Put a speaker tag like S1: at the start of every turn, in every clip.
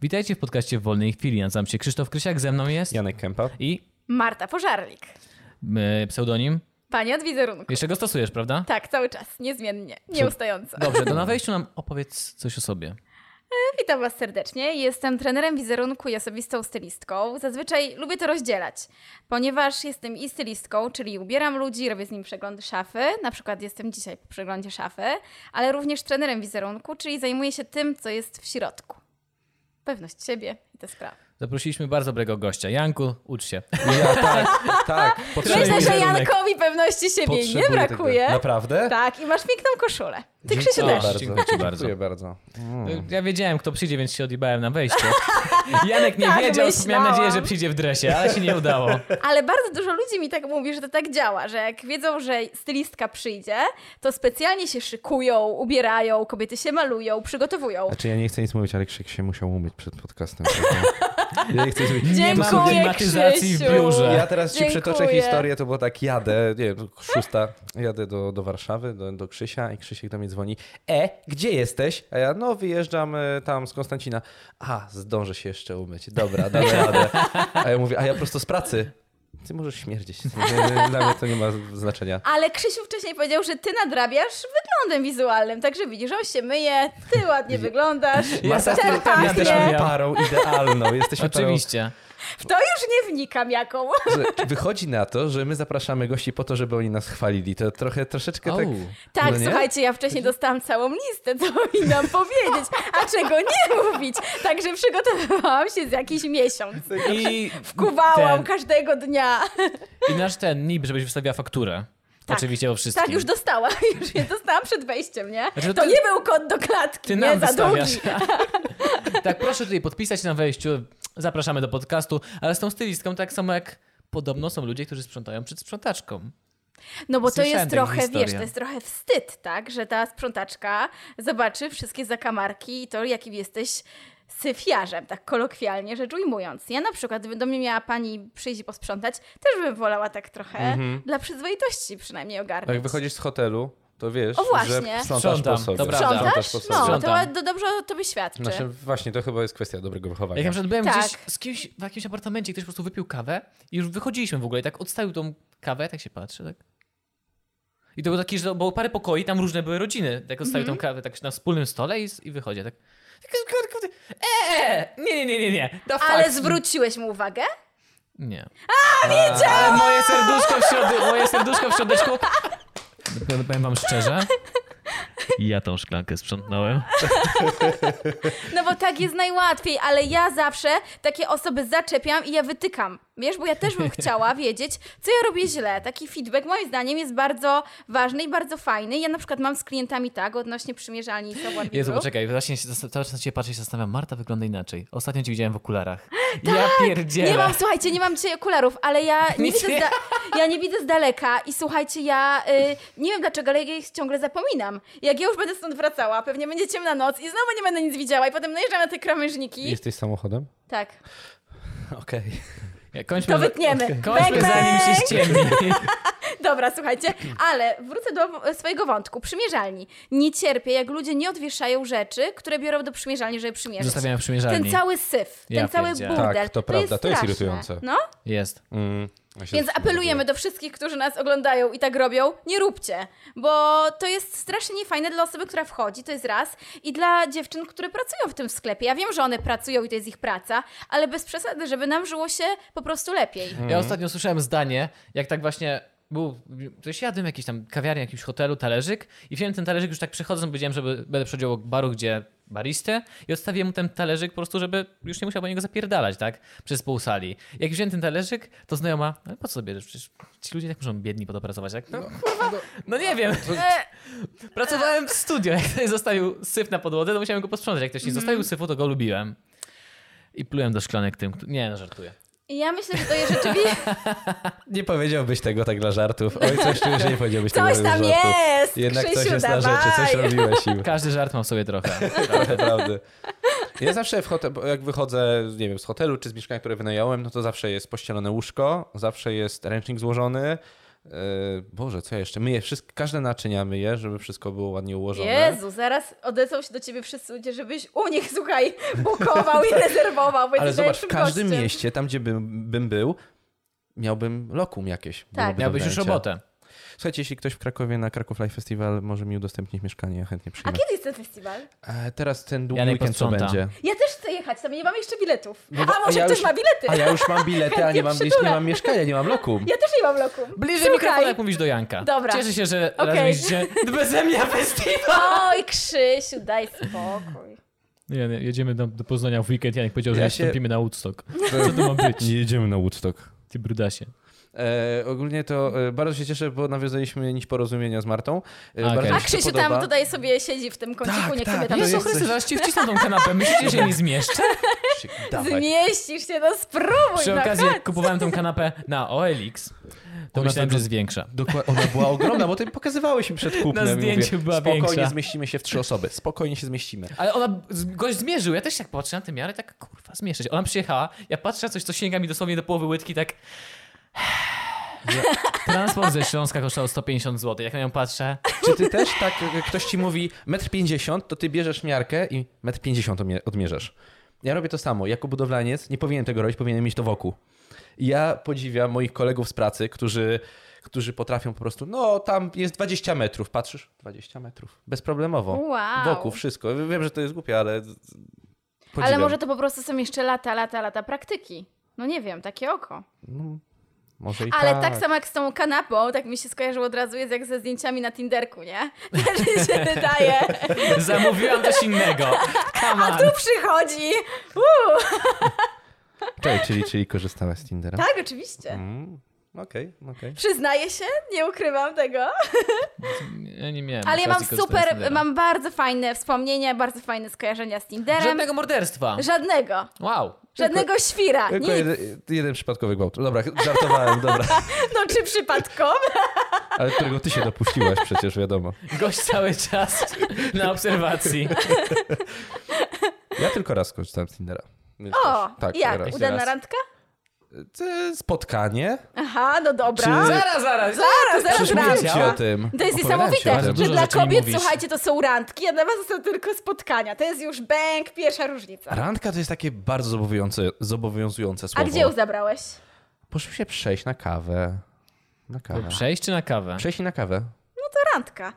S1: Witajcie w podcaście w wolnej chwili. Nazywam się Krzysztof Krysiak, ze mną jest
S2: Janek Kępa.
S1: i
S3: Marta Pożarlik.
S1: e, pseudonim.
S3: Pani od wizerunku.
S1: Jeszcze go stosujesz, prawda?
S3: Tak, cały czas, niezmiennie, nieustająco.
S2: No.
S1: Dobrze, to na wejściu nam opowiedz coś o sobie.
S3: Witam Was serdecznie. Jestem trenerem wizerunku i osobistą stylistką. Zazwyczaj lubię to rozdzielać, ponieważ jestem i stylistką, czyli ubieram ludzi, robię z nim przeglądy szafy. Na przykład jestem dzisiaj po przeglądzie szafy, ale również trenerem wizerunku, czyli zajmuję się tym, co jest w środku. Pewność siebie i te sprawy.
S1: Zaprosiliśmy bardzo dobrego gościa. Janku, ucz się.
S2: Ja tak, tak. potrzebuję-
S3: Myślę, że
S1: wizerunek.
S3: Jankowi pewności siebie
S2: potrzebuję
S3: nie
S2: tego.
S3: brakuje.
S2: Naprawdę?
S3: Tak, i masz piękną koszulę. Ty,
S2: Dziękuję
S3: Krzysiu, też.
S2: bardzo.
S1: Dziękuję ci bardzo.
S2: Dziękuję bardzo. Mm.
S1: Ja wiedziałem, kto przyjdzie, więc się odjebałem na wejściu. Janek nie
S3: Tak
S1: wiedział,
S3: myślałam.
S1: miałem nadzieję, że przyjdzie w dresie, ale się nie udało.
S3: Ale bardzo dużo ludzi mi tak mówi, że to tak działa, że jak wiedzą, że stylistka przyjdzie, to specjalnie się szykują, ubierają, kobiety się malują, przygotowują.
S2: Znaczy ja nie chcę nic mówić, ale Krzyk się musiał umyć przed podcastem. prawda? ja nie chcę nic mówić.
S1: Nie ma
S3: Dziękuję,
S1: klimatyzacji w
S3: Krzysiu.
S1: biurze.
S2: Ja teraz ci przytoczę
S3: Dziękuję.
S2: historię, to było tak, jadę, nie wiem, szósta, jadę do, do Warszawy, do, do Krzysia i Krzysiek do mnie dzwoni. E, gdzie jesteś? A ja, no wyjeżdżam e, tam z Konstancina. A, zdążę się jeszcze umyć. Dobra, dam radę. A ja mówię, a ja prosto z pracy. Ty możesz śmierdzić. Dla mnie to nie ma znaczenia.
S3: Ale Krzysiu wcześniej powiedział, że ty nadrabiasz wyglądem wizualnym, także widzisz, on się myje, ty ładnie wyglądasz,
S1: Masa-
S3: ten
S1: Ja też
S3: pachnie.
S2: Jesteśmy
S1: miałem.
S2: parą idealną. Jesteśmy
S1: Oczywiście.
S3: W to już nie wnikam jaką.
S2: Parą, że wychodzi na to, że my zapraszamy gości po to, żeby oni nas chwalili. To trochę, troszeczkę tak...
S1: Au.
S3: Tak,
S2: No nie?
S3: słuchajcie, ja wcześniej dostałam całą listę, co powinnam powiedzieć, a czego nie mówić. Także przygotowywałam się z jakiś miesiąc.
S1: I
S3: Kubałam
S1: ten-
S3: każdego dnia.
S1: I nasz ten NIB, żebyś wystawiła fakturę.
S3: Tak.
S1: Oczywiście o wszystkim.
S3: Tak, już dostałam, już je dostałam przed wejściem, nie?
S1: Znaczy,
S3: to
S1: ty-
S3: nie był kod do klatki,
S1: Ty
S3: nie
S1: nam
S3: za
S1: wystawiasz.
S3: długi.
S1: tak, proszę tutaj podpisać na wejściu. Zapraszamy do podcastu. Ale z tą stylistką tak samo jak podobno są ludzie, którzy sprzątają przed sprzątaczką.
S3: No bo to
S1: Słyszałem
S3: jest
S1: tę
S3: trochę,
S1: historię.
S3: wiesz, to jest trochę wstyd, tak? Że ta sprzątaczka zobaczy wszystkie zakamarki i to, jakim jesteś syfiarzem, tak kolokwialnie rzecz ujmując. Ja na przykład, gdyby do mnie miała pani przyjść i posprzątać, też bym wolała tak trochę
S1: Mhm.
S3: dla przyzwoitości przynajmniej ogarnąć.
S2: Jak wychodzisz z hotelu, to wiesz,
S3: O, właśnie.
S2: że sprzątasz
S1: Sprzątam,
S2: po sobie.
S1: to prawda.
S2: Sprzątasz
S3: Sprzątasz?
S2: po sobie.
S3: No, to,
S1: Sprzątam.
S3: to dobrze o tobie świadczy.
S2: Znaczy, właśnie, to chyba jest kwestia dobrego wychowania.
S1: Jak na przykład byłem
S3: Tak.
S1: gdzieś z kimś w jakimś apartamencie, ktoś po prostu wypił kawę i już wychodziliśmy w ogóle i tak odstawił tą kawę, tak się patrzy, tak. I to było takie, że było parę pokoi, tam różne były rodziny. Tak odstawił tą kawę tak na wspólnym stole i, i wychodzi, tak. Eee, nie, nie, nie, nie, nie. Da
S3: Ale
S1: fakt.
S3: zwróciłeś mu uwagę?
S1: Nie. A, wiedziałam! Ale moje serduszko w, środy, moje serduszko w środeczku... P- Powiem wam szczerze, ja tą szklankę sprzątnąłem.
S3: No bo tak jest najłatwiej, ale ja zawsze takie osoby zaczepiam i ja wytykam. Wiesz, bo ja też bym chciała wiedzieć, co ja robię źle. Taki feedback moim zdaniem jest bardzo ważny i bardzo fajny. Ja na przykład mam z klientami tak odnośnie przymierzalni i soborbitów.
S1: Jezu, poczekaj, właśnie się, zas- cały czas na ciebie patrzę i się zastanawiam, Marta wygląda inaczej. Ostatnio cię widziałem w okularach. ja pierdzielę.
S3: Tak, Nie mam, słuchajcie, nie mam dzisiaj okularów, ale ja nie,
S1: Nic
S3: widzę,
S1: nie-
S3: z da- ja nie widzę z daleka i słuchajcie, ja y, nie wiem dlaczego, ale ja ich ciągle zapominam. Jak ja już będę stąd wracała, pewnie będzie ciemna noc i znowu nie będę nic widziała i potem najeżdżam na te krawężniki.
S2: Jesteś samochodem?
S3: Tak,
S2: Okej.
S1: Ja, kończmy,
S3: to
S1: za-
S3: wytniemy.
S1: Kończmy
S3: Bang,
S1: zanim się
S3: bang!
S1: ściemni.
S3: Dobra, słuchajcie, ale wrócę do w- swojego wątku. Przymierzalni. Nie cierpię, jak ludzie nie odwieszają rzeczy, które biorą do przymierzalni, żeby przymierzyć.
S1: Zostawiamy w
S3: Ten
S1: przymierzalni.
S3: cały syf,
S1: Ja
S3: ten cały
S1: pierdzielę.
S3: burdel.
S2: Tak, to prawda, to jest
S3: straszne.
S2: irytujące.
S3: No,
S1: Jest.
S2: Mm, ja się
S3: więc apelujemy do wszystkich, którzy nas oglądają i tak robią, nie róbcie, bo to jest strasznie niefajne dla osoby, która wchodzi, to jest raz, i dla dziewczyn, które pracują w tym sklepie. Ja wiem, że one pracują i to jest ich praca, ale bez przesady, żeby nam żyło się po prostu lepiej.
S1: Ja ostatnio słyszałem zdanie, jak tak właśnie był, coś jadłem w jakiejś tam kawiarni, jakimś hotelu, talerzyk i wziąłem ten talerzyk, już tak przechodząc powiedziałem, żeby będę przechodził obok baru, gdzie baristę i odstawiłem mu ten talerzyk po prostu, żeby już nie musiał po niego zapierdalać, tak? Przez pół sali. Jak wziąłem ten talerzyk, to znajoma, no po co sobie bierzesz? Przecież ci ludzie tak muszą biedni podopracować, tak? No, kurwa, no nie wiem.
S3: E,
S1: Pracowałem w studio, jak ktoś zostawił syf na podłodze, to musiałem go posprzątać. Jak ktoś nie zostawił syfu, to go lubiłem. I plułem do szklanek tym, kto- nie, no żartuję.
S3: I ja myślę, że to jest rzeczywiście...
S2: Nie powiedziałbyś tego tak dla żartów. Oj, coś czuję, że nie powiedziałbyś tego
S3: Coś
S2: dla
S3: tam
S2: żartów.
S3: jest!
S2: Jednak
S3: Krzysiu,
S2: coś jest
S3: dawaj.
S2: na rzeczy, coś robiłeś im.
S1: Każdy żart ma w sobie trochę.
S2: Trochę prawdy. Tak, Ja zawsze w hotel, bo jak wychodzę, nie wiem, z hotelu czy z mieszkania, które wynająłem, no to zawsze jest pościelone łóżko, zawsze jest ręcznik złożony, E, Boże, co ja jeszcze? Myję wszystkie, każde naczynia myję, żeby wszystko było ładnie ułożone.
S3: Jezu, zaraz odezwał się do ciebie wszyscy ludzie, żebyś u nich, słuchaj, bukował i rezerwował. bo
S2: Ale zobacz,
S3: jesteś
S2: w
S3: najlepszym
S2: każdym
S3: gościem.
S2: mieście, tam gdzie bym, bym był, miałbym lokum jakieś.
S3: Tak.
S2: Byłoby do
S1: Miałbyś już
S2: wynajęcia.
S1: robotę.
S2: Słuchajcie, jeśli ktoś w Krakowie na Kraków Life Festival może mi udostępnić mieszkanie, ja chętnie
S3: A
S2: przyjmę.
S3: kiedy jest ten festiwal?
S2: E, teraz ten długi
S1: Janek
S2: weekend co
S1: posprząta.
S2: będzie.
S3: Ja też chcę jechać tam, nie mam jeszcze biletów.
S2: No bo-
S3: a może
S2: ja
S3: ktoś
S2: już-
S3: ma bilety?
S2: A ja już mam bilety, a nie mam,
S3: Przytulę.
S2: nie mam mieszkania, nie mam lokum.
S3: Ja też nie mam lokum.
S1: Bliżej
S3: Słuchaj.
S1: mikrofonu, jak mówisz do Janka.
S3: Dobra.
S1: Cieszę się, że
S3: Okej.
S1: rozumiecie. Beze mnie festiwal.
S3: Oj, Krzysiu, daj spokój.
S1: Nie, nie, jedziemy do, do Poznania w weekend. Janek powiedział, że
S2: Ja
S1: ja
S2: się-
S1: na Woodstock. Co to ma być?
S2: Nie jedziemy na Woodstock.
S1: Ty brudasie.
S2: E, ogólnie to e, bardzo się cieszę, bo nawiązaliśmy nić porozumienia z Martą. E,
S1: A,
S2: bardzo
S1: okej.
S2: mi
S3: A
S2: się
S3: Krzysiu
S2: podoba.
S3: tam tutaj sobie siedzi w tym kąciku,
S2: Tak,
S3: niech
S2: tak,
S3: sobie tam
S2: to
S1: Jezu
S2: jest
S1: Chryste,
S2: coś-
S1: zaraz ci wcisnę tą kanapę. Myślicie, że nie zmieszczę?
S2: Krzysiek, Dawaj.
S3: zmieścisz się, no spróbuj.
S1: Przy
S3: no
S1: okazji,
S3: chodź.
S1: jak kupowałem tą kanapę na OLX, to
S2: Ona
S1: myślałem,
S2: wygląda-
S1: że jest większa.
S2: Dokładnie, ona była ogromna, bo ty pokazywałeś mi przed kupnem.
S1: Na
S2: i
S1: zdjęciu
S2: mówię,
S1: była
S2: Spokojnie
S1: większa.
S2: zmieścimy się w trzy osoby. Spokojnie się zmieścimy.
S1: Ale ona, z- gość zmierzył, ja też tak patrzę na tę miarę, tak kurwa zmierzyć. Ona przyjechała, ja patrzę na coś, co sięga mi dosłownie do połowy łydki, tak... Transport ze Śląska kosztował 150 zł, jak na nią patrzę...
S2: Czy ty też tak, jak ktoś ci mówi 1,50 m, to ty bierzesz miarkę i 1,50 m odmierzasz. Ja robię to samo. Jako budowlaniec nie powinienem tego robić, powinienem mieć to wokół. I Ja podziwiam moich kolegów z pracy, którzy, którzy potrafią po prostu, no tam jest 20 metrów, patrzysz? 20 metrów. Bezproblemowo.
S3: Wow.
S2: Wokół, wszystko. Wiem, że to jest głupie, ale z- z- podziwiam.
S3: Ale może to po prostu są jeszcze lata, lata, lata praktyki. No nie wiem, takie oko.
S2: Może i
S3: Ale tak. samo jak z tą kanapą, tak mi się skojarzyło od razu, jest jak ze zdjęciami na Tinderku, nie? Też się wydaje.
S1: Zamówiłam coś innego. Come on.
S3: Tu przychodzi.
S2: Cześć, czyli, czyli korzystałaś z Tindera?
S3: Tak, oczywiście.
S2: Mm, Okej, okej.
S3: Przyznaję się, nie ukrywam tego.
S2: No,
S1: Ja nie miałem.
S3: Ale ja mam
S1: okazji korzystać z
S3: super,
S1: Tindera.
S3: mam bardzo fajne wspomnienia, bardzo fajne skojarzenia z Tinderem.
S1: Żadnego morderstwa.
S3: Żadnego.
S1: Wow.
S3: Żadnego świra.
S2: Tylko
S3: Nic.
S2: jeden, jeden przypadkowy gwałt. Dobra, żartowałem, dobra.
S3: No czy przypadkowo?
S2: Ale którego ty się dopuściłaś przecież, wiadomo.
S1: Gość cały czas na obserwacji.
S2: Ja tylko raz korzystałem z Tindera. Więc
S3: O,
S2: też- tak,
S3: jak?
S2: raz.
S3: Udana
S2: Raz.
S3: randka?
S2: Ty- Spotkanie.
S3: Aha, no dobra.
S2: Czy-
S1: Zaraz, zaraz.
S3: Zaraz, zaraz
S2: Przecież mówiłem ci o
S3: randka.
S2: tym.
S3: To jest
S2: Opowiadałem ci o
S3: niesamowite,
S2: tym.
S1: Dużo
S3: że dla
S1: rzeczy mi
S3: kobiet,
S1: mówisz.
S3: słuchajcie, to są randki, a dla was to są tylko spotkania. To jest już bęk, pierwsza różnica.
S2: Randka to jest takie bardzo zobowiązujące, zobowiązujące
S3: A
S2: słowo.
S3: gdzie ją zabrałeś?
S2: Poszliśmy się przejść na kawę. Na kawę.
S1: Przejść czy na kawę?
S2: Przejść i na kawę.
S1: Tak,
S3: To randka.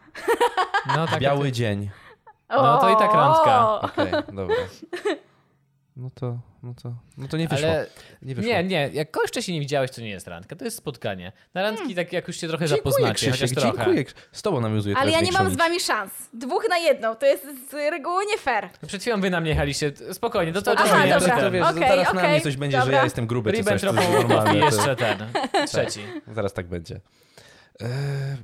S1: No tak.
S2: Biały dzień.
S1: No to i tak randka.
S3: O,
S2: Okej, dobra. No to, no to, no to nie wyszło.
S1: Ale
S2: Nie wyszło.
S1: nie, nie, jak kogoś wcześniej nie widziałeś, to nie jest randka, to jest spotkanie. Na
S3: Hmm.
S1: randki tak jak już się trochę
S2: Dziękuję,
S1: zapoznacie,
S2: Krzysiek,
S1: chociaż trochę.
S2: dziękuję. Z tobą nawiązuję
S3: Ale
S2: teraz
S3: ja nie mam
S2: większą
S3: z wami szans. Dwóch na jedną, to jest z reguły nie fair.
S1: No Przed chwilą wy na mnie jechaliście, spokojnie, do tego
S3: Aha,
S1: czasu
S2: Aha,
S1: nie
S2: dobra.
S3: dobra.
S2: To, to wiesz,
S3: Okej,
S2: zaraz na
S3: okej,
S2: mnie coś będzie, że
S3: dobra.
S2: ja jestem gruby czy coś, to jest
S1: Ribbentropołów i
S2: normalne. tak. To,
S1: jeszcze ten, trzeci.
S2: zaraz tak będzie. E,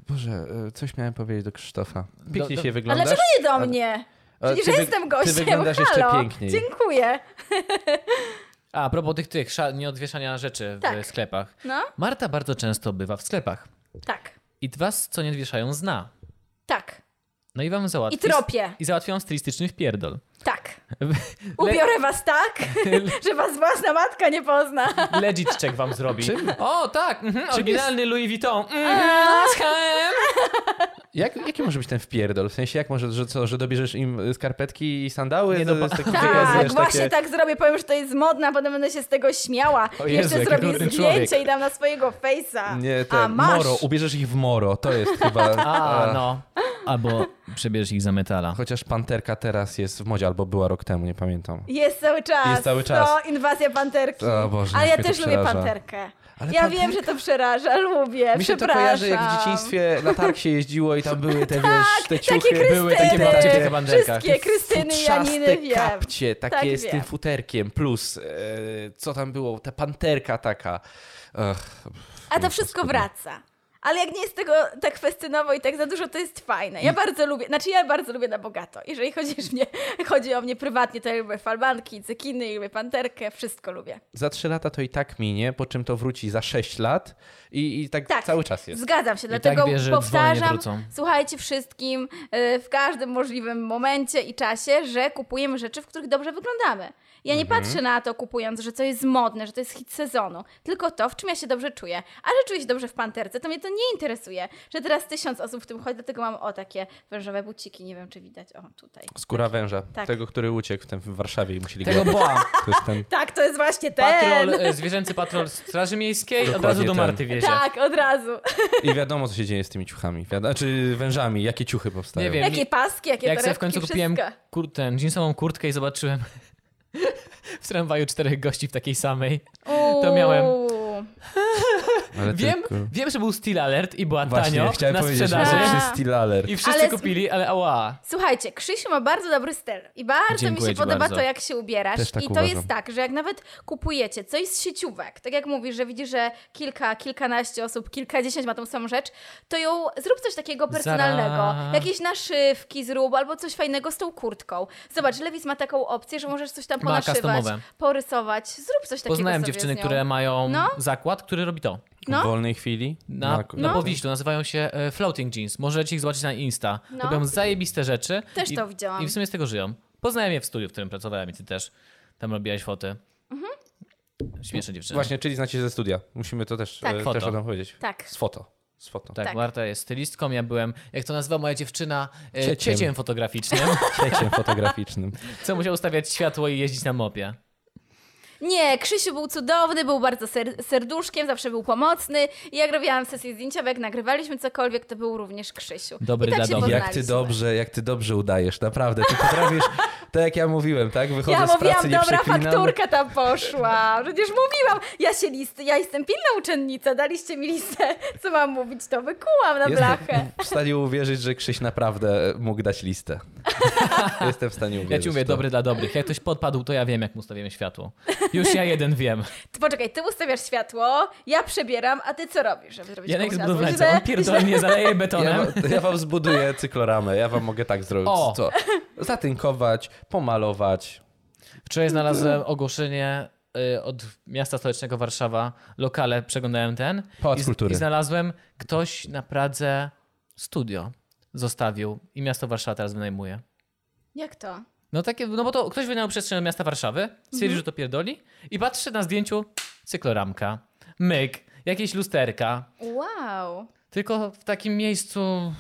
S2: Boże, e, coś miałem powiedzieć do Krzysztofa. Pięknie
S1: do-
S2: się
S3: Ale
S2: wyglądasz.
S3: dlaczego nie do
S2: A-
S3: mnie?
S2: Ale
S3: Przecież
S2: ty
S3: ja
S2: wy-
S3: jestem gościem.
S2: Ty wyglądasz
S3: Halo.
S2: jeszcze piękniej.
S3: Dziękuję.
S1: A, a propos tych, tych, sza- nieodwieszania rzeczy w
S3: Tak.
S1: sklepach.
S3: No,
S1: Marta bardzo często bywa w sklepach
S3: tak,
S1: i was, co nie odwieszają, zna.
S3: tak,
S1: No i wam
S3: I
S1: załatwi.
S3: tropię.
S1: I załatwiłam stylistyczny wpierdol.
S3: tak.
S1: Le-
S3: Ubiorę was tak, że was własna matka nie pozna.
S1: Legit check wam zrobi. O, tak, mhm, oryginalny Louis Vuitton. Mhm,
S3: A.
S1: z H&M.
S2: Jak, jaki może być ten wpierdol? W sensie, jak może, że co, że dobierzesz im y, skarpetki i sandały?
S1: Nie, no, pas-
S2: takich
S3: Tak,
S2: wykazujesz takie-
S3: właśnie tak zrobię, powiem, że to jest modne, a potem będę się z tego śmiała.
S1: O
S3: I
S1: Jezu,
S3: Jeszcze
S1: jaki
S3: zrobię
S1: dobry
S3: zdjęcie
S1: człowiek.
S3: i dam na swojego face'a.
S2: Nie,
S3: a
S2: ten,
S3: masz.
S2: moro, ubierzesz ich w moro, to jest chyba...
S1: A,
S2: a.
S1: no. Albo przebierzesz ich za metala.
S2: Chociaż panterka teraz jest w modzie, albo była rok temu, nie pamiętam.
S3: Jest cały czas.
S2: Jest cały czas.
S3: No, inwazja panterki.
S2: O Boże,
S3: Ale
S2: jak mnie
S3: ja
S2: to
S3: też lubię
S2: przeraża.
S3: panterkę.
S2: Ale
S3: ja
S2: panterka-
S3: wiem, że to przeraża, lubię,
S2: Mi się to
S3: przepraszam. Tak,
S2: kojarzy, jak w dzieciństwie na targ się jeździło i tam były te, wiesz, te ciuchy,
S3: Takie Krystyny,
S2: były takie
S1: babcie na banderkach.
S3: wszystkie Krystyny i Janiny
S2: futrzaste
S3: wiem.
S2: kapcie, takie
S3: Tak
S2: z
S3: wiem.
S2: tym futerkiem, plus e, co tam było, ta panterka taka. Ach,
S3: A to wszystko wraca. Ale jak nie jest tego tak festynowo i tak za dużo, to jest fajne. Ja bardzo lubię, znaczy ja bardzo lubię na bogato. Jeżeli chodzi, o mnie, chodzi o mnie prywatnie, to ja lubię falbanki, cekiny, lubię panterkę, wszystko lubię.
S2: za trzy lata to i tak minie, po czym to wróci za sześć lat i, i tak,
S3: Tak.
S2: cały czas jest.
S3: Zgadzam się,
S1: tak
S3: dlatego
S1: wie, że dzwony nie
S3: powtarzam,
S1: wrócą.
S3: słuchajcie wszystkim y, w każdym możliwym momencie i czasie, że kupujemy rzeczy, w których dobrze wyglądamy. Ja nie
S1: Mhm.
S3: patrzę na to kupując, że to jest modne, że to jest hit sezonu, tylko to, w czym ja się dobrze czuję. A że czuję się dobrze w panterce, to mnie to to nie interesuje, że teraz tysiąc osób w tym chodzi, dlatego mam o takie wężowe buciki, nie wiem czy widać, o tutaj.
S2: Skóra węża.
S3: Tak.
S2: Tego, który uciekł w, tym, w Warszawie i musieli
S1: Tego
S2: go...
S1: boa.
S2: To jest ten...
S3: Tak, to jest właśnie ten!
S1: Patrol, e, zwierzęcy patrol Straży Miejskiej od
S2: Dokładnie
S1: razu do
S2: ten.
S1: Marty wiezie.
S3: Tak, od razu.
S2: I wiadomo, co się dzieje z tymi ciuchami. Wiada... Czy wężami. Jakie ciuchy powstają.
S1: Nie wiem.
S3: Jakie paski, jakie
S1: Jak
S3: torebki,
S1: sobie w końcu kupiłem
S3: wszystko.
S1: kur- ten, jeansową kurtkę i zobaczyłem w tramwaju czterech gości w takiej samej. to miałem.
S3: Uuu.
S2: Ale
S1: Wiem,
S2: tylko-
S1: wiem, że był Steel Alert i była
S2: Właśnie,
S1: tanio
S2: chciałem
S1: na
S2: powiedzieć, że
S1: sprzedaży.
S3: A.
S2: przy Steel Alert.
S1: I wszyscy
S3: Ale z-
S1: kupili, ale ała.
S3: Słuchajcie, Krzysiu ma bardzo dobry styl i bardzo mi
S1: Dziękuję
S3: się
S1: ci
S3: podoba
S1: bardzo.
S3: to, jak się ubierasz.
S2: Też tak
S3: I to
S2: uważam.
S3: jest tak, że jak nawet kupujecie coś z sieciówek, tak jak mówisz, że widzisz, że kilka, kilkanaście osób, kilkadziesiąt ma tą samą rzecz, to ją zrób coś takiego personalnego.
S1: Zara.
S3: Jakieś naszywki zrób albo coś fajnego z tą kurtką. Zobacz, Lewis ma taką opcję, że możesz coś tam
S1: Ma
S3: ponaszywać,
S1: customowe.
S3: porysować. Zrób coś takiego
S1: Poznałem
S3: sobie z
S1: dziewczyny,
S3: nią.
S1: które mają
S3: No.
S1: zakład, który robi to.
S3: No.
S2: W wolnej chwili?
S1: Na, na
S2: na- no.
S1: Powiślu nazywają się e, Floating Jeans. Możecie ich zobaczyć na Insta.
S3: No.
S1: Robią zajebiste rzeczy.
S3: Też
S1: i,
S3: to widziałam.
S1: I w sumie z tego żyją. Poznałem je w studiu, w którym pracowałem i ty też. Tam robiłaś foty.
S3: Mhm.
S1: Śmieszne dziewczyny.
S2: Właśnie, czyli znacie ze studia. Musimy to też,
S3: Tak.
S2: e, też
S1: Foto.
S2: o tym powiedzieć.
S3: Tak.
S2: Z foto. Z foto.
S1: Tak,
S3: Tak.
S1: Marta jest stylistką, ja byłem, jak to nazywa moja dziewczyna, e,
S2: Cieciem.
S1: cieciem fotograficznym,
S2: Sieciem fotograficznym.
S1: co musiał ustawiać światło i jeździć na mopie.
S3: Nie, Krzysiu był cudowny, był bardzo ser- serduszkiem, zawsze był pomocny. I jak robiłam sesje zdjęciowe, jak nagrywaliśmy cokolwiek, to był również Krzysiu.
S1: Dobry
S3: I tak
S1: dla
S3: się
S1: domu.
S2: Jak ty
S3: poznaliśmy.
S2: dobrze, jak ty dobrze udajesz, naprawdę. Ty potrafisz, tak jak ja mówiłem, tak? Wychodzę
S3: Ja
S2: z pracy,
S3: mówiłam,
S2: nie
S3: dobra
S2: przeklinam.
S3: fakturka tam poszła. Przecież mówiłam, ja się listy, ja jestem pilna uczennica, daliście mi listę, co mam mówić, to wykułam na blachę.
S2: Jestem w stanie uwierzyć, że Krzyś naprawdę mógł dać listę. Jestem w stanie uwierzyć. no.
S1: Ja ci mówię,
S2: w to.
S1: dobry dla dobrych. Jak ktoś podpadł, to ja wiem, jak mu ustawiamy światło. Już ja jeden wiem.
S3: Ty poczekaj, ty ustawiasz światło, ja przebieram, a ty co robisz, żeby zrobić
S1: Janek z
S3: komuś na złość?
S1: budowlańca, on
S3: Źle?
S1: pierdolnie zaleje
S2: Ja,
S1: betonem.
S2: wa- ja wam zbuduję cykloramę, ja wam mogę tak zrobić.
S1: O!
S2: Co? Zatynkować, pomalować.
S1: Wczoraj znalazłem ogłoszenie y, od miasta stołecznego Warszawa. Lokale, przeglądałem ten.
S2: Pałac
S1: i, z-
S2: Kultury.
S1: I znalazłem, ktoś na Pradze studio zostawił i miasto Warszawa teraz wynajmuje.
S3: Jak to?
S1: No takie, no bo to ktoś wynajął przestrzeń od miasta Warszawy, stwierdził, że to pierdoli i patrzy na zdjęciu cykloramka, myk, jakieś lusterka,
S3: Wow.
S1: tylko w takim miejscu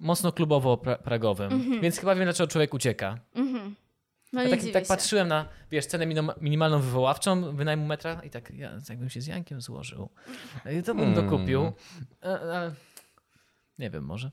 S1: mocno klubowo-pragowym. Więc chyba wiem, dlaczego człowiek ucieka.
S3: No
S1: Ja
S3: nie
S1: tak,
S3: dziwię
S1: tak
S3: się.
S1: patrzyłem na, wiesz, cenę minom- minimalną wywoławczą wynajmu metra i tak ja, jakbym się z Jankiem złożył, No I to bym
S2: Hmm.
S1: dokupił. E, ale nie wiem, może.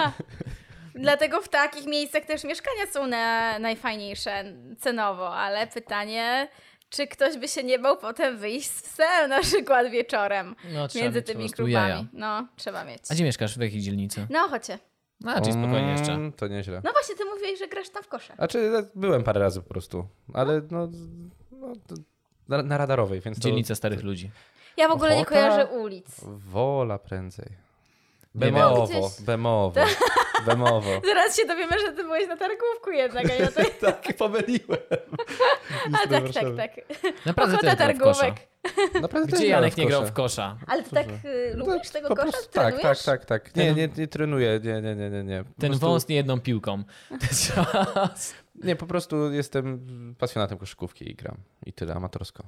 S3: Dlatego w takich miejscach też mieszkania są na, najfajniejsze cenowo, ale pytanie, czy ktoś by się nie bał potem wyjść z psem na przykład wieczorem
S1: No, trzeba
S3: między
S1: mieć po
S3: tymi
S1: prostu jaja.
S3: klubami. No, trzeba mieć.
S1: A gdzie mieszkasz? W jakiej dzielnicy?
S3: Na ochocie.
S1: No, czyli spokojnie jeszcze.
S2: Mm, To nieźle.
S3: No właśnie, ty mówiłeś, że grasz tam w kosze.
S2: Znaczy, byłem parę razy po prostu, ale no, no to na, na radarowej, więc to
S1: Dzielnica starych ludzi.
S3: Ja w ogóle nie
S2: Ochota?
S3: kojarzę ulic.
S2: wola prędzej.
S1: Nie wiem.
S2: Bemowo,
S3: Gdzieś-
S2: bemowo, bemowo.
S3: Zaraz się dowiemy, że ty byłeś na targówku jednak, a nie na tej...
S2: tak, pomyliłem.
S3: A tak, tak, tak.
S1: Naprawdę
S3: Ochota
S1: też grał w kosza.
S3: targówek.
S2: Naprawdę też
S1: Gdzie Janek nie grał w
S2: kosza.
S1: kosza?
S3: Ale ty tak y,
S1: No
S3: lubisz tego
S2: Po
S3: kosza?
S2: prostu- Tak, tak,
S3: Trenujesz?
S2: tak, tak. Nie, nie, nie trenuję, nie, nie, nie, nie. nie. Po
S1: Ten
S2: prostu,
S1: wąs nie jedną piłką.
S2: Nie, po prostu jestem pasjonatem koszykówki i gram. I tyle, amatorsko.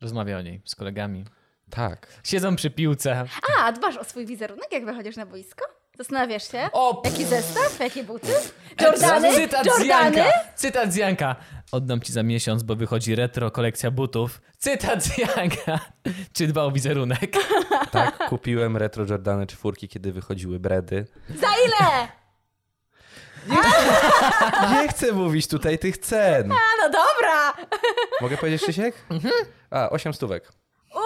S1: Rozmawia o niej z kolegami.
S2: Tak.
S1: Siedzą przy piłce.
S3: A, dbasz o swój wizerunek, jak wychodzisz na boisko? Zastanawiasz się?
S1: O,
S3: Jaki zestaw? Jakie buty? Jordany?
S1: Cytat z
S3: Jordany?
S1: Janka. Cytat z Janka. Oddam ci za miesiąc, bo wychodzi retro kolekcja butów. Cytat z Janka. Czy dba o wizerunek?
S2: Tak, kupiłem retro Jordany czwórki, kiedy wychodziły bredy.
S3: Za ile?
S2: Nie chcę mówić tutaj tych cen.
S3: A no dobra!
S2: Mogę powiedzieć, Krzysiek?
S1: Mhm.
S2: A, 8 stówek.
S3: Uuu,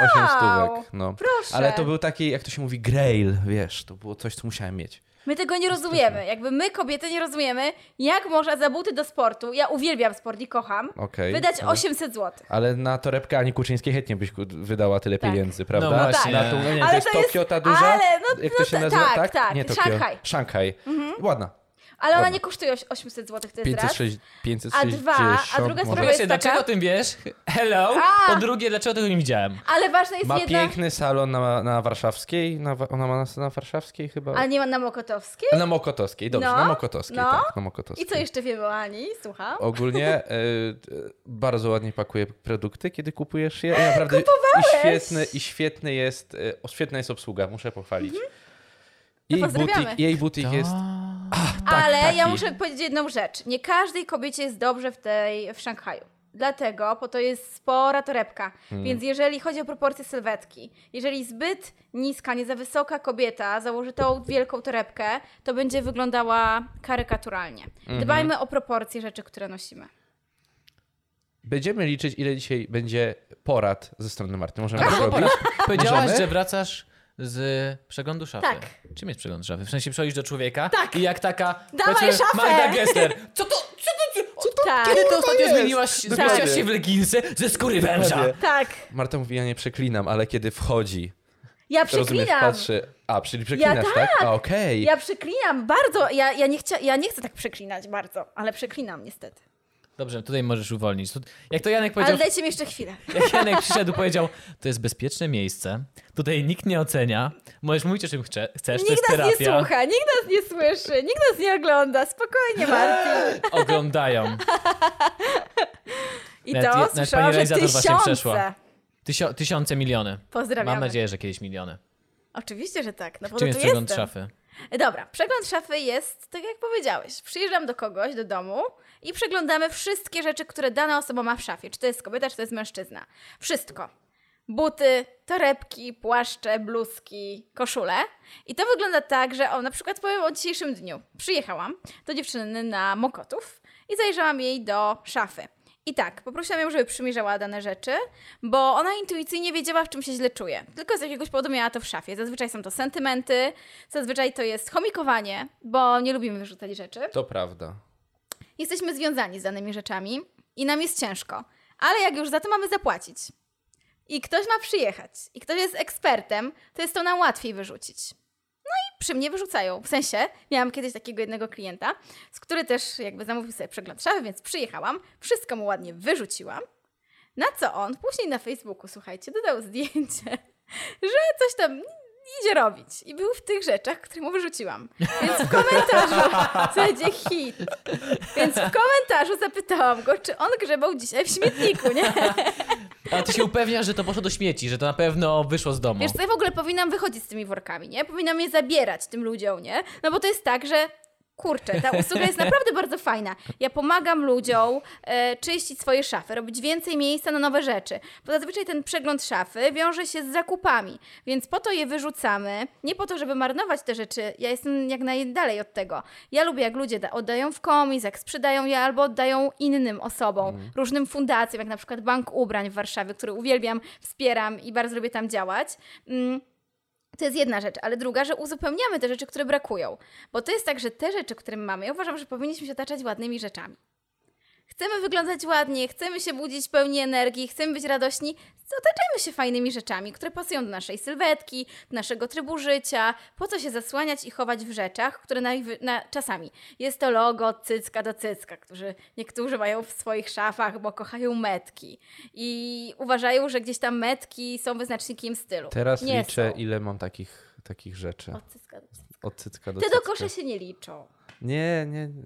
S3: wow!
S2: 8 stówek, no.
S3: Proszę.
S2: Ale to był taki, jak to się mówi, grail, wiesz, to było coś, co musiałem mieć.
S3: My tego nie rozumiemy. Jakby my, kobiety, nie rozumiemy, jak można za buty do sportu, ja uwielbiam sport i kocham,
S2: Okej, No.
S3: wydać
S2: ale-
S3: 800 zł.
S2: Ale na torebkę Ani Kuczyńskiej chętnie byś ku- wydała tyle pieniędzy, prawda?
S1: No właśnie.
S2: Na tą,
S1: Ale
S2: nie,
S3: Tak. to
S2: to jest
S3: jest-
S2: Tokio ta duża?
S3: ale no-
S2: jak to
S3: no
S2: się
S3: to-
S2: nazywa?
S3: tak, Mhm.
S2: Tak,
S3: tak,
S2: Nie Tokio.
S3: Szanghaj.
S2: Szanghaj. Ładna.
S3: Ale ona
S2: Ładno.
S3: nie kosztuje oś- 800 zł, to jest raz.
S2: 506, 560
S3: A dwa- a druga
S1: Po
S2: może.
S3: sprawa-
S1: pierwsze,
S3: jest taka-
S1: dlaczego o tym wiesz? Hello!
S3: A!
S1: Po drugie, dlaczego tego nie widziałem?
S3: Ale ważna jest
S2: Ma
S3: jedna...
S2: piękny salon na, na warszawskiej, na, wa- ona ma na, na warszawskiej chyba.
S3: Ale nie ma na Mokotowskiej?
S2: Na Mokotowskiej, dobrze,
S3: No,
S2: na Mokotowskiej,
S3: no.
S2: tak, na Mokotowskiej.
S3: I co jeszcze wiemy o Ani? Słucham.
S2: Ogólnie y, y, bardzo ładnie pakuje produkty, kiedy kupujesz je. I naprawdę i świetny, i świetny jest, y, o, świetna jest obsługa, muszę pochwalić. Jej,
S3: Mhm. pozdrawiamy.
S2: butik, jej butik jest. tak,
S3: Ale ja
S2: taki.
S3: muszę powiedzieć jedną rzecz. Nie każdej kobiecie jest dobrze w tej w Szanghaju. Dlatego, bo to jest spora torebka.
S1: Hmm.
S3: Więc jeżeli chodzi o proporcje sylwetki, jeżeli zbyt niska, nie za wysoka kobieta założy tą wielką torebkę, to będzie wyglądała karykaturalnie.
S1: Mhm.
S3: Dbajmy o proporcje rzeczy, które nosimy.
S2: Będziemy liczyć, ile dzisiaj będzie porad ze strony Marty. Możemy
S1: A,
S2: to robić.
S1: Powiedziałaś,
S2: Możemy?
S1: że wracasz z przeglądu szafy.
S3: Tak.
S1: Czym jest przegląd szafy? W sensie przychodzisz do człowieka tak. i jak taka...
S3: Dawaj
S1: powiedzmy,
S3: szafę!
S1: Magda Gessler. Co to? Co to? Co to?
S3: Tak.
S1: Kiedy ty
S2: Kurwa
S1: ostatnio
S2: jest!
S1: zmieniłaś,
S2: Dokładnie.
S1: zmieściłaś się w leginsy ze skóry węża?
S2: Dokładnie.
S3: Tak.
S2: Marta mówi, ja nie przeklinam, ale kiedy wchodzi,
S3: Ja
S2: rozumiesz,
S3: przeklinam.
S2: patrzy. A, czyli przeklinasz,
S3: Ja
S2: tak? A, Okej.
S3: Ja przeklinam bardzo. Ja, ja, nie chcia, ja nie chcę tak przeklinać bardzo, ale przeklinam niestety.
S1: Dobrze, tutaj możesz uwolnić. Tu- Jak to Janek
S3: Ale
S1: powiedział,
S3: dajcie mi jeszcze chwilę.
S1: jak Janek przyszedł, powiedział, to jest bezpieczne miejsce, tutaj nikt nie ocenia, możesz mówić o czym chce- chcesz, to jest
S3: Nikt nas nie
S1: terapia.
S3: słucha, nikt nas nie słyszy, nikt nas nie ogląda.
S1: Eee!
S3: Spokojnie, Marti.
S1: Oglądają.
S3: I
S1: Nawet je-
S3: to
S1: nawet pani
S3: słyszałam, że
S1: realizator właśnie
S3: tysiące.
S1: przeszła. Tysio- tysiące, miliony.
S3: Pozdrawiamy.
S1: Mam nadzieję, że kiedyś miliony.
S3: Oczywiście, że tak. No,
S1: Czym
S3: bo tu
S1: jest przegląd
S3: jestem.
S1: szafy?
S3: Dobra, przegląd szafy jest, tak jak powiedziałeś, przyjeżdżam do kogoś, do domu i przeglądamy wszystkie rzeczy, które dana osoba ma w szafie. Czy to jest kobieta, czy to jest mężczyzna. Wszystko. Buty, torebki, płaszcze, bluzki, koszule. I to wygląda tak, że o, na przykład powiem o dzisiejszym dniu. Przyjechałam do dziewczyny na Mokotów i zajrzałam jej do szafy. I tak, poprosiłam ją, żeby przymierzała dane rzeczy, bo ona intuicyjnie wiedziała, w czym się źle czuje. Tylko z jakiegoś powodu miała to w szafie. Zazwyczaj są to sentymenty, zazwyczaj to jest chomikowanie, bo nie lubimy wyrzucać rzeczy.
S2: To prawda.
S3: Jesteśmy związani z danymi rzeczami i nam jest ciężko, ale jak już za to mamy zapłacić i ktoś ma przyjechać i ktoś jest ekspertem, to jest to nam łatwiej wyrzucić. No i przy mnie wyrzucają. W sensie, miałam kiedyś takiego jednego klienta, z który też jakby zamówił sobie przegląd szafy, więc przyjechałam, wszystko mu ładnie wyrzuciłam. Na co on później na Facebooku, słuchajcie, dodał zdjęcie, że coś tam idzie robić. I był w tych rzeczach, które mu wyrzuciłam. Więc w komentarzu będzie hit. Więc w komentarzu zapytałam go, czy on grzebał dzisiaj w śmietniku, nie?
S1: A ty się upewniasz, że to poszło do śmieci, że to na pewno wyszło z domu.
S3: Wiesz, co ja w ogóle powinnam wychodzić z tymi workami, nie? Powinnam je zabierać tym ludziom, nie? No bo to jest tak, że kurczę, ta usługa jest naprawdę bardzo fajna. Ja pomagam ludziom e, czyścić swoje szafy, robić więcej miejsca na nowe rzeczy. Bo zazwyczaj ten przegląd szafy wiąże się z zakupami, więc po to je wyrzucamy, nie po to, żeby marnować te rzeczy. Ja jestem jak najdalej od tego. Ja lubię, jak ludzie da- oddają w komis, jak sprzedają je albo oddają innym osobom, różnym fundacjom, jak na przykład Bank Ubrań w Warszawie, który uwielbiam, wspieram i bardzo lubię tam działać. Mm, to jest jedna rzecz, ale druga, że uzupełniamy te rzeczy, które brakują. Bo to jest tak, że te rzeczy, które mamy, ja uważam, że powinniśmy się otaczać ładnymi rzeczami. Chcemy wyglądać ładnie, chcemy się budzić pełni energii, chcemy być radośni. Otaczajmy się fajnymi rzeczami, które pasują do naszej sylwetki, do naszego trybu życia. Po co się zasłaniać i chować w rzeczach, które na, na, czasami jest to logo od cycka do cycka, którzy niektórzy mają w swoich szafach, bo kochają metki i uważają, że gdzieś tam metki są wyznacznikiem stylu.
S2: Teraz
S3: Nie
S2: liczę,
S3: są.
S2: ile mam takich, takich rzeczy.
S3: Od cycka do cycka.
S2: Od cycka do
S3: Te
S2: cycka.
S3: do kosza się nie liczą.
S2: Nie, nie. nie.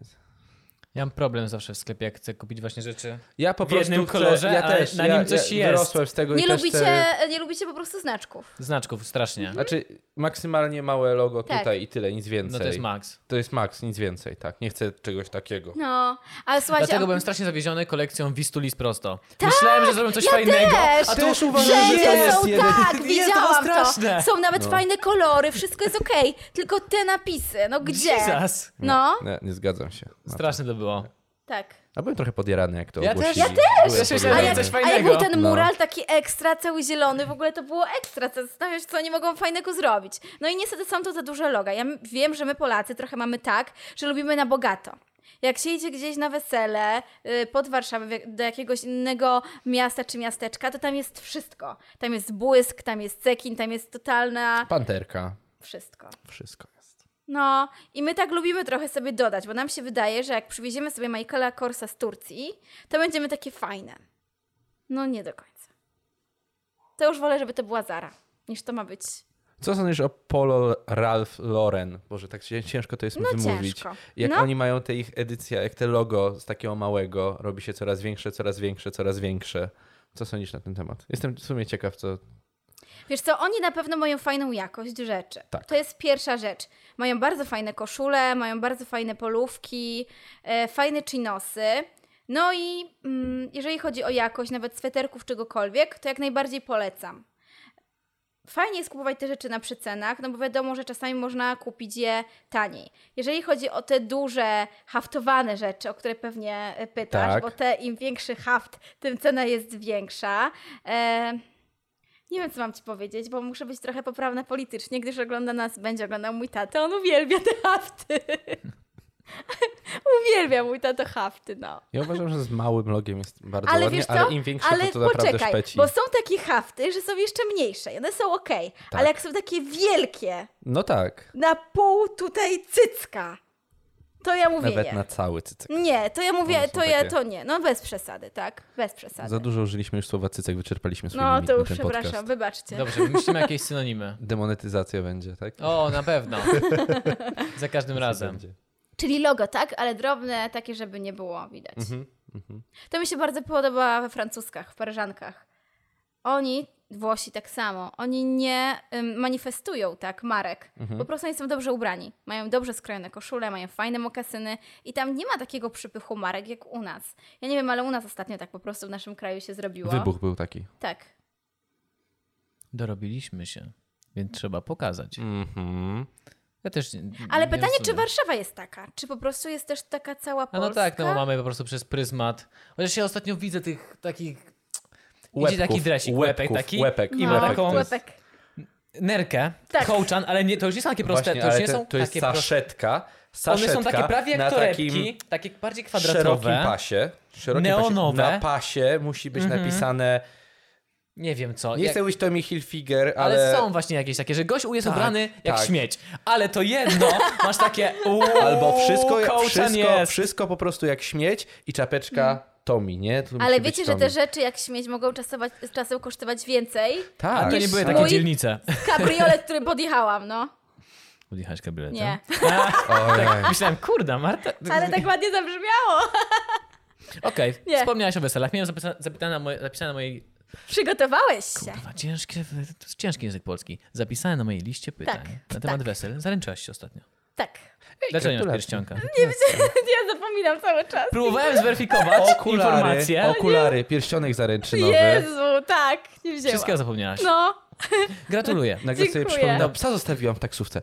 S1: Ja mam problem zawsze w sklepie, jak chcę kupić właśnie rzeczy.
S2: Ja po
S1: W
S2: prostu
S1: jednym
S2: chcę,
S1: kolorze,
S2: ja
S1: ale
S2: też,
S1: na
S2: ja,
S1: nim coś
S2: ja
S1: jest.
S2: Wyrosłem z tego No i
S3: Nie
S2: też
S3: lubicie,
S2: Te...
S3: nie lubicie po prostu znaczków.
S1: Znaczków, strasznie.
S2: Znaczy, maksymalnie małe logo
S3: Tak.
S2: tutaj i tyle, nic więcej.
S1: No to jest max.
S2: To jest max, nic więcej, tak. Nie chcę czegoś takiego.
S3: No, ale słuchajcie,
S1: Dlatego
S3: a- Tak!
S1: byłem strasznie zawieziony kolekcją Wistuli z prosto. Myślałem, że zrobię coś fajnego.
S3: też!
S1: A tu
S2: Też uważam,
S1: Jezu,
S2: że
S3: Wszędzie
S2: to jest
S3: są
S2: jeden-
S3: tak,
S1: Jezu,
S3: widziałam
S1: to straszne.
S3: Są nawet
S2: No.
S3: fajne kolory, wszystko jest okej, tylko te napisy, no gdzie?
S1: Jesus.
S3: No,
S2: Nie, nie zgadzam się. na to.
S1: Straszne to było.
S3: tak.
S2: A byłem trochę podjarany, jak to
S1: Ja też.
S2: ogłosili.
S1: Ja
S2: też!
S1: Ja się
S3: A
S1: Zrobię
S3: jak,
S1: coś
S3: a jak
S1: fajnego.
S3: był ten
S2: No.
S3: mural taki ekstra, cały zielony, w ogóle to było ekstra, co- zastanawiam się, co oni mogą fajnego zrobić. No i niestety są to za duże loga. Ja m- wiem, że my Polacy trochę mamy tak, że lubimy na bogato. Jak się idzie gdzieś na wesele y, pod Warszawę w jak- do jakiegoś innego miasta czy miasteczka, to tam jest wszystko. Tam jest błysk, tam jest cekin, tam jest totalna...
S2: Panterka.
S3: Wszystko.
S2: Wszystko jest.
S3: No, i my tak lubimy trochę sobie dodać, bo nam się wydaje, że jak przywieziemy sobie Michaela Korsa z Turcji, to będziemy takie fajne. No, nie do końca. To już wolę, żeby to była Zara, niż to ma być.
S2: Co sądzisz o Polo Ralph Lauren? Boże, tak cię- ciężko to jest mi
S3: No,
S2: wymówić.
S3: ciężko.
S2: Jak
S3: No.
S2: oni mają te ich edycje, jak te logo z takiego małego robi się coraz większe, coraz większe, coraz większe. Co sądzisz na ten temat? Jestem w sumie ciekaw, co...
S3: Wiesz co, oni na pewno mają fajną jakość rzeczy.
S2: Tak.
S3: To jest pierwsza rzecz. Mają bardzo fajne koszule, mają bardzo fajne polówki, e, fajne chinosy. No i mm, jeżeli chodzi o jakość, nawet sweterków czegokolwiek, to jak najbardziej polecam. Fajnie jest kupować te rzeczy na przycenach, no bo wiadomo, że czasami można kupić je taniej. Jeżeli chodzi o te duże, haftowane rzeczy, o które pewnie e, pytasz,
S2: Tak.
S3: bo te im większy haft, tym cena jest większa. E, nie wiem, co mam ci powiedzieć, bo muszę być trochę poprawna politycznie, gdyż ogląda nas, będzie oglądał mój tato. On uwielbia te hafty. uwielbia mój tato hafty, no.
S2: Ja uważam, że z małym logiem jest bardzo
S3: Ale
S2: ładnie,
S3: wiesz co?
S2: ale im większe,
S3: ale
S2: to, to naprawdę
S3: poczekaj,
S2: szpeci.
S3: bo są takie hafty, że są jeszcze mniejsze i one są ok,
S2: Tak.
S3: ale jak są takie wielkie,
S2: No tak,
S3: na pół tutaj cycka, to ja mówię
S2: nawet
S3: nie.
S2: na cały cycek.
S3: Nie, to ja mówię,
S2: One
S3: to
S2: są
S3: ja
S2: takie-
S3: to nie. No bez przesady, tak? Bez przesady.
S2: Za dużo użyliśmy już słowa cycek, wyczerpaliśmy swój
S3: No
S2: limit
S3: to
S2: na
S3: już
S2: ten
S3: przepraszam,
S2: podcast.
S3: wybaczcie.
S1: Dobrze, wymyślimy jakieś synonimy.
S2: Demonetyzacja będzie, tak?
S1: O, na pewno. Za każdym razem.
S2: Będzie.
S3: Czyli logo, tak? Ale drobne, takie, żeby nie było widać.
S2: Mhm, mhm.
S3: To mi się bardzo podoba we Francuskach, w Paryżankach. Oni, Włosi tak samo, oni nie ym, manifestują tak marek.
S2: Mhm.
S3: Po prostu oni są dobrze ubrani. Mają dobrze skrojone koszule, mają fajne mokasyny i tam nie ma takiego przypychu marek jak u nas. Ja nie wiem, ale u nas ostatnio tak po prostu w naszym kraju się zrobiło.
S2: Wybuch był taki.
S3: Tak.
S1: Dorobiliśmy się, więc trzeba pokazać.
S2: Mhm.
S1: Ja też nie,
S3: Ale
S1: nie
S3: pytanie, czy
S1: rozumiem.
S3: Warszawa jest taka? Czy po prostu jest też taka cała
S1: A
S3: Polska?
S1: no tak, no bo mamy po prostu przez pryzmat. Chociaż ja ostatnio widzę tych takich.
S2: Łebków,
S1: Idzie taki dresik, łepek
S2: łebków,
S1: taki
S2: Łepek.
S1: i
S3: No.
S1: ma taką
S2: Łepek to
S3: Łepek.
S1: nerkę,
S3: Tak.
S1: kołczan, ale nie, to już nie są takie proste,
S2: Właśnie,
S1: to już
S2: ale
S1: nie są
S2: to jest
S1: takie proste.
S2: saszetka.
S1: One
S2: saszetka
S1: są takie prawie
S2: na
S1: jak
S2: takim
S1: torebki, takie bardziej
S2: szerokim
S1: kwadratowe.
S2: pasie. Szerokim
S1: Neonowe.
S2: Pasie. Na pasie musi być
S3: Mhm.
S2: napisane,
S1: Nie wiem co.
S2: nie
S1: jak-
S2: chcę być Tommy Hilfiger, ale...
S1: Ale... są właśnie jakieś takie, że gość jest
S2: Tak,
S1: ubrany jak
S2: tak.
S1: śmieć, ale to jedno masz takie uuu,
S2: Albo wszystko,
S1: kołczan
S2: wszystko,
S1: jest.
S2: wszystko po prostu jak śmieć i czapeczka Tommy, nie? Tu
S3: Ale
S2: musi być
S3: wiecie, że
S2: Tommy.
S3: te rzeczy jak śmieć mogą czasować, czasem kosztować więcej?
S1: A
S2: Tak.
S1: to nie były
S3: Mój-
S1: takie dzielnice.
S3: Kabriolet, który podjechałam, no.
S1: Odjechałeś kabrioletem?
S3: Nie.
S2: Ojej.
S1: Tak, Myślałem, kurda, Marta.
S3: Ale tak ładnie zabrzmiało.
S1: Okej,
S3: Nie.
S1: wspomniałeś o weselach. Miałem zapisa- zapytane na moje, zapisane na mojej.
S3: Przygotowałeś się.
S1: Kurwa, ciężkie, to jest ciężki język polski. Zapisane na mojej liście pytań
S3: Tak,
S1: na temat
S3: tak.
S1: wesel. Zaręczyłaś się ostatnio.
S3: Tak.
S1: Dlaczego nie masz
S2: gratulacje.
S1: pierścionka?
S3: Ja zapominam cały czas.
S1: Próbowałem zweryfikować
S2: Okulary,
S1: informacje.
S2: okulary, pierścionek zaręczynowy.
S3: Jezu, tak, nie wzięłam.
S1: Wszystkiego zapomniałaś.
S3: No.
S1: Gratuluję.
S2: Nagle sobie
S3: Dziękuję.
S2: przypominam, psa zostawiłam w taksówce.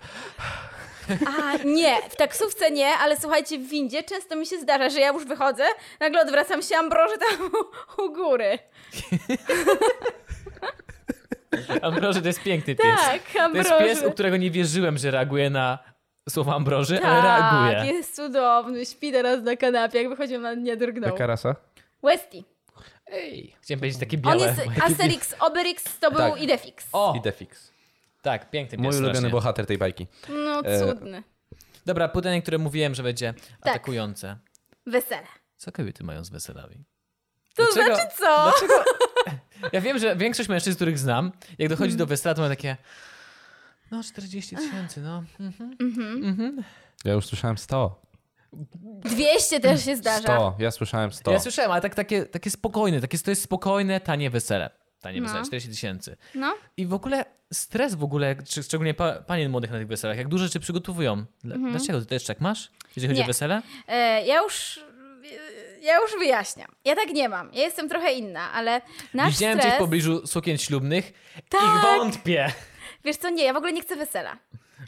S3: A, nie, w taksówce nie, ale słuchajcie, w windzie często mi się zdarza, że ja już wychodzę, nagle odwracam się, ambroży tam u, u góry.
S1: Ambroży to jest piękny pies.
S3: Tak,
S1: To jest
S3: ambroży.
S1: pies, u którego nie wierzyłem, że reaguje na słowa Ambroży, ale
S3: tak,
S1: reaguje.
S3: jest cudowny, śpi teraz na kanapie, jak wychodził na mnie drgnął.
S2: Taka rasa?
S3: Westy.
S1: Chciałem powiedzieć takie
S3: On
S1: białe.
S3: jest Asterix, Obelix, to był
S2: Tak.
S3: Idefix.
S1: O,
S2: I Defix.
S1: tak, piękny pies.
S2: Mój ulubiony
S1: strasznie.
S2: bohater tej bajki.
S3: No
S2: E,
S3: cudny.
S1: Dobra, pytanie, które mówiłem, że będzie
S3: Tak.
S1: atakujące.
S3: Wesele.
S1: Co kobiety mają z weselami?
S3: To
S1: Dlaczego- No-
S3: znaczy co?
S1: Dlaczego? Ja wiem, że większość mężczyzn, których znam, jak dochodzi do wesela, to ma takie. No, 40 tysięcy, no. Mhm.
S2: Ja już słyszałem 100.
S3: 200 też się zdarza.
S2: 100. Ja słyszałem 100.
S1: Ja słyszałem, ale tak, takie, takie spokojne, takie, to jest spokojne, tanie wesele. Tanie
S3: No.
S1: wesele, 40 tysięcy.
S3: No.
S1: I w ogóle stres w ogóle, czy- szczególnie pa, panie młodych na tych weselach, jak dużo rzeczy przygotowują. Dla, Dlaczego? Ty też tak masz, jeżeli chodzi
S3: Mhm. Nie.
S1: o wesele?
S3: E, ja już. Ja już wyjaśniam. Ja tak nie mam. Ja jestem trochę inna, ale nasz
S1: Widziałem
S3: stres...
S1: cię w pobliżu sukien ślubnych
S3: Tak.
S1: i wątpię.
S3: Wiesz co, nie, ja w ogóle nie chcę wesela.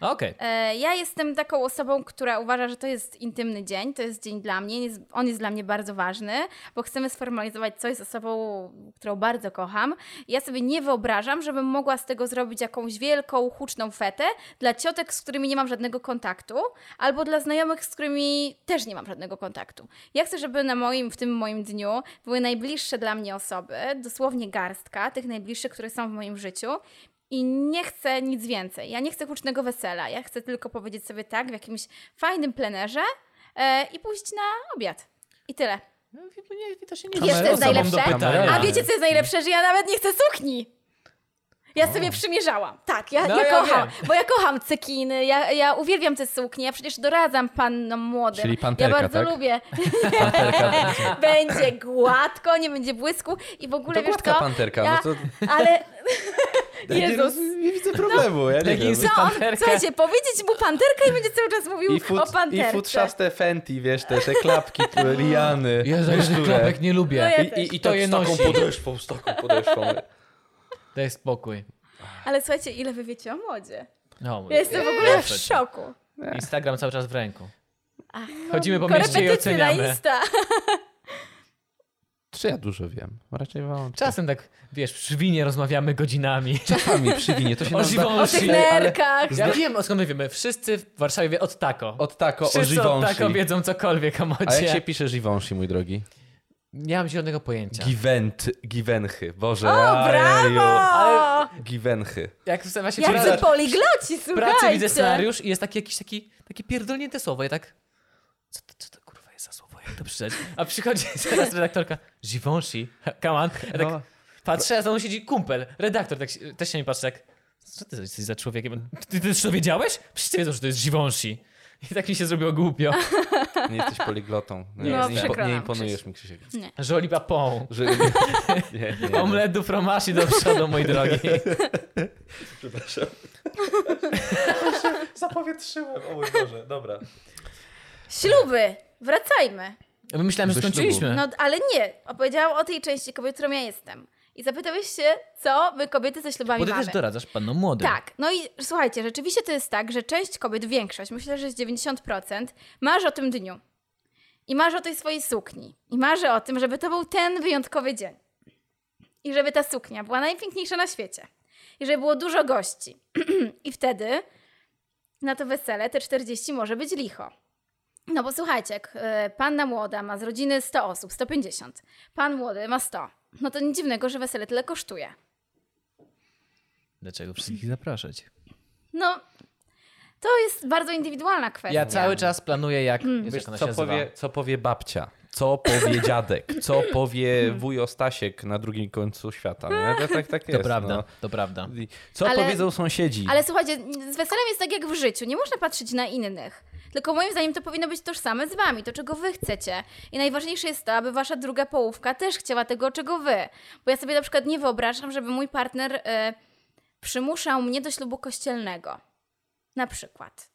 S1: Okej.
S3: E, ja jestem taką osobą, która uważa, że to jest intymny dzień, to jest dzień dla mnie, jest, on jest dla mnie bardzo ważny, bo chcemy sformalizować coś z osobą, którą bardzo kocham. Ja sobie nie wyobrażam, żebym mogła z tego zrobić jakąś wielką, huczną fetę dla ciotek, z którymi nie mam żadnego kontaktu, albo dla znajomych, z którymi też nie mam żadnego kontaktu. Ja chcę, żeby na moim, w tym moim dniu były najbliższe dla mnie osoby, dosłownie garstka tych najbliższych, które są w moim życiu. i nie chcę nic więcej. Ja nie chcę hucznego wesela. Ja chcę tylko powiedzieć sobie tak w jakimś fajnym plenerze e, i pójść na obiad. I tyle.
S1: No, wi- nie, widocznie nie
S3: I wiesz, co jest
S1: Osobom
S3: najlepsze?
S1: do pytania.
S3: A wiecie, co jest najlepsze? Że ja nawet nie chcę sukni. Ja sobie przymierzałam. Tak, ja,
S1: No,
S3: ja,
S1: ja
S3: kocham.
S1: wiem.
S3: Bo ja kocham cekiny, ja, ja uwielbiam te suknie. Ja przecież doradzam pannom młodym.
S2: Czyli panterka,
S3: Ja bardzo
S2: tak?
S3: lubię.
S2: Panterka.
S3: Będzie gładko, nie będzie błysku i w ogóle
S2: To
S3: wiesz
S2: gładka
S3: co?
S2: panterka,
S3: Ja-
S2: no to...
S3: Ale
S2: Nie,
S3: Jezus.
S2: roz- nie widzę problemu, ja nie wiem.
S1: leginsy.
S3: co on,
S1: Panterka.
S3: słuchajcie, powiedzieć mu panterka i będzie cały czas mówił
S2: I, fut,
S3: o
S2: I
S3: panterce.
S2: futrzaste Fenty, wiesz, te, te klapki, te liany.
S1: Jezu, ja tych
S2: które-
S1: klapek nie lubię.
S3: No ja-
S2: I, i, I
S1: To
S2: to
S1: je
S2: z taką
S1: nosi.
S2: podeszwą, z taką podeszwą.
S1: Daj spokój.
S3: Ale słuchajcie, ile wy wiecie o modzie?
S1: No,
S3: Ja jestem w ogóle w szoku.
S1: Instagram cały czas w ręku.
S3: Ach, no.
S1: Chodzimy po mieście i
S3: Korepetycje na
S1: oceniamy.
S3: Insta.
S2: Czy ja dużo wiem? Raczej wam.
S1: Czasem tak, wiesz, przy winie rozmawiamy godzinami.
S2: Czasami przywinie, to się
S1: O
S2: nam zda-
S1: żywą
S3: O tych
S1: Ej,
S3: nerkach.
S1: Ja wiem, o skąd my wiemy. Wszyscy w Warszawie wie od tako.
S2: Od tak tako, o
S1: Wszyscy od tako
S2: Givenchy.
S1: wiedzą cokolwiek o modzie.
S2: A jak się pisze Givenchy, mój drogi?
S1: Nie mam zielonego pojęcia.
S2: Giwent, Givenchy. Boże,
S3: O, brawo!
S1: Ale-
S2: Givenchy.
S1: Jak właśnie
S3: Jak
S1: pracę,
S3: wy poligloci,
S1: w pracy widzę
S3: słuchajcie.
S1: scenariusz i jest taki jakiś taki, takie pierdolnięte słowo. Ja tak, co to, co to kurwa jest za słowo? Jak to przeczytać? A przychodzi teraz redaktorka, Givenchy, come on. Ja tak
S2: No.
S1: patrzę, a za mną siedzi kumpel, redaktor, tak, się- też się mi patrzy tak, co ty jesteś za człowiekiem? Ty, ty też to wiedziałeś? Wszyscy wiedzą, że to jest Givenchy. I tak mi się zrobiło głupio.
S2: No, Nie jesteś poliglotą.
S1: No,
S2: Nie, nie,
S3: przykro
S2: impo- nie
S3: nam,
S2: imponujesz mi, Krzysiek.
S1: Żoli papą.
S2: Że, nie, nie, nie, nie.
S1: Omletu fromaszy do przodu, mój drogi.
S2: Przepraszam. Zapowietrzyłem, o mój Boże, dobra.
S3: Śluby. Wracajmy.
S1: My myślałem, że
S2: Do ślubu.
S1: skończyliśmy.
S3: No, ale nie. Opowiedziałam o tej części kobiet, którą ja jestem. I zapytałeś się, co my kobiety ze ślubami
S1: Bo ty
S3: mamy.
S1: też doradzasz panom młodym.
S3: Tak, no i słuchajcie, rzeczywiście to jest tak, że część kobiet, większość, myślę, że jest 90%, marzy o tym dniu. I marzy o tej swojej sukni. I marzy o tym, żeby to był ten wyjątkowy dzień. I żeby ta suknia była najpiękniejsza na świecie. I żeby było dużo gości. I wtedy na to wesele te 40 może być licho. No bo słuchajcie, jak e, panna młoda ma z rodziny 100 osób, 150, pan młody ma 100, no to nic dziwnego, że wesele tyle kosztuje.
S1: Dlaczego wszystkich zapraszać?
S3: No, to jest bardzo indywidualna kwestia.
S1: Ja cały czas planuję, jak.
S3: Mm.
S1: Jezu,
S2: Wiesz,
S1: jak ona
S2: co,
S1: się nazywa?
S2: powie, co powie babcia? Co powie dziadek? Co powie wujo Stasiek na drugim końcu świata? No, tak, tak, tak
S1: To
S2: jest.
S1: prawda,
S2: No.
S1: to prawda.
S2: I Co
S3: Ale-
S2: powiedzą sąsiedzi?
S3: Ale słuchajcie, z weselem jest tak jak w życiu, nie można patrzeć na innych. Tylko moim zdaniem to powinno być tożsame z wami, to czego wy chcecie. I najważniejsze jest to, aby wasza druga połówka też chciała tego, czego wy. Bo ja sobie na przykład nie wyobrażam, żeby mój partner y, przymuszał mnie do ślubu kościelnego. Na przykład.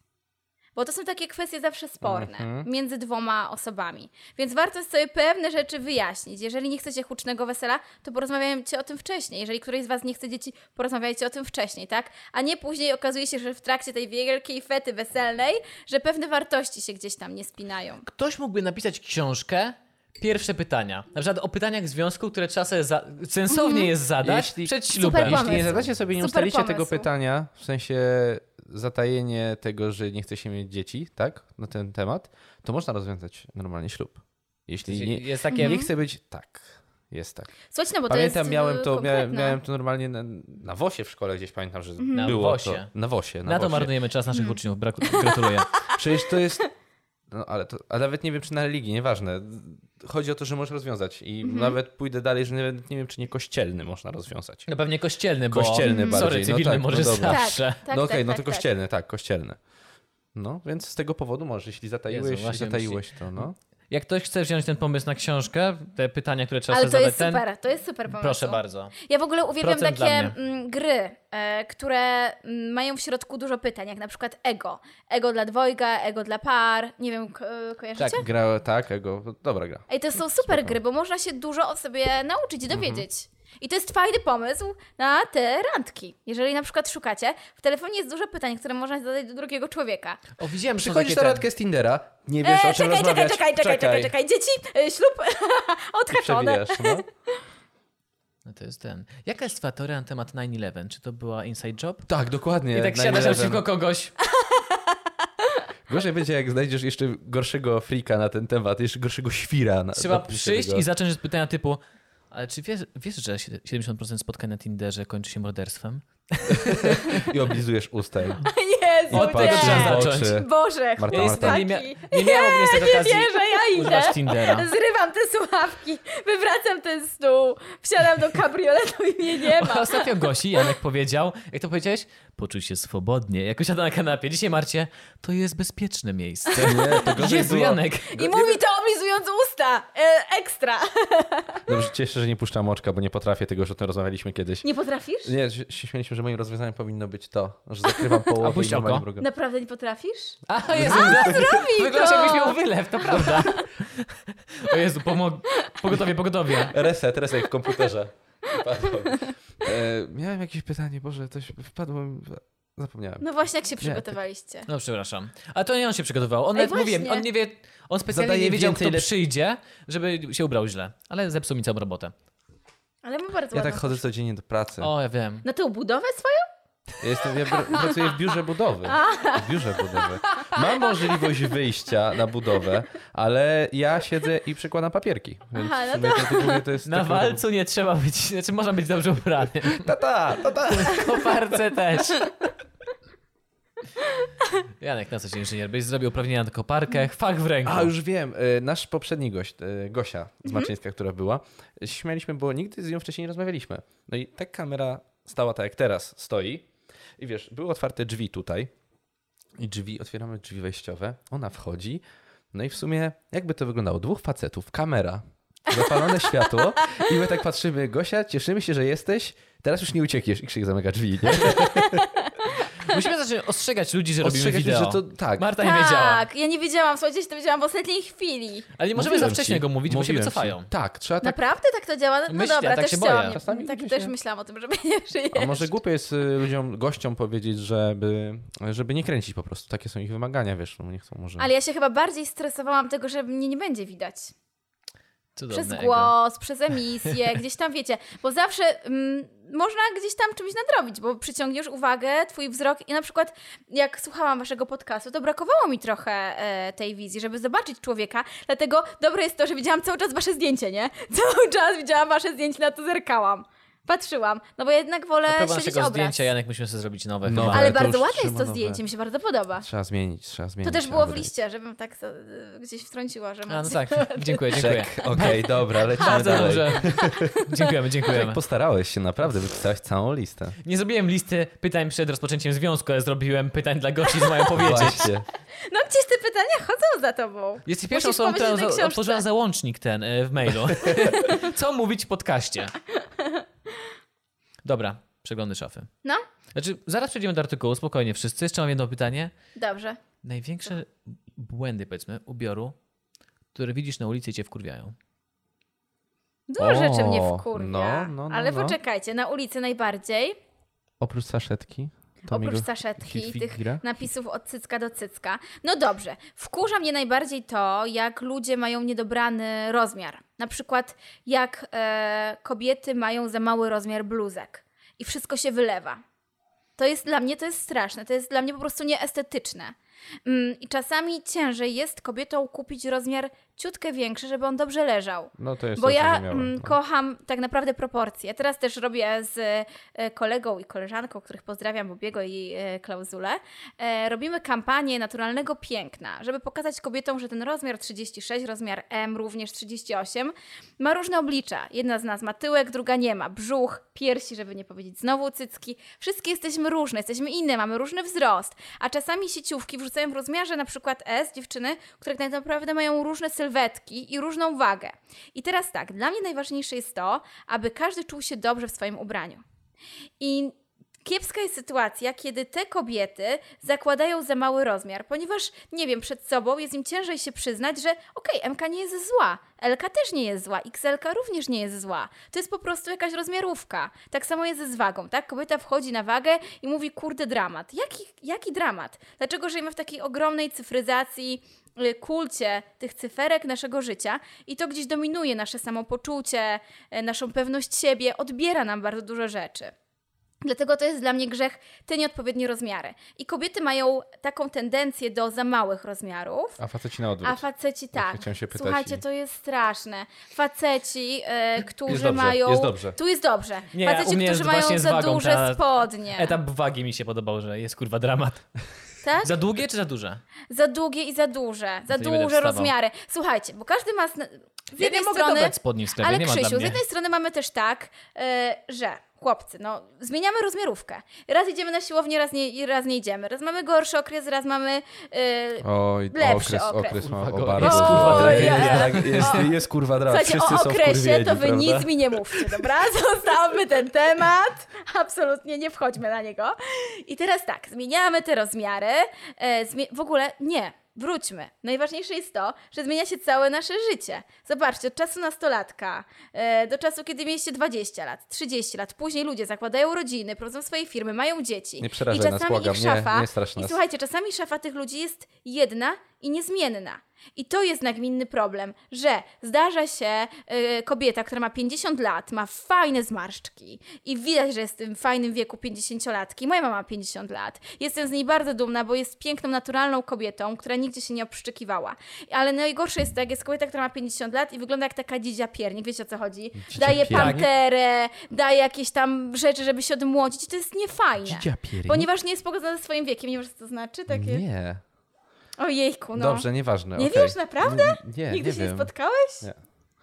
S3: Bo to są takie kwestie zawsze sporne
S2: Mhm.
S3: między dwoma osobami. Więc warto jest sobie pewne rzeczy wyjaśnić. Jeżeli nie chcecie hucznego wesela, to porozmawiajcie o tym wcześniej. Jeżeli któryś z Was nie chce dzieci, porozmawiajcie o tym wcześniej, tak? A nie później okazuje się, że w trakcie tej wielkiej fety weselnej, że pewne wartości się gdzieś tam nie spinają.
S1: Ktoś mógłby napisać książkę. Pierwsze pytania. Na przykład o pytaniach związku, które trzeba sobie za- sensownie jest zadać
S2: Jeśli-
S1: przed
S3: Mhm. Super
S1: ślubem.
S3: pomysł.
S2: Jeśli nie zadacie sobie, nie
S3: Super
S2: ustalicie
S3: pomysł.
S2: tego pytania, w sensie zatajenie tego, że nie chce się mieć dzieci, tak, na ten temat, to można rozwiązać normalnie ślub. Jeśli nie,
S1: Jest takie.
S2: nie chce być, tak, jest tak.
S3: Słuchajcie, no bo to
S2: Pamiętam,
S3: jest
S2: miałem
S3: y,
S2: to, miałem,
S3: konkretne.
S2: miałem to normalnie na, na wosie w szkole gdzieś, pamiętam, że
S1: Na
S2: było
S1: wosie.
S2: to. Na wosie. Na,
S1: Na to
S2: wosie.
S1: marnujemy czas
S3: Mm.
S1: naszych uczniów. Braku- Gratuluję.
S2: Przecież to jest. No ale to, a nawet nie wiem, czy na religii, nieważne. Chodzi o to, że możesz rozwiązać. I
S3: Mhm.
S2: nawet pójdę dalej, że nawet nie wiem, czy nie kościelny można rozwiązać.
S1: No pewnie kościelny, bo.
S2: Kościelny
S1: Sorry,
S2: bardziej, no
S1: cywilny
S2: tak, no
S1: może
S2: dobra.
S3: Tak,
S1: zawsze.
S3: tak,
S2: no
S3: tak,
S2: okej, no
S3: tak,
S2: to
S3: tak.
S2: kościelny, tak, kościelny. No, więc z tego powodu możesz, jeśli zataiłeś,
S1: Jezu, właśnie
S2: zataiłeś to, no.
S1: Jak ktoś chce wziąć ten pomysł na książkę, te pytania, które trzeba
S3: Ale
S1: sobie
S3: to
S1: zadać,
S3: jest
S1: ten.
S3: super, to jest super pomysł.
S1: Proszę bardzo.
S3: Ja w ogóle uwielbiam
S1: Procent
S3: takie
S1: dla
S3: mm, gry, e, które mm, mają w środku dużo pytań, jak na przykład ego. Ego dla dwojga, ego dla par, nie wiem, ko- e, kojarzycie?
S2: Tak, gra, tak, ego, dobra gra.
S3: Ej, to są super gry, bo można się dużo o sobie nauczyć i
S2: Mhm.
S3: dowiedzieć. I to jest fajny pomysł na te randki. Jeżeli na przykład szukacie, w telefonie jest dużo pytań, które można zadać do drugiego człowieka.
S1: O, widziałem, że są
S2: Przychodzisz
S1: takie
S2: na
S1: te-
S2: radkę z Tindera, nie wiesz o czym
S3: E, czekaj, czekaj,
S2: rozmawiać.
S3: czekaj, czekaj, czekaj, czekaj, dzieci, e, ślub
S2: I
S3: odhaczone.
S2: przewijasz, no.
S1: No to jest ten. Jaka jest twoja teoria na temat 9-11? Czy to była inside job?
S2: Tak, dokładnie.
S1: I tak
S2: na
S1: siadasz
S2: 11.
S1: naprzeciwko kogoś.
S2: Gorzej będzie, jak znajdziesz jeszcze gorszego frika na ten temat, jeszcze gorszego świra. Na,
S1: Trzeba
S2: na
S1: przyjść
S2: tego.
S1: i zacząć od pytania typu Ale czy wiesz, wiesz że 70% spotkań na Tinderze kończy się morderstwem?
S2: I oblizujesz usta. i
S3: Jezu,
S1: Od tego trzeba
S3: nie.
S2: w
S1: zacząć.
S2: oczy.
S3: Boże,
S2: Marta,
S1: Ja jestem,
S2: Marta.
S1: nie, mia- nie
S3: chłopaki.
S1: miałem niestety okazji
S3: Wierzę, ja idę.
S1: używać Tindera.
S3: Zrywam te słuchawki, wywracam ten stół, wsiadam do kabrioletu i mnie nie ma.
S1: Ostatnio Gosi, Janek powiedział, jak to powiedziałeś? Poczuj się swobodnie, jak usiada na kanapie. Dzisiaj, Marcie, to jest bezpieczne miejsce.
S2: Nie, to gorzej
S1: Jezu,
S2: było.
S1: Janek.
S3: I mówi to oblizując usta. E, ekstra.
S2: Dobrze, cieszę, że nie puszczam oczka, bo nie potrafię tego, że o tym rozmawialiśmy kiedyś.
S3: Nie potrafisz?
S2: Nie, się się śmieliśmy, że moim rozwiązaniem powinno być to, że zakrywam połowę
S1: A puść
S2: i normalnie
S1: oko.
S2: mrugam.
S3: Naprawdę nie potrafisz?
S1: A, Jezu, A
S3: Robi
S1: wygląda jakbyś
S3: to!
S1: miał wylew, to prawda. O Jezu, pomog... pogotowie, pogotowie.
S2: Reset, reset w komputerze. Wpadłem. E, miałem jakieś pytanie, Boże, coś wpadło mi... Zapomniałem.
S3: No właśnie, jak się
S2: Nie.
S3: przygotowaliście?
S1: No przepraszam. Ale to nie on się przygotowywał. On
S3: Ej,
S1: nawet mówiłem,
S3: właśnie.
S1: on nie wie, on specjalnie
S2: Zadaje
S1: nie wiedział,
S2: więcej
S1: kto
S2: lep-
S1: przyjdzie, żeby się ubrał źle. Ale zepsuł mi całą robotę.
S3: Ale mam bardzo
S2: Ja
S3: ładną
S2: tak chodzę codziennie do pracy.
S1: O, ja wiem.
S3: Na tę budowę swoją?
S2: Ja, jestem, ja pr- pracuję w biurze budowy. W biurze budowy. Mam możliwość wyjścia na budowę, ale ja siedzę i przekładam papierki. Więc
S3: Aha, no
S2: w sumie to, to, to jest tak
S1: Na
S2: taki-
S1: walcu nie trzeba być, znaczy można być dobrze ubranym.
S2: Tata, tata.
S1: Koparce też. Janek, na co dzień inżynier? Byś zrobił uprawnienia na koparkę, fach w ręku.
S2: A, już wiem. E, Nasz poprzedni gość, e, Gosia z Maczyńska, która była, e, śmialiśmy, bo nigdy z nią wcześniej nie rozmawialiśmy. No i tak kamera stała tak, jak teraz stoi. I wiesz, były otwarte drzwi tutaj. I drzwi, otwieramy drzwi wejściowe. Ona wchodzi. No i w sumie, jakby to wyglądało? Dwóch facetów, kamera, zapalone światło. I my tak patrzymy, Gosia, cieszymy się, że jesteś. Teraz już nie uciekniesz. I krzyk zamyka drzwi, nie?
S1: Musimy zacząć ostrzegać ludzi, że robimy
S2: Ostrzegać,
S1: wideo.
S2: że to tak.
S1: Marta nie wiedziała.
S3: Tak, ja nie wiedziałam, słuchajcie, ja się dowiedziałam w ostatniej chwili.
S1: Ale nie możemy za
S2: Mówiłem
S1: wcześnie
S2: ci,
S1: go mówić, bo się
S2: mówiłem ci.
S1: wycofają.
S2: Tak, trzeba tak
S3: Tak. Naprawdę tak to działa? No
S1: Myślę,
S3: dobra,
S1: tak
S3: też
S1: się
S3: chciałam.
S1: boję.
S2: Czasami
S3: tak
S2: ludzie
S3: też
S2: się-
S3: myślałam o tym, żeby nie żyjesz.
S2: A może głupie jest y, ludziom, gościom powiedzieć, żeby, żeby nie kręcić po prostu. Takie są ich wymagania, wiesz, no nie chcą może.
S3: Ale ja się chyba bardziej stresowałam tego, że mnie nie będzie widać.
S1: Cudowne
S3: Przez
S1: ego.
S3: głos, przez emisję, gdzieś tam wiecie. Bo zawsze mm, można gdzieś tam czymś nadrobić, bo przyciągniesz uwagę, twój wzrok. I na przykład, jak słuchałam waszego podcastu, to brakowało mi trochę e, tej wizji, żeby zobaczyć człowieka. Dlatego dobre jest to, że widziałam cały czas wasze zdjęcie, nie? Cały czas widziałam wasze zdjęcie, na to zerkałam. Patrzyłam, no bo ja jednak wolę
S1: Na pewno
S3: śledzić
S1: naszego
S3: obraz.
S1: zdjęcia, Janek, musimy sobie zrobić nowe.
S2: No.
S1: chyba.
S3: Ale,
S2: Ale to
S3: bardzo
S2: już
S3: ładne jest
S2: trzeba
S3: to
S2: nowe.
S3: zdjęcie, mi się bardzo podoba.
S2: Trzeba zmienić, trzeba
S3: To
S2: zmienić.
S3: też
S2: trzeba
S3: było w
S2: wydaje-
S3: liście, żebym tak so- e, gdzieś wtrąciła, że mam
S1: A, no tak, dziękuję, dziękuję.
S2: Czek, Okej, dobra, lecimy
S1: Bardzo
S2: dalej.
S1: dobrze. Dziękujemy, dziękujemy.
S2: Tak postarałeś się, naprawdę, wypisałeś całą listę.
S1: Nie zrobiłem listy pytań przed rozpoczęciem związku, ale zrobiłem pytań dla gości, co mają powiedzieć.
S2: Właśnie.
S3: No gdzieś te pytania chodzą za tobą.
S1: Jesteś pierwszą
S3: Musisz
S1: osobą,
S3: pomyśleć
S1: która
S3: o tej
S1: za-
S3: książce.
S1: otworzyła załącznik ten e, w mailu. Co mówić w podcaście? Dobra, przeglądy szafy.
S3: No,
S1: Znaczy, zaraz przejdziemy do artykułu, spokojnie wszyscy. Jeszcze mam jedno pytanie.
S3: dobrze.
S1: Największe
S3: Tak.
S1: błędy, powiedzmy, ubioru, które widzisz na ulicy i cię wkurwiają.
S3: Dużo
S2: O,
S3: rzeczy mnie wkurwia.
S2: no, no, no,
S3: ale
S2: no.
S3: poczekajcie, na ulicy najbardziej,
S2: Oprócz saszetki. to mi
S3: oprócz
S2: go-
S3: saszetki i
S2: hit
S3: tych
S2: figura?
S3: napisów od cycka do cycka. No dobrze, wkurza mnie najbardziej to, jak ludzie mają niedobrany rozmiar. Na przykład jak e, kobiety mają za mały rozmiar bluzek i wszystko się wylewa. To jest dla mnie, to jest straszne, to jest dla mnie po prostu nieestetyczne. Mm, I czasami ciężej jest kobietom kupić rozmiar ciutkę większy, żeby on dobrze leżał.
S2: No to jest
S3: Bo ja
S2: zrozumiałe,
S3: mm,
S2: no.
S3: kocham tak naprawdę proporcje. Ja Teraz też robię z e, kolegą i koleżanką, których pozdrawiam, Bobiego i e, Klauzulę. E, Robimy kampanię naturalnego piękna, żeby pokazać kobietom, że ten rozmiar 36, rozmiar M, również 38, ma różne oblicza. Jedna z nas ma tyłek, druga nie ma. Brzuch, piersi, żeby nie powiedzieć znowu cycki. Wszystkie jesteśmy różne, jesteśmy inne, mamy różny wzrost. A czasami sieciówki wrzucają w rozmiarze na przykład S dziewczyny, które tak naprawdę mają różne sylwetki i różną wagę. I teraz tak, dla mnie najważniejsze jest to, aby każdy czuł się dobrze w swoim ubraniu. I kiepska jest sytuacja, kiedy te kobiety zakładają za mały rozmiar, ponieważ, nie wiem, przed sobą jest im ciężej się przyznać, że okej, MK nie jest zła, LK też nie jest zła, XLK również nie jest zła. To jest po prostu jakaś rozmiarówka. Tak samo jest z wagą, tak? Kobieta wchodzi na wagę i mówi, kurde, dramat. Jaki, jaki dramat? Dlaczego żyjemy w takiej ogromnej cyfryzacji, y, kulcie tych cyferek naszego życia i to gdzieś dominuje nasze samopoczucie, y, naszą pewność siebie, odbiera nam bardzo dużo rzeczy. Dlatego to jest dla mnie grzech te nieodpowiednie rozmiary. I kobiety mają taką tendencję do za małych rozmiarów.
S2: A faceci na odwrót.
S3: A faceci tak.
S2: Właśnie chciałem się pytać
S3: Słuchajcie,
S2: i-
S3: to jest straszne. Faceci, e, którzy
S2: Jest dobrze,
S3: mają.
S2: jest dobrze.
S3: Tu jest dobrze.
S1: Nie, u
S3: Faceci,
S1: mnie
S3: którzy
S1: jest właśnie
S3: mają
S1: z
S3: za
S1: wagą
S3: duże
S1: ta-
S3: spodnie.
S1: Etap E, wagi mi się podobał, że jest kurwa dramat.
S3: tak?
S1: Za długie czy za duże?
S3: Za długie i za duże. Za
S1: To nie będę
S3: duże
S1: wstawał.
S3: rozmiary. Słuchajcie, bo każdy ma. sn- Z
S1: Ja nie
S3: jednej
S1: mogę
S3: strony.
S1: dobrać spodni w sklepie,
S3: Ale
S1: nie ma
S3: Krzysiu,
S1: dla
S3: z
S1: mnie.
S3: jednej strony mamy też tak, e, że chłopcy, no zmieniamy rozmiarówkę. Raz idziemy na siłownię, raz nie, raz nie idziemy. Raz mamy gorszy okres, raz mamy... e,
S2: Oj,
S3: Lepszy
S2: okres,
S3: okres.
S2: okres ma
S1: Kurwa,
S2: o
S1: go-
S2: bardzo.
S1: jest
S3: kurwa dramat.
S2: jest, jest, jest kurwa dramat.
S3: Słuchajcie,
S2: Wszyscy
S3: o
S2: są
S3: okresie
S2: wkurwieni,
S3: to wy
S2: prawda?
S3: nic mi nie mówcie, dobra? Zostawmy ten temat. Absolutnie nie wchodźmy na niego. I teraz tak, zmieniamy te rozmiary. E, zmie- w ogóle nie, wróćmy. Najważniejsze jest to, że zmienia się całe nasze życie. Zobaczcie, od czasu nastolatka e, do czasu, kiedy mieliście 20 lat, 30 lat. Później ludzie zakładają rodziny, prowadzą swoje firmy, mają dzieci.
S2: Nie przerażaj
S3: I
S2: nas,
S3: czasami
S2: błagam,
S3: ich
S2: nie-
S3: szafa.
S2: nie strasz
S3: I
S2: nas.
S3: słuchajcie, czasami szafa tych ludzi jest jedna i niezmienna. I to jest nagminny problem, że zdarza się y, kobieta, która ma 50 lat, ma fajne zmarszczki i widać, że jest w tym fajnym wieku 50-latki. Moja mama ma 50 lat. Jestem z niej bardzo dumna, bo jest piękną, naturalną kobietą, która nigdzie się nie obszczykiwała. Ale najgorsze jest to, jak jest kobieta, która ma 50 lat i wygląda jak taka dzidzia piernik. Wiecie o co chodzi? Daje
S2: piernik?
S3: panterę, daje jakieś tam rzeczy, żeby się odmłodzić. I to jest niefajne.
S2: Dzidzia piernik?
S3: Ponieważ nie jest pogodzona ze swoim wiekiem, nie wiesz co to znaczy? Takie...
S2: Nie.
S3: Ojejku, no.
S2: Dobrze, nieważne.
S3: Nie
S2: okej.
S3: wiesz, naprawdę?
S2: N- Nie,
S3: Nigdy
S2: nie
S3: się
S2: wiem.
S3: nie spotkałeś?
S2: Nie.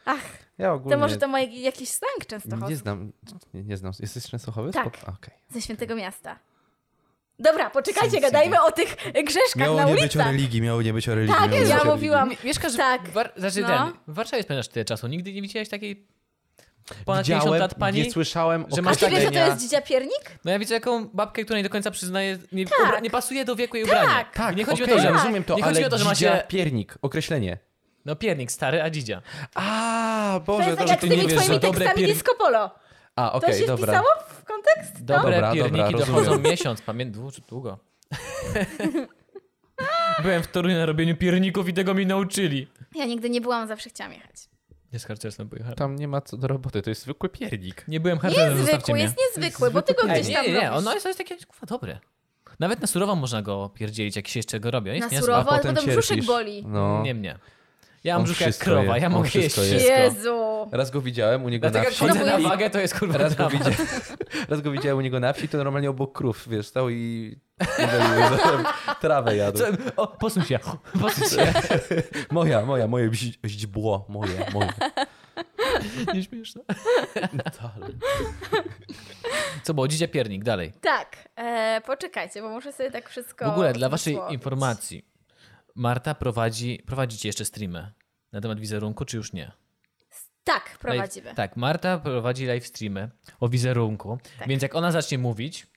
S3: Ach,
S2: Ja
S3: to
S2: ogólnie
S3: może to ma jak- jakiś slang częstochowski.
S2: nie znam, nie, nie znam. Jesteś z Częstochowy?
S3: Tak.
S2: Spoko- Okej.
S3: Ze świętego miasta. Dobra, poczekajcie, gadajmy o tych grzeszkach na ulicach.
S2: religii, miało nie być o religii.
S3: Tak, ja mówiłam.
S1: Mieszkasz
S3: Tak.
S1: w, War- znaczy,
S3: No.
S1: ten, w Warszawie spędzasz tyle czasu. Nigdy nie widziałeś takiej ponad 50
S2: Widziałem,
S1: lat pani?
S2: nie słyszałem
S1: że
S2: o
S1: masz
S3: A ty wiesz, że to
S1: Masz
S3: jest dzidzia piernik?
S1: No ja widzę jaką babkę, która nie do końca przyznaje, nie,
S3: Tak.
S1: ubra, nie pasuje do wieku jej ubrania.
S2: Tak,
S1: nie chodzi
S2: okej,
S1: o to, że
S2: ja rozumiem to,
S1: nie chodzi
S2: ale
S1: o to, że ma
S2: dzidzia
S1: się...
S2: piernik, określenie.
S1: No piernik, stary, a dzidzia.
S2: A,
S3: To
S2: Boże,
S3: jest tak
S2: dobrze,
S3: jak
S2: znaczy, ty
S3: z
S2: nie
S3: tymi
S2: wiesz, że
S3: twoimi
S2: dobre
S3: tekstami
S2: piernik...
S3: disco polo.
S2: A,
S3: To
S2: okej,
S3: się
S2: dobra.
S3: wpisało w kontekst? No.
S1: Dobre
S2: Dobra,
S1: pierniki
S2: dobra,
S1: dochodzą
S2: rozumiem.
S1: miesiąc, pamiętam, długo. Byłem w Toruniu na robieniu pierników i tego mi nauczyli.
S3: Ja nigdy nie byłam, zawsze chciałam jechać.
S1: Nie z harcerstwem pojechałem.
S2: Tam nie ma co do roboty, to jest zwykły piernik.
S1: Nie byłem
S3: Nie
S1: harcerzem,
S3: jest
S1: zostawcie
S3: zwykły,
S1: mnie.
S3: jest niezwykły, bo ty go
S2: Ej,
S3: gdzieś tam
S1: nie, nie,
S3: robisz.
S1: ono jest, jest takie kurwa, dobre. Nawet na surowo można go pierdzielić, jak się jeszcze go robi. On
S3: Na
S1: Jest niezły.
S3: surowo, ale
S2: potem
S3: potem brzuszek
S2: cierpisz.
S3: boli.
S2: No.
S1: Nie mnie. Ja mam
S2: On
S1: brzuch jak
S2: wszystko
S1: krowa,
S2: je,
S1: ja
S2: on
S1: mogę jeść
S2: wszystko je.
S1: wszystko.
S3: Jezu.
S2: Raz go widziałem u niego
S1: Dlatego
S2: na
S1: jak
S2: wsi.
S1: chodzę na
S2: i-
S1: wagę, to jest kurwa
S2: Raz go,
S1: dramat.
S2: widziałem, raz go widziałem u niego na wsi, to normalnie obok krów, wiesz, stał i i dolił, zatem trawę jadł.
S1: Co, o, posuń się, posuń się.
S2: Moja, moja, moje bzi- źdźbło, moje, moje.
S1: Nieśmieszne. Co było, dzidzia piernik, dalej.
S3: Tak, e, poczekajcie, bo muszę sobie tak wszystko.
S1: W ogóle dla waszej
S3: uzmysłowić.
S1: informacji, Marta prowadzi, prowadzicie jeszcze streamy na temat wizerunku, czy już nie?
S3: Tak,
S1: Live-
S3: prowadzimy.
S1: tak, Marta prowadzi live streamy o wizerunku,
S3: Tak.
S1: więc jak ona zacznie mówić,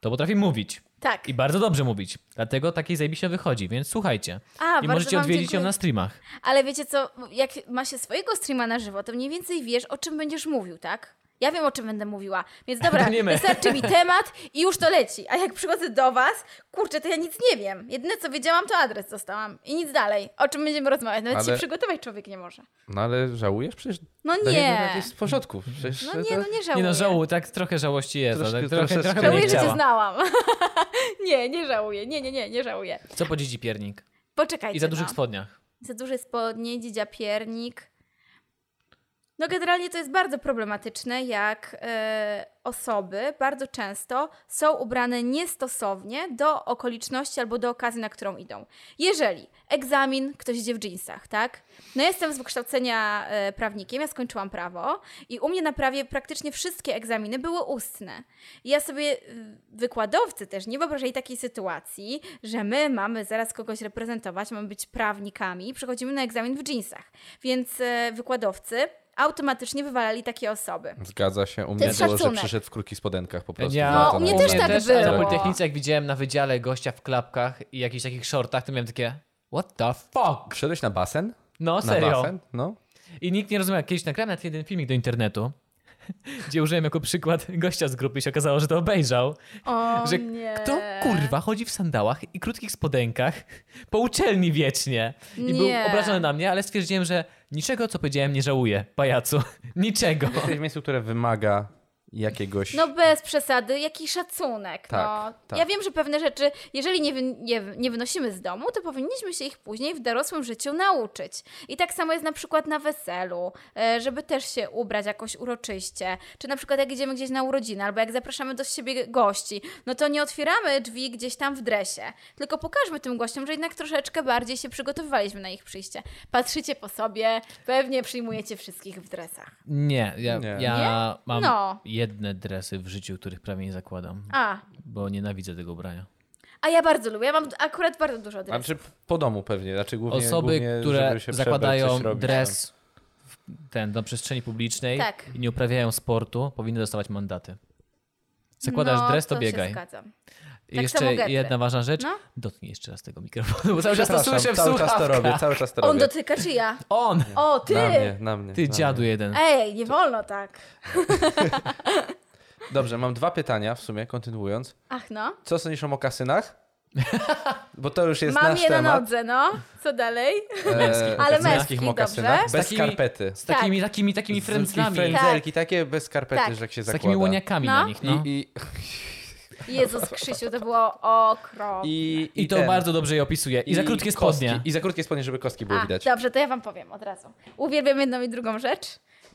S1: to potrafi mówić.
S3: Tak.
S1: I bardzo dobrze mówić. Dlatego takiej zajebiście wychodzi, więc słuchajcie.
S3: A,
S1: I
S3: bardzo
S1: możecie
S3: wam
S1: odwiedzić
S3: dziękuję.
S1: ją na streamach.
S3: Ale wiecie co, jak ma się swojego streama na żywo, to mniej więcej wiesz, o czym będziesz mówił, tak? Ja wiem, o czym będę mówiła, więc dobra,
S1: To nie my.
S3: wystarczy mi temat i już to leci. A jak przychodzę do was, kurczę, to ja nic nie wiem. Jedyne, co wiedziałam, to adres dostałam. I nic dalej. O czym będziemy rozmawiać? Nawet
S2: Ale-
S3: się przygotować człowiek nie może.
S2: No ale żałujesz? Przecież
S3: No
S2: dla niego
S3: nie.
S2: to jest w porządku. Przecież
S3: No
S2: to-
S3: nie, no nie żałuję.
S1: Nie no, żału, tak trochę żałości jest.
S2: Troszkę-
S1: ale trochę,
S2: troszeczkę.
S1: trochę bym nie
S3: żałuję, że cię
S1: chciała.
S3: znałam. nie, nie żałuję. Nie, nie, nie, nie żałuję.
S1: Co po dzidzi piernik?
S3: Poczekajcie.
S1: I za
S3: no.
S1: dużych spodniach.
S3: za duże spodnie, dzidzia piernik. No generalnie to jest bardzo problematyczne, jak e, osoby bardzo często są ubrane niestosownie do okoliczności albo do okazji, na którą idą. Jeżeli egzamin, ktoś idzie w dżinsach, tak? No ja jestem z wykształcenia e, prawnikiem, ja skończyłam prawo i u mnie na prawie praktycznie wszystkie egzaminy były ustne. I ja sobie, y, wykładowcy też nie wyobrażali takiej sytuacji, że my mamy zaraz kogoś reprezentować, mamy być prawnikami i przychodzimy na egzamin w dżinsach. Więc e, wykładowcy automatycznie wywalali takie osoby.
S2: Zgadza się, u
S3: no. To
S2: mnie
S3: jest
S2: było, że
S3: szacunek.
S2: przyszedł w krótkich spodenkach po prostu.
S1: Ja-
S2: na
S3: No, u
S2: ten
S3: mnie
S2: moment.
S3: też tak
S1: ale
S3: było.
S1: Na Politechnice, jak widziałem na wydziale gościa w klapkach i jakichś takich shortach, to miałem takie what the fuck?
S2: Wszedłeś na basen?
S1: No
S2: Na
S1: serio.
S2: basen? No.
S1: I nikt nie rozumiał. Kiedyś nagrałem nawet jeden filmik do internetu, gdzie użyłem jako przykład gościa z grupy i się okazało, że to obejrzał.
S3: O
S1: że
S3: nie.
S1: kto kurwa chodzi w sandałach i krótkich spodenkach po uczelni wiecznie? I był
S3: Nie.
S1: obrażony na mnie, ale stwierdziłem, że niczego, co powiedziałem, nie żałuję, pajacu. Niczego.
S2: Jesteś w miejscu, które wymaga jakiegoś...
S3: No bez przesady, jaki szacunek.
S2: Tak,
S3: no.
S2: tak.
S3: Ja wiem, że pewne rzeczy, jeżeli nie, wy, nie, nie wynosimy z domu, to powinniśmy się ich później w dorosłym życiu nauczyć. I tak samo jest na przykład na weselu, e, żeby też się ubrać jakoś uroczyście. Czy na przykład jak idziemy gdzieś na urodziny, albo jak zapraszamy do siebie gości, no to nie otwieramy drzwi gdzieś tam w dresie. Tylko pokażmy tym gościom, że jednak troszeczkę bardziej się przygotowywaliśmy na ich przyjście. Patrzycie po sobie, pewnie przyjmujecie wszystkich w dresach.
S1: Nie, ja,
S2: Nie.
S1: ja mam
S3: No.
S1: jedne dresy w życiu, których prawie nie zakładam,
S3: A,
S1: bo nienawidzę tego ubrania.
S3: a ja bardzo lubię, ja mam akurat bardzo dużo dresów.
S2: Znaczy po domu pewnie, znaczy głównie
S1: Osoby,
S2: głównie,
S1: które
S2: żeby się przebrać,
S1: zakładają
S2: coś robić. no. tak.
S1: dres w ten, na przestrzeni publicznej
S3: Tak.
S1: i nie uprawiają sportu, powinny dostawać mandaty. Zakładasz
S3: no,
S1: dres, to,
S3: to
S1: biegaj.
S3: Się zgadzam.
S1: I
S3: Tak
S1: jeszcze
S3: samo getry.
S1: jedna ważna rzecz.
S3: No.
S1: Dotknij jeszcze raz tego mikrofonu, bo cały czas to
S2: Przepraszam,
S1: słyszę w
S2: cały czas to
S1: słuchawkach.
S2: robię, cały czas to robię.
S3: On dotyka czy ja?
S1: On!
S3: O, ty!
S2: Na mnie, na mnie.
S1: Ty
S2: na
S1: dziadu
S2: mnie.
S1: jeden.
S3: Ej, nie wolno tak.
S2: Dobrze, mam dwa pytania w sumie, kontynuując.
S3: Ach no.
S2: Co sądzisz o mokasynach? Bo to już jest
S3: Mam
S2: nasz
S3: je na
S2: temat.
S3: nodze, no. Co dalej?
S2: Eee,
S3: Ale
S2: mokasynach.
S3: męskich,
S2: mokasynach,
S3: dobrze?
S1: Z
S2: bez
S1: takimi-
S2: skarpety.
S1: Z takimi, takimi, takimi
S2: I
S1: frędzlami.
S2: frędzelki takie bez skarpety,
S3: Tak.
S2: że jak się
S1: Z
S2: zakłada.
S1: takimi łoniakami
S3: No.
S1: na nich. No. I,
S2: I,
S3: Jezus Krzysiu, to było okropne.
S2: i, i,
S1: to
S2: ten.
S1: bardzo dobrze je opisuje. I, za krótkie
S2: kostki.
S1: spodnie.
S2: I za krótkie spodnie, żeby kostki było
S3: A,
S2: widać.
S3: dobrze, to ja wam powiem od razu. Uwielbiam jedną i drugą rzecz.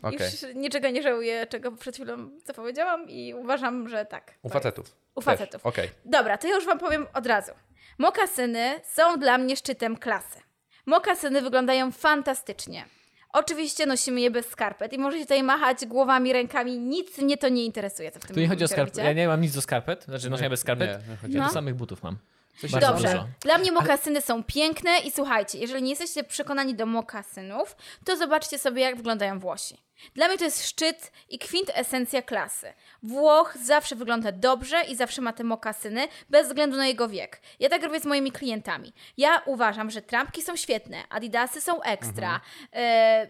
S2: Okej.
S3: Już niczego nie żałuję, czego przed chwilą co powiedziałam i uważam, że tak.
S2: U facetów.
S3: U
S2: Też.
S3: facetów.
S2: Okej.
S3: Dobra, to ja już Wam powiem od razu. Mokasyny są dla mnie szczytem klasy. Mokasyny wyglądają fantastycznie. Oczywiście nosimy je bez skarpet i możecie tutaj machać głowami, rękami, nic mnie to nie interesuje, co w tym
S1: Tu nie chodzi o
S3: momencie
S1: skarpet.
S3: robicie.
S1: Ja nie mam nic do skarpet, znaczy noszenia bez skarpet.
S2: Nie, nie chodzi
S1: Ja
S2: o
S1: do
S3: No.
S1: samych butów mam.
S2: Coś
S1: Bardzo
S3: Dobrze.
S1: dużo.
S3: Dla mnie mokasyny są piękne i słuchajcie, jeżeli nie jesteście przekonani do mokasynów, to zobaczcie sobie, jak wyglądają Włosi. Dla mnie to jest szczyt i kwintesencja klasy. Włoch zawsze wygląda dobrze i zawsze ma te mokasyny, bez względu na jego wiek. Ja tak robię z moimi klientami. Ja uważam, że trampki są świetne, adidasy są ekstra,
S2: Mhm.
S3: e,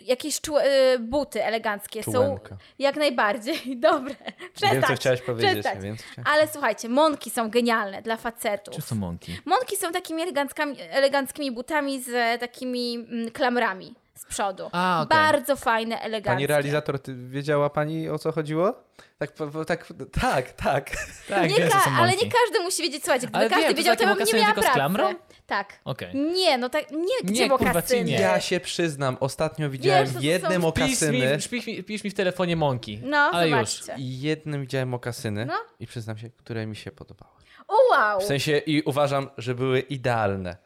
S3: jakieś czu- e, buty eleganckie
S2: Czułenka.
S3: są jak najbardziej dobre. Przestań,
S2: Wiem, co chciałaś powiedzieć.
S3: przestań.
S2: Wiem, co chciałaś.
S3: Ale słuchajcie, monki są genialne dla facetów.
S1: Tak, Czy są mąki?
S3: Monki są takimi eleganckami- eleganckimi butami z e, takimi mm, klamrami z przodu.
S1: A, okej.
S3: Bardzo fajne, eleganckie.
S2: Pani realizator, ty wiedziała pani o co chodziło? Tak, po- po- tak, tak, tak.
S1: Tak,
S3: nie
S1: wiem, co
S3: ka-
S1: są
S3: ale
S1: mąki.
S3: nie każdy musi wiedzieć, słuchajcie, gdyby
S1: Ale wiem,
S3: każdy
S1: to
S3: wiedział,
S1: takie
S3: to bym nie
S1: mokasyny
S3: miała
S1: tylko z
S3: pracy.
S1: klamrą?
S3: Tak.
S1: Okej.
S3: Nie, no tak, nie, gdzie
S1: kurwa,
S3: mokasyny?
S1: Nie.
S2: Ja się przyznam, ostatnio widziałem
S3: to są-
S2: jedne
S3: Pisz mi-
S1: Pisz mi,
S2: mokasyny.
S1: pisz, mi, pisz mi w telefonie mąki.
S3: No,
S1: ale już.
S3: zobaczcie.
S2: I jednym widziałem mokasyny
S3: No.
S2: i przyznam się, które mi się podobały.
S3: O, wow!
S2: W sensie i uważam, że były idealne.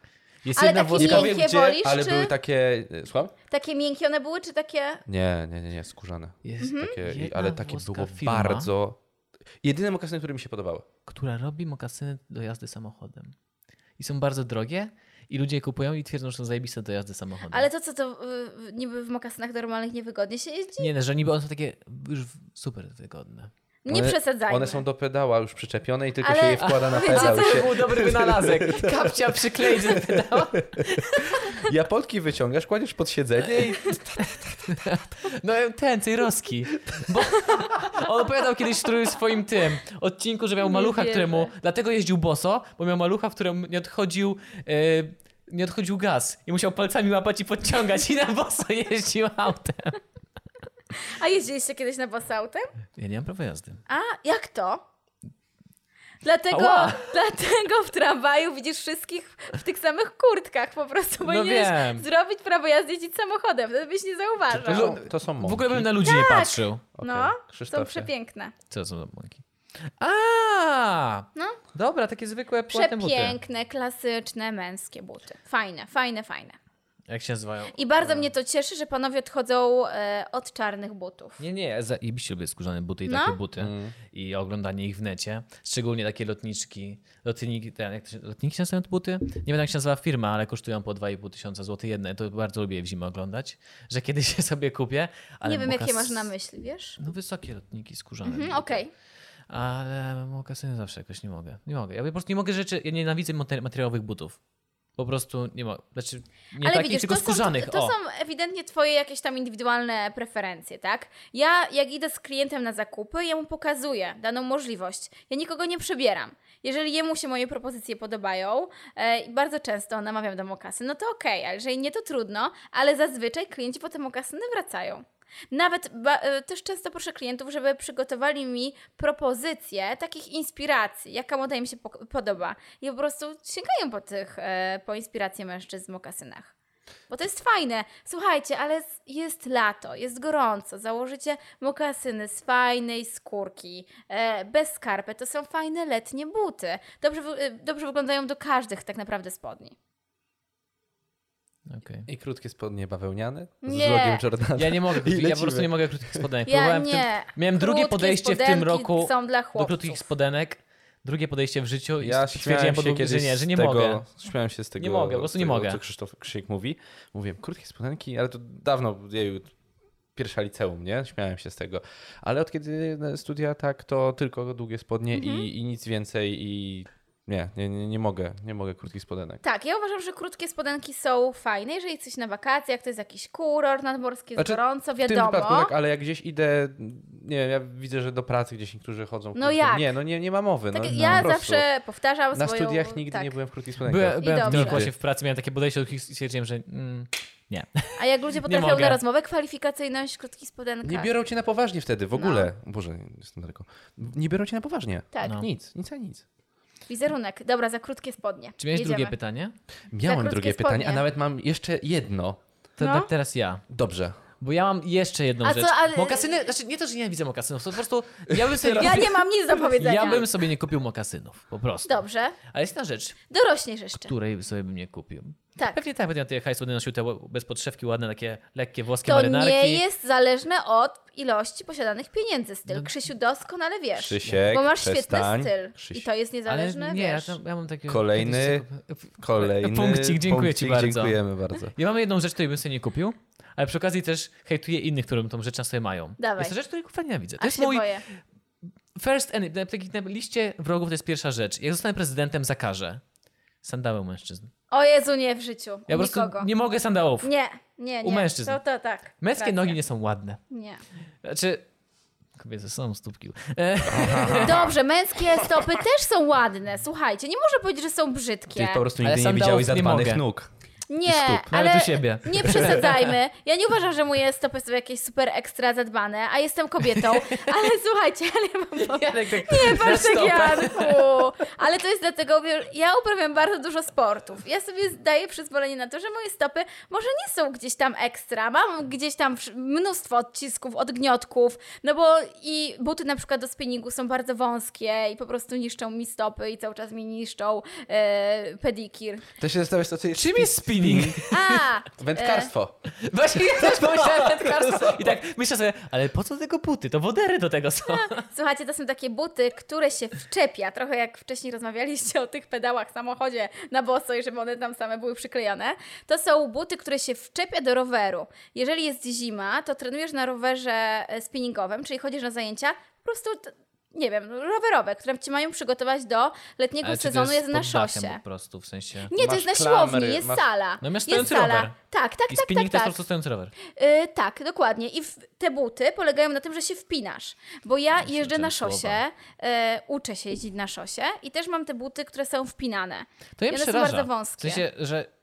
S1: Jest
S3: Ale
S1: jedna
S3: taki
S1: włoska.
S3: nie- Miękkie wolisz,
S2: ale
S3: czy-
S2: były takie. e, Słucham?
S3: Takie miękkie one były, czy takie...
S2: Nie, nie, nie, nie skórzane.
S1: Jest
S3: Hmm?
S2: Takie, i-
S1: jedna
S2: ale takie
S1: włoska
S2: było
S1: firma,
S2: bardzo. Jedyne mokasyny, które mi się podobały.
S1: która robi mokasyny do jazdy samochodem. I są bardzo drogie i ludzie je kupują i twierdzą, że są zajebiste do jazdy samochodem.
S3: Ale to co, to y, y, niby w mokasynach normalnych niewygodnie się jeździ?
S1: Nie, no, że niby one są takie już w- super wygodne.
S3: Nie
S2: One-
S3: przesadzajmy.
S2: One są do pedała już przyczepione i tylko
S3: Ale-
S2: się je wkłada na
S3: Wiecie
S2: pedał.
S3: co?
S2: i Się...
S1: był dobry wynalazek. Kapcia przykleić do pedała.
S2: Japolki wyciągasz, kładziesz pod siedzenie i
S1: No ten, Cejrowski. Bo on opowiadał kiedyś w którymś swoim tym odcinku, że miał
S3: Nie
S1: malucha,
S3: wierzę.
S1: któremu... Dlatego jeździł boso, bo miał malucha, w którym nie odchodził... e, nie odchodził gaz i musiał palcami łapać i podciągać i na boso jeździł autem.
S3: A jeździliście kiedyś na bosautem?
S1: Ja nie mam prawa jazdy.
S3: A, jak to? Dlatego,
S1: Ała.
S3: dlatego w tramwaju widzisz wszystkich w tych samych kurtkach po prostu, bo
S1: No
S3: nie
S1: wiem.
S3: zrobić prawo jazdy jeździć samochodem, wtedy byś nie
S2: To
S3: zauważył.
S2: są, No, to są
S1: W
S2: mąki.
S1: ogóle bym na ludzi nie patrzył.
S2: Okej,
S3: No, są
S2: Krzysztofie.
S3: przepiękne.
S1: Co są za mąki? A!
S3: No.
S1: Dobra, takie zwykłe płatne buty.
S3: Przepiękne, klasyczne, męskie buty. Fajne, fajne, fajne.
S1: Jak się nazywają?
S3: I bardzo mnie to cieszy, że panowie odchodzą e, od czarnych butów.
S1: Nie, nie, ja zajebiście lubię skórzane buty i
S3: No.
S1: takie buty. I oglądanie ich w necie. Szczególnie takie lotniczki. Lotniki, ten, jak to się, lotniki się nazywają te buty? Nie wiem jak się nazywa firma, ale kosztują po 2,5 tysiąca złotych jedne. To bardzo lubię je w zimę oglądać, że kiedyś je sobie kupię. Ale
S3: nie wiem, jakie
S1: mokas-
S3: masz na myśli, wiesz?
S1: No wysokie lotniki skórzane.
S3: Mhm,
S1: buty.
S3: Okej.
S1: Ale mokasyny zawsze jakoś nie mogę. Nie mogę. Ja po prostu nie mogę rzeczy. Ja nienawidzę mater- materiałowych butów. Po prostu nie mogę. Znaczy, nie
S3: Ale
S1: takich,
S3: widzisz,
S1: tylko
S3: to, są,
S1: skórzanych.
S3: to
S1: o.
S3: są ewidentnie twoje jakieś tam indywidualne preferencje, tak? Ja jak idę z klientem na zakupy, ja mu pokazuję daną możliwość. Ja nikogo nie przebieram. Jeżeli jemu się moje propozycje podobają e, i bardzo często namawiam do mokasy, no to okej, a jeżeli nie, to trudno, ale zazwyczaj klienci po te mokasyny wracają. Nawet ba- e, też często proszę klientów, żeby przygotowali mi propozycje takich inspiracji, jaka moda im się pok- podoba. I po prostu sięgają po tych, e, po inspiracje mężczyzn w mokasynach. Bo to jest fajne. Słuchajcie, ale s- jest lato, jest gorąco. Założycie mokasyny z fajnej skórki, e, bez skarpet. To są fajne letnie buty. Dobrze, wy- e, dobrze wyglądają do każdych tak naprawdę spodni.
S1: Okej.
S2: I krótkie spodnie bawełniane z
S3: Nie.
S2: logiem Jordana.
S1: Ja nie mogę,
S2: I
S1: ja po prostu
S2: lecimy.
S1: nie mogę krótkich spodenek.
S3: Ja
S1: Próbowałem w tym-
S3: nie.
S1: Miałem drugie
S3: Krótkie
S1: podejście w tym
S3: spodenki
S1: roku
S3: są dla
S1: do
S3: chłopców.
S1: krótkich spodenek, drugie podejście w życiu i
S2: Ja
S1: stwierdziłem
S2: śmiałem
S1: po
S2: się
S1: długim,
S2: kiedyś
S1: że nie, że nie
S2: z tego,
S1: mogę.
S2: Śmiałem się z tego.
S1: Nie mogę, po prostu
S2: z
S1: nie
S2: tego,
S1: mogę.
S2: Co Krzysztof Krzyk mówi. Mówiłem, krótkie spodenki, ale to dawno, jeju, pierwsza liceum, nie? Śmiałem się z tego. Ale od kiedy studia tak, to tylko długie spodnie
S1: Mhm.
S2: i, i nic więcej i nie, nie, nie, nie mogę, nie mogę krótkich spodenek.
S3: Tak, ja uważam, że krótkie spodenki są fajne, jeżeli coś na wakacjach, to jest jakiś kuror nadmorskie, jest
S2: Znaczy,
S3: gorąco,
S2: W tym
S3: wiadomo.
S2: wypadku tak, ale jak gdzieś idę, nie wiem, ja widzę, że do pracy gdzieś niektórzy chodzą.
S3: No
S2: krótko.
S3: jak?
S2: Nie, no nie, nie ma mowy.
S3: Tak,
S2: no,
S3: ja
S2: po prostu.
S3: zawsze powtarzam
S2: Na
S3: swoją...
S2: studiach nigdy
S3: tak.
S2: nie byłem w krótkich spodenkach.
S1: Byłem, byłem w
S3: dobrze.
S1: drugim klasie w pracy, miałem takie podejście do krótkich i stwierdziłem, że mm, nie.
S3: A jak ludzie potrafią
S1: mogę.
S3: na rozmowę kwalifikacyjność w krótkich spodenkach.
S2: Nie biorą cię na poważnie wtedy, w ogóle. Boże, jestem daleko. Nie biorą cię na poważnie.
S3: No. Tak,
S1: No.
S2: Nic, nic a nic.
S3: wizerunek. Dobra, za krótkie spodnie.
S1: Czy miałeś
S3: Jedziemy.
S1: drugie pytanie?
S2: Miałem
S3: krótkie
S2: drugie pytanie, a
S3: spodnie.
S2: nawet mam jeszcze jedno.
S1: To
S3: No.
S1: tak teraz ja.
S2: Dobrze.
S1: Bo ja mam jeszcze jedną
S3: A co,
S1: rzecz.
S3: ale-
S1: Mokasyny, znaczy nie to, że nie widzę mokasynów, to po prostu ja bym sobie,
S3: Ja nie mam nic do powiedzenia.
S1: ja bym sobie nie kupił mokasynów, po prostu.
S3: Dobrze,
S1: Ale jest jedna rzecz,
S3: dorośniesz jeszcze.
S1: której sobie bym nie kupił.
S3: Tak.
S1: Pewnie tak, pewnie te hajsłody nosił te ł- bez podszewki ładne, takie lekkie włoskie
S3: To
S1: marynarki.
S3: nie jest zależne od ilości posiadanych pieniędzy styl.
S1: No.
S3: Krzysiu doskonale wiesz.
S2: Krzysiek,
S3: bo masz
S2: przestań.
S3: świetny styl. I
S2: Krzysiek.
S3: to jest
S1: Ale
S3: niezależne,
S1: nie, ja,
S3: wiesz.
S1: tam, ja mam takie...
S2: Kolejny- Kolejny
S1: Punkcik, dziękuję ci
S2: punkcik,
S1: bardzo.
S2: Dziękujemy bardzo.
S3: Tak.
S1: Ja mam jedną rzecz, której bym sobie nie kupił, ale przy okazji też hejtuję innych, którym tą rzecz na sobie mają.
S3: Dawaj.
S1: Jest to rzecz, której kurwa nienawidzę. To
S3: A
S1: jest
S3: się
S1: mój
S3: boję.
S1: first enemy, na, taki- na liście wrogów to jest pierwsza rzecz. Jak zostanę prezydentem, zakażę sandały mężczyzn.
S3: O Jezu, nie w życiu.
S1: Ja
S3: U
S1: po prostu
S3: nikogo.
S1: nie mogę sandałów.
S3: Nie, nie, nie.
S1: U mężczyzn.
S3: To, to tak.
S1: Męskie
S3: Racja.
S1: nogi nie są ładne.
S3: Nie.
S1: Znaczy... Kobiety są stópki. E,
S3: Dobrze, męskie stopy też są ładne. Słuchajcie, nie może powiedzieć, że są brzydkie.
S2: Ty po prostu
S1: Ale
S2: nigdy nie
S1: sandałów
S2: widziałeś
S1: nie
S2: zadbanych
S1: mogę.
S2: nóg.
S3: Nie,
S2: stóp.
S1: Nawet
S3: ale
S1: u No, siebie.
S3: nie przesadzajmy. Ja nie uważam, że moje stopy są jakieś super ekstra zadbane, a jestem kobietą. Ale słuchajcie, ale ja wam powiem.
S1: Jarek tak
S3: Nie,
S1: na
S3: patrz
S1: stopę.
S3: tak, Janku. Ale to jest dlatego, wiesz, ja uprawiam bardzo dużo sportów. Ja sobie zdaję przyzwolenie na to, że moje stopy może nie są gdzieś tam ekstra. Mam gdzieś tam wsz- mnóstwo odcisków, odgniotków, no bo i buty na przykład do spinningu są bardzo wąskie i po prostu niszczą mi stopy i cały czas mi niszczą e, pedikir.
S2: Też się zastanawiasz, co to jest
S1: Czym jest spinning?
S3: A, E,
S2: wędkarstwo. No
S1: Właśnie ja też pomyślałem wędkarstwo. I tak myślę sobie, ale po co do tego buty? To wodery do tego są.
S3: No, Słuchajcie, to są takie buty, które się wczepia, trochę jak wcześniej rozmawialiście o tych pedałach w samochodzie na boso i żeby one tam same były przyklejone. To są buty, które się wczepia do roweru. Jeżeli jest zima, to trenujesz na rowerze e, spinningowym, czyli chodzisz na zajęcia, po prostu, t- nie wiem, rowerowe, które cię mają przygotować do letniego
S1: Ale czy to
S3: sezonu, jest, na
S1: pod dachem
S3: szosie.
S1: po prostu, w sensie...
S3: Nie, to
S2: Masz
S3: jest na
S2: klamry,
S3: siłowni, jest
S2: masz-
S3: sala.
S1: No, masz
S3: jest
S1: stojący
S3: sala.
S1: rower.
S3: Tak, tak,
S1: I
S3: tak,
S1: spinning to
S3: tak, tak.
S1: jest po prostu stojący rower.
S3: Y, tak, dokładnie. I w, te buty polegają na tym, że się wpinasz. Bo ja jeżdżę na
S1: często
S3: szosie, y, uczę się jeździć na szosie i też mam te buty, które są wpinane.
S1: To mnie
S3: I one są
S1: przeraża.
S3: bardzo wąskie.
S1: W sensie, że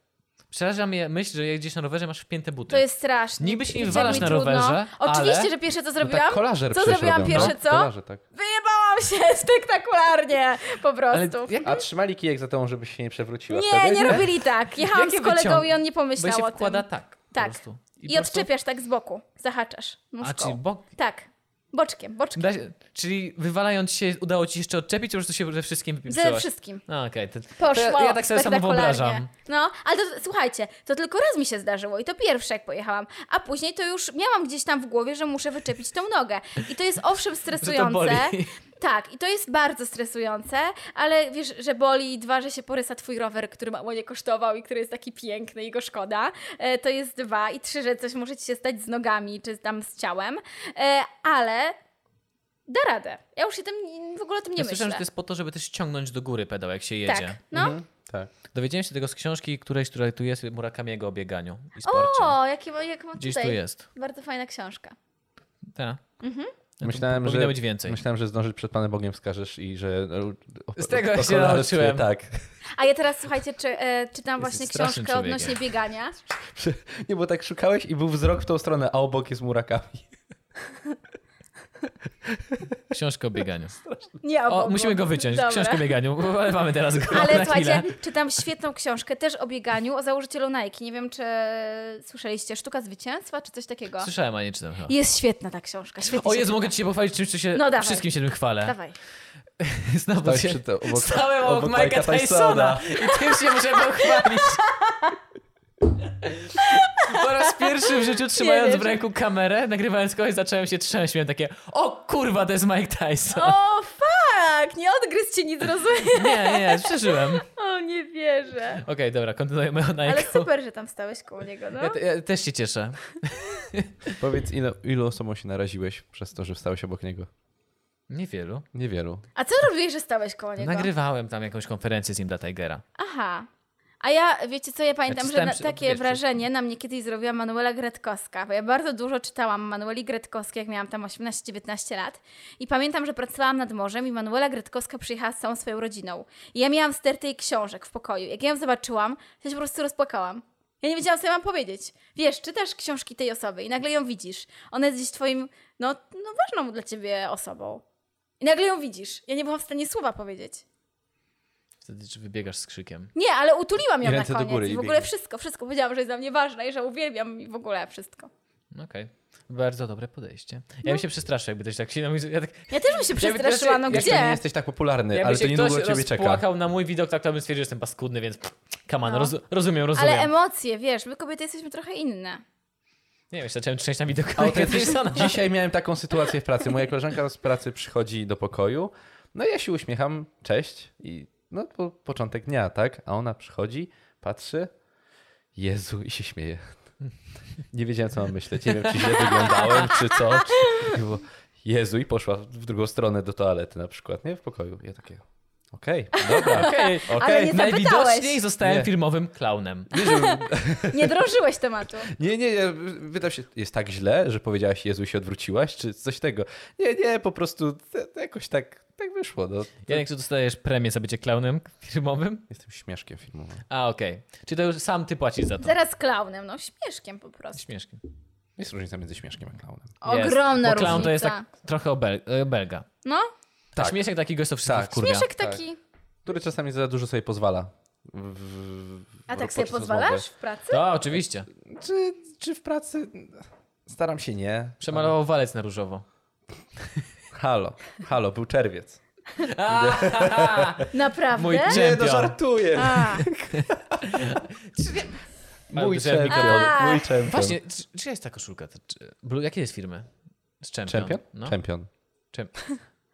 S1: przeraża mnie myśl, że jak gdzieś na rowerze masz wpięte buty.
S3: To jest strasznie.
S1: Tak. Niby się nie
S3: I tak
S1: wywalasz
S3: mi
S1: na
S3: trudno.
S1: rowerze,
S3: Oczywiście,
S1: ale-
S3: że pierwsze co
S2: No tak
S3: zrobiłam,
S2: kolażer
S3: co
S2: przecież
S3: zrobiłam
S2: robią,
S3: pierwsze, co?
S2: Kolarze, tak.
S3: wyjebałam się spektakularnie po
S1: Ale
S3: prostu.
S1: jak,
S2: A trzymali kijek za tą, żebyś się nie przewróciła
S3: Nie,
S2: wtedy?
S3: nie robili tak. Jechałam
S1: Jakie
S3: z kolegą
S1: wyciągi?
S3: i on nie
S1: bo
S3: pomyślał
S1: się
S3: o tym.
S1: wkłada tak.
S3: Tak.
S1: Po prostu.
S3: I,
S1: po prostu-
S3: odczepiasz tak z boku, zahaczasz
S1: A,
S3: nóżką.
S1: czyli, bo,
S3: Tak, boczkiem, boczkiem.
S1: da, się- czyli wywalając się udało ci jeszcze odczepić, po prostu się ze wszystkim
S3: Ze
S1: wypieprzyłaś.
S3: wszystkim.
S1: No, okej. to-
S3: Poszło.
S1: to Ja tak sobie samo
S3: spektakularnie.
S1: wyobrażam.
S3: No, ale to, słuchajcie, to tylko raz mi się zdarzyło i to pierwsze, jak pojechałam, a później to już miałam gdzieś tam w głowie, że muszę wyczepić tą nogę. I to jest owszem stresujące.
S1: boli.
S3: Tak, i to jest bardzo stresujące, ale wiesz, że boli, dwa, że się porysa twój rower, który mało nie kosztował i który jest taki piękny i go szkoda, e, to jest dwa. I trzy, że coś może ci się stać z nogami czy tam z ciałem, e, ale da radę. Ja już się tym, w ogóle o tym nie
S1: ja
S3: myślę.
S1: słyszałem, że to jest po to, żeby też ściągnąć do góry pedał, jak się jedzie.
S3: tak, no.
S2: Mhm, Tak.
S1: Dowiedziałem się tego z książki którejś, która tu jest, Murakamiego o bieganiu i sporcie.
S3: O, jakie, jak ma
S1: Gdzieś
S3: tutaj.
S1: tu jest.
S3: Bardzo fajna książka.
S1: Tak.
S2: Myślałem,
S1: powinno
S2: że,
S1: być więcej.
S2: Myślałem, że zdążyć przed Panem Bogiem wskażesz i że... o-
S1: Z tego
S2: o-
S1: się
S2: o kolarstwie,
S1: nauczyłem.
S2: Tak.
S3: A ja teraz, słuchajcie, czy, e,
S1: Jesteś
S3: czytam właśnie
S1: strasznym
S3: książkę odnośnie
S1: człowiekiem.
S3: biegania.
S2: Nie, bo tak szukałeś i był wzrok w tą stronę, a obok jest Murakami.
S1: Książkę o bieganiu.
S3: Nie,
S1: O,
S3: obok.
S1: musimy go wyciąć.
S3: Dobra.
S1: Książkę o bieganiu. Ale mamy teraz go
S3: Ale
S1: na
S3: słuchajcie,
S1: chwilę.
S3: czytam świetną książkę też o bieganiu, o założycielu Nike. Nie wiem, czy słyszeliście Sztuka Zwycięstwa, czy coś takiego.
S1: Słyszałem, a nie czytam chyba.
S3: Jest świetna ta książka. Świetnie
S1: O
S3: się
S1: Jezu,
S3: czyta.
S1: mogę ci się pochwalić czymś, co się
S3: No dawaj.
S1: wszystkim się tym chwalę.
S3: Dawaj.
S1: Znowu
S2: Stałeś
S1: się...
S2: przy to- obok-
S1: Stałem obok,
S2: obok
S1: Mike'a
S2: Mike'a
S1: Tysona
S2: Tysona.
S1: i tym się muszę pochwalić. Po raz pierwszy w życiu trzymając
S3: Nie
S1: w
S3: wierzę.
S1: ręku kamerę, nagrywając kogoś, zacząłem się trząść. Miałem takie, o kurwa, to jest Mike Tyson.
S3: O, fuck! Nie odgryzł cię nic, rozumiem.
S1: Nie, nie, przeżyłem. Okej,
S3: O, nie wierzę.
S1: dobra, kontynuujemy o
S3: Ale
S1: Nike'u.
S3: super, że tam stałeś koło niego, no.
S1: Ja, te- ja też się cieszę.
S2: Powiedz, ilu, ilu osobom się naraziłeś przez to, że wstałeś obok niego?
S1: Niewielu.
S2: Niewielu.
S3: A co robiłeś, że stałeś koło niego?
S1: Nagrywałem tam jakąś konferencję z nim dla Tigera.
S3: Aha. A ja, wiecie co, ja pamiętam, że
S1: czytałem
S3: na,
S1: przy-
S3: takie
S1: wiesz, przy-
S3: wrażenie na mnie kiedyś zrobiła Manuela Gretkowska, bo ja bardzo dużo czytałam Manueli Gretkowskiej, jak miałam tam 18-19 lat i pamiętam, że pracowałam nad morzem i Manuela Gretkowska przyjechała z całą swoją rodziną. I ja miałam stertę jej książek w pokoju. Jak ja ją zobaczyłam, to się po prostu rozpłakałam. Ja nie wiedziałam, co ja mam powiedzieć. Wiesz, czytasz książki tej osoby i nagle ją widzisz. Ona jest gdzieś twoim, no, no ważną dla ciebie osobą. I nagle ją widzisz. Ja nie byłam w stanie słowa powiedzieć.
S1: Wtedy czy wybiegasz z krzykiem.
S3: Nie, ale utuliłam
S2: I
S3: ją na
S2: ręce do
S3: koniec.
S2: góry
S3: I
S2: i
S3: w ogóle
S2: biegnie.
S3: wszystko, wszystko. Powiedziałam, że jest dla mnie ważna i że uwielbiam i w ogóle wszystko.
S1: Okej. Bardzo dobre podejście. Ja
S3: No.
S1: bym się przestraszył, jakby ktoś tak się... Ja tak,
S3: Ja też bym się
S1: Jakby
S3: przestraszyła, no
S1: też-
S2: Jeszcze nie
S3: gdzie?
S2: jesteś tak popularny,
S1: Jakby
S2: ale
S1: się
S2: to
S1: ktoś
S2: niedługo ciebie czeka.
S1: rozpłakał na mój widok, tak to bym stwierdził, że jestem paskudny, więc come on,
S3: No.
S1: roz, rozumiem, rozumiem.
S3: Ale emocje, wiesz, my kobiety jesteśmy trochę inne.
S1: nie wiem, jeszcze zacząłem trzęść na widok no.
S2: A o
S1: Mike'a
S2: tym też-
S1: Tysona.
S2: Dzisiaj miałem taką sytuację w pracy. Moja koleżanka z pracy przychodzi do pokoju, no i ja się uśmiecham, cześć i no po, początek dnia, tak? A ona przychodzi, patrzy, Jezu i się śmieje. Nie wiedziałem, co mam myśleć. Nie wiem, czy źle wyglądałem, czy co. Czy... Było, Jezu i poszła w drugą stronę do toalety na przykład, nie? W pokoju. Ja takie, okej, dobra.
S1: Okej,
S2: okej.
S3: nie zapytałeś.
S1: Najwidoczniej zostałem
S2: Nie.
S1: filmowym klaunem.
S2: Nie, żebym-
S3: Nie drążyłeś tematu.
S2: Nie, nie, ja pytam się, jest tak źle, że powiedziałaś Jezu i się odwróciłaś, czy coś tego? Nie, nie, po prostu te- te jakoś tak, tak wyszło. No.
S1: Janek, czy dostajesz premię za bycie klaunem filmowym?
S2: Jestem śmieszkiem filmowym.
S1: A, okej. Czy to już sam ty płacisz za to?
S3: Zaraz klaunem, no śmieszkiem po prostu.
S1: Śmieszki.
S2: Jest różnica między śmieszkiem a klaunem.
S1: Jest,
S3: Ogromna
S1: bo
S3: różnica.
S1: clown to jest tak trochę obel- belga.
S3: No,
S1: Tak.
S2: Tak.
S1: Śmieszek takiego jest wszystkich
S2: Tak.
S1: wkurwia.
S3: śmieszek
S2: tak.
S3: taki.
S2: Który czasami za dużo sobie pozwala. W, w,
S3: A tak
S2: podczas
S3: sobie pozwalasz
S2: rozmowy.
S3: w pracy?
S1: To No, oczywiście.
S2: Czy, czy w pracy? Staram się nie.
S1: Przemalował walec na różowo.
S2: Halo, halo, był czerwiec.
S3: Naprawdę?
S1: Mój dzie-
S2: Nie,
S1: Czempion.
S2: no żartuję.
S3: A,
S2: Mój
S1: Drzewnik
S2: czempion,
S3: robił.
S2: mój czempion.
S1: Właśnie, czy, czy jest ta koszulka? To czy- Blue, jakie jest firmy? Z Champion.
S2: Czempion?
S1: No.
S2: Czempion.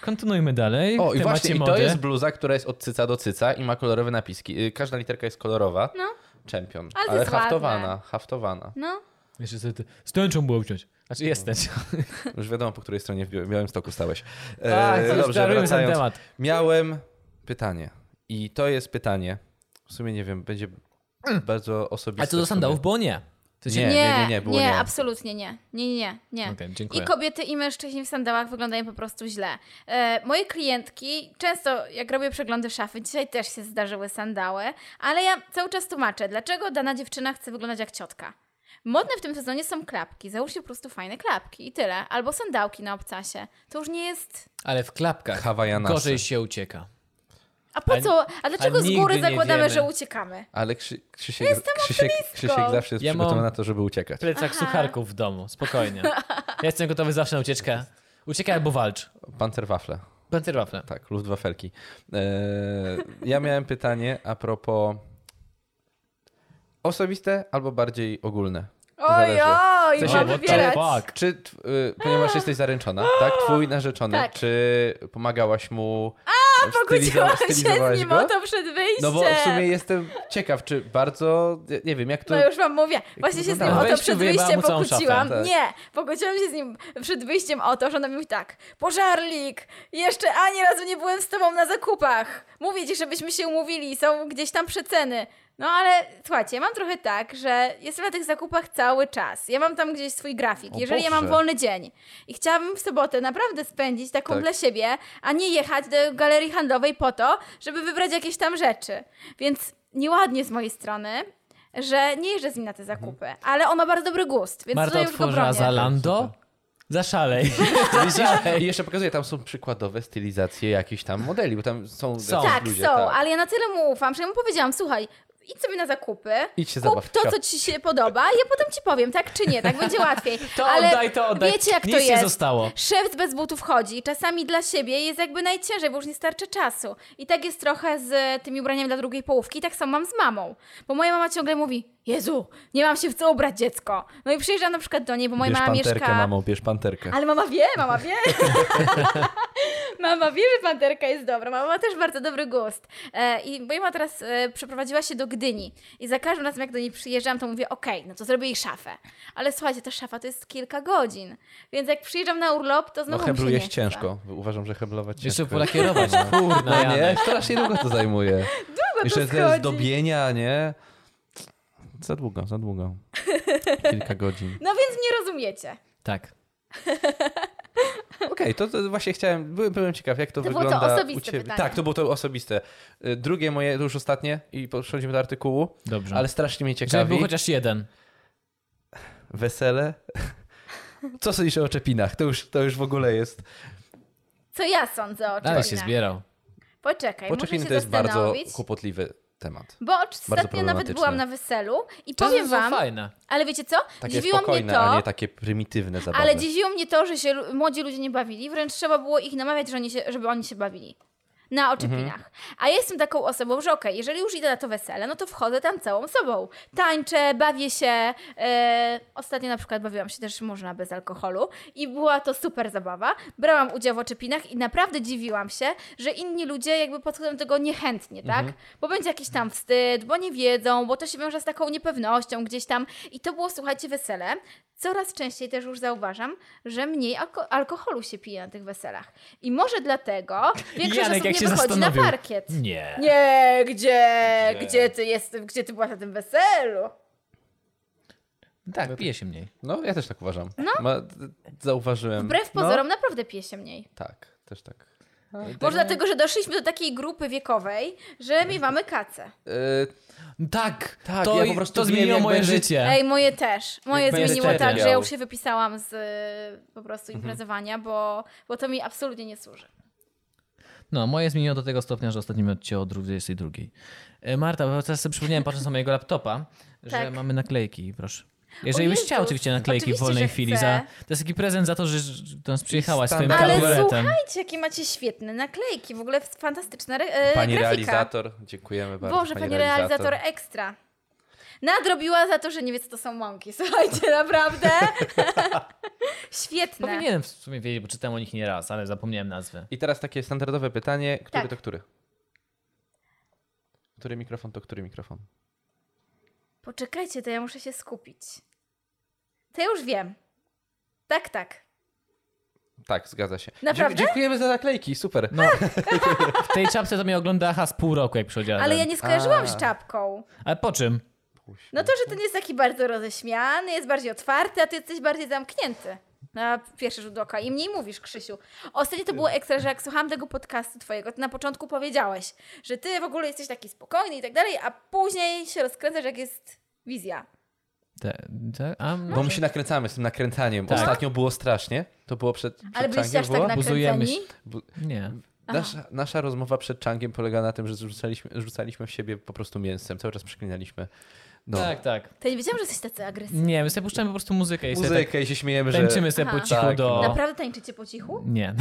S1: Kontynuujmy dalej.
S2: O,
S1: w
S2: i
S1: temacie
S2: właśnie, i
S1: mody.
S2: to jest bluza, która jest od cyca do cyca i ma kolorowe napiski. Y, Każda literka jest kolorowa.
S3: No.
S2: Champion.
S3: Ale to
S2: Ale
S3: jest
S2: haftowana,
S3: ładne.
S2: haftowana.
S3: no.
S1: Jeszcze sobie te... Z tęczą było wziąć.
S2: No.
S1: Znaczy jest tęczą.
S2: Już wiadomo, po której stronie w Biał- Białymstoku stałeś. E,
S1: Tak, to już darujmy ten temat.
S2: Miałem pytanie. I to jest pytanie. W sumie nie wiem, będzie bardzo osobiste.
S1: A co do
S2: w sumie.
S1: sandałów? Bo nie. To się...
S2: Nie, nie, nie, było nie.
S3: absolutnie nie. Nie, nie, nie. nie.
S1: Okej, dziękuję.
S3: I kobiety i mężczyźni w sandałach wyglądają po prostu źle. E, moje klientki, często jak robię przeglądy szafy, dzisiaj też się zdarzyły sandały, ale ja cały czas tłumaczę, dlaczego dana dziewczyna chce wyglądać jak ciotka. Modne w tym sezonie są klapki. Załóżcie po prostu fajne klapki i tyle. Albo sandałki na obcasie. To już nie jest...
S1: Ale w klapkach
S2: Hawajanasy.
S1: gorzej się ucieka.
S3: A po
S1: A-
S3: co? A dlaczego z
S1: nigdy
S3: góry
S1: nie
S3: zakładamy,
S1: wiemy.
S3: że uciekamy?
S2: Ale Krzy, Krzysiek, Krzysiek, Krzysiek zawsze jest
S1: Ja mam-
S2: przygotowany na to, żeby uciekać.
S1: Plecak sucharków w domu, spokojnie. Ja jestem gotowy zawsze na ucieczkę. Uciekaj albo walcz.
S2: Pancerwafle.
S1: Pancerwafle.
S2: Tak, luftwafelki. E, ja miałem pytanie a propos osobiste albo bardziej ogólne. To
S3: Oj,
S2: zależy.
S3: oj,
S2: Chce się-
S3: mam
S2: What the
S3: wybierać.
S1: Tak, fuck?
S2: Czy, tw- y, ponieważ jesteś zaręczona, tak? Twój narzeczony,
S3: Tak.
S2: czy pomagałaś mu? A,
S3: Pogodziłam się z nim o to przed wyjściem.
S2: No bo w sumie jestem ciekaw, czy bardzo, nie- nie wiem, jak to...
S3: No już wam mówię. Właśnie się z nim
S2: wyglądało?
S3: o to
S1: Wejściu
S3: przed
S1: wyjebała
S3: wyjściem
S1: mu całą szafę.
S3: pokłóciłam.
S2: Tak.
S3: Nie, pokłóciłam się z nim przed wyjściem o to, że ona mówi tak. Pożarlik, jeszcze ani razu nie byłem z tobą na zakupach. Mówię ci, żebyśmy się umówili, są gdzieś tam przeceny. No ale słuchajcie, ja mam trochę tak, że jestem na tych zakupach cały czas. Ja mam tam gdzieś swój grafik.
S2: O
S3: Jeżeli ja
S2: Boże.
S3: mam wolny dzień i chciałabym w sobotę naprawdę spędzić taką
S2: Tak.
S3: dla siebie, a nie jechać do galerii handlowej po to, żeby wybrać jakieś tam rzeczy. Więc nieładnie z mojej strony, że nie jeżdżę z nim na te zakupy. Ale on ma bardzo dobry gust, więc
S1: Marta
S3: tutaj już go
S1: otworzyła
S3: bronię.
S1: za Lando. Zaszalej.
S2: I jeszcze pokazuję, tam są przykładowe stylizacje jakichś tam modeli, bo tam są,
S1: Są.
S2: jacyś
S3: Tak,
S2: ludzie.
S3: są, ale ja na tyle mu ufam, że ja mu powiedziałam, słuchaj, idź sobie na zakupy,
S2: Idź się
S3: kup
S2: zabaw.
S3: to, co ci się podoba, ja potem ci powiem, tak czy nie, tak będzie łatwiej.
S1: To
S3: ale
S1: oddaj, to oddaj.
S3: wiecie, jak
S1: Nic
S3: to
S1: nie
S3: jest.
S1: zostało.
S3: Szef bez butów chodzi, czasami dla siebie jest jakby najciężej, bo już nie starczy czasu. I tak jest trochę z tymi ubraniami dla drugiej połówki, tak samo mam z mamą. Bo moja mama ciągle mówi, Jezu, nie mam się w co ubrać dziecko. No i przyjeżdżam na przykład do niej, bo moja
S2: bierz
S3: mama
S2: panterkę,
S3: mieszka...
S2: mamo, bierz panterkę.
S3: Ale mama wie, mama wie. mama wie, że panterka jest dobra. Mama ma też bardzo dobry gust. E, I moja mama teraz e, przeprowadziła się do Gdyni. I za każdym razem, jak do niej przyjeżdżam, to mówię, okej, no to zrobię jej szafę. Ale słuchajcie, ta szafa to jest kilka godzin. Więc jak przyjeżdżam na urlop, to
S2: No
S3: znowu mi się
S2: heblu
S3: nie
S2: jest
S3: chce.
S2: ciężko. Uważam, że heblować ciężko. No
S1: Jeszcze polakierować. no.
S2: Kurna,
S1: Janek.
S2: nie? Strasznie długo to zajmuje. długo Jeszcze
S3: to
S2: te
S3: schodzi.
S2: zdobienia, nie? Za długo, za długo. Kilka godzin.
S3: No więc nie rozumiecie.
S1: Tak.
S2: Okej, to, to właśnie chciałem, byłem, byłem ciekaw, jak to,
S3: To było to
S2: wygląda u
S3: osobiste
S2: ciebie.
S3: pytanie.
S2: Tak, to było to osobiste. Y, Drugie moje, to już ostatnie i przechodzimy do artykułu,
S1: Dobrze.
S2: ale strasznie mnie
S1: Żeby był
S2: ciekawi.
S1: chociaż jeden.
S2: Wesele. Co sądzisz o czepinach? To już, to już w ogóle jest.
S3: Co ja sądzę o
S1: Ale się
S2: Tak.
S3: czymś.
S1: zbierał.
S3: Poczekaj, muszę
S2: Poczepiny
S3: się
S2: to jest bardzo
S3: zastanowić.
S2: kłopotliwy temat.
S3: Bo ostatnio nawet
S2: problematyczne.
S3: byłam na weselu i
S1: To
S3: powiem
S1: jest
S3: wam,
S1: fajne.
S3: ale wiecie co?
S2: Takie
S3: dziwiło mnie
S2: spokojne,
S3: to,
S2: a nie takie prymitywne zabawy.
S3: Ale dziwiło mnie to, że się lu- młodzi ludzie nie bawili, wręcz trzeba było ich namawiać, że oni się, żeby oni się bawili. Na oczepinach. A ja jestem taką osobą, że okej, jeżeli już idę na to wesele, no to wchodzę tam całą sobą. Tańczę, bawię się. E, ostatnio na przykład bawiłam się też można bez alkoholu i była to super zabawa. Brałam udział w oczepinach i naprawdę dziwiłam się, że inni ludzie jakby podchodzą do tego niechętnie, tak? Bo będzie jakiś tam wstyd, bo nie wiedzą, bo to się wiąże z taką niepewnością gdzieś tam. I to było, słuchajcie, wesele. Coraz częściej też już zauważam, że mniej alko alkoholu się pije na tych weselach. I może dlatego większość
S1: Janek,
S3: osób
S1: jak
S3: nie
S1: się
S3: wychodzi na
S1: zastanowił.
S3: parkiet.
S1: Nie.
S3: Nie, gdzie, gdzie ty jest, gdzie ty byłaś na tym weselu?
S1: Tak, pije się mniej.
S2: No, ja też tak uważam. Ma, zauważyłem.
S3: Wbrew
S2: No,
S3: pozorom naprawdę pije się mniej.
S2: tak, też tak.
S3: Może dlatego, że doszliśmy do takiej grupy wiekowej, że miewamy kacę.
S2: E,
S1: Tak,
S2: Tak,
S1: to,
S2: ja po prostu
S1: to
S2: wiem,
S1: zmieniło
S2: jak
S1: moje
S2: będzie-
S1: życie.
S3: Ej, moje też. Moje
S2: będę
S3: zmieniło tak, że ja
S2: miał.
S3: już się wypisałam z y, po prostu imprezowania, bo, bo to mi absolutnie nie służy.
S1: No, moje zmieniło do tego stopnia, że ostatnio mi odcięło od 22. E, Marta, bo teraz sobie przypomniałem, patrząc na mojego laptopa, że
S3: Tak.
S1: mamy naklejki, proszę. Jeżeli
S3: O
S1: byś
S3: Jezus,
S1: chciał oczywiście naklejki
S3: oczywiście,
S1: w wolnej
S3: że
S1: chwili.
S3: chcę.
S1: Za, to jest taki prezent za to, że że do nas przyjechałaś swoim
S2: standard.
S3: Ale
S1: kabaretem. No
S3: Słuchajcie, jakie macie świetne naklejki, w ogóle fantastyczna re- e,
S2: pani
S3: grafika.
S2: realizator, dziękujemy bardzo.
S3: Boże, pani realizator, ekstra. Nadrobiła za to, że nie wie, co to są mąki. Słuchajcie, naprawdę. Świetne.
S1: Powinienem w sumie wiedzieć, bo czytałem o nich nie raz, ale zapomniałem nazwy.
S2: I teraz takie standardowe pytanie, który
S3: Tak.
S2: to który? Który mikrofon to który mikrofon?
S3: Poczekajcie, to ja muszę się skupić. To ja już wiem. Tak, tak.
S2: Tak, zgadza się. Dzie-
S3: Naprawdę?
S2: Dziękujemy za naklejki, super.
S1: No, w tej czapce to mnie ogląda has pół roku, jak przychodziłem.
S3: Ale ja nie skojarzyłam z
S2: A.
S3: czapką.
S1: Ale po czym?
S3: No to, że ten jest taki bardzo roześmiany, jest bardziej otwarty, a ty jesteś bardziej zamknięty. Na pierwszy rzut oka. I mniej mówisz, Krzysiu. Ostatnio to było ekstra, że jak słuchałam tego podcastu twojego, to na początku powiedziałeś, że ty w ogóle jesteś taki spokojny i tak dalej, a później się rozkręcasz, jak jest wizja.
S1: Te, te, a, no,
S2: Bo my się nakręcamy z tym nakręcaniem.
S1: Tak.
S2: Ostatnio było strasznie. To było przed, przed
S3: Ale byliście
S2: czangiem
S3: aż tak
S2: było?
S1: Buzujemy się.
S3: nakręceni?
S2: Bu-
S1: Nie.
S2: Nasza, nasza rozmowa przed czangiem polega na tym, że rzucaliśmy, rzucaliśmy w siebie po prostu mięsem. Cały czas przeklinaliśmy. No.
S1: Tak, tak.
S3: To nie wiedziałam, że jesteś tacy agresywni.
S1: Nie, my sobie puszczamy po prostu muzykę i sobie
S2: Muzykę
S1: tak
S2: i się śmiejemy, że...
S1: tańczymy sobie
S3: Aha.
S1: po cichu
S2: Tak,
S1: do...
S2: no. Znaczy,
S3: Naprawdę tańczycie po cichu?
S1: Nie.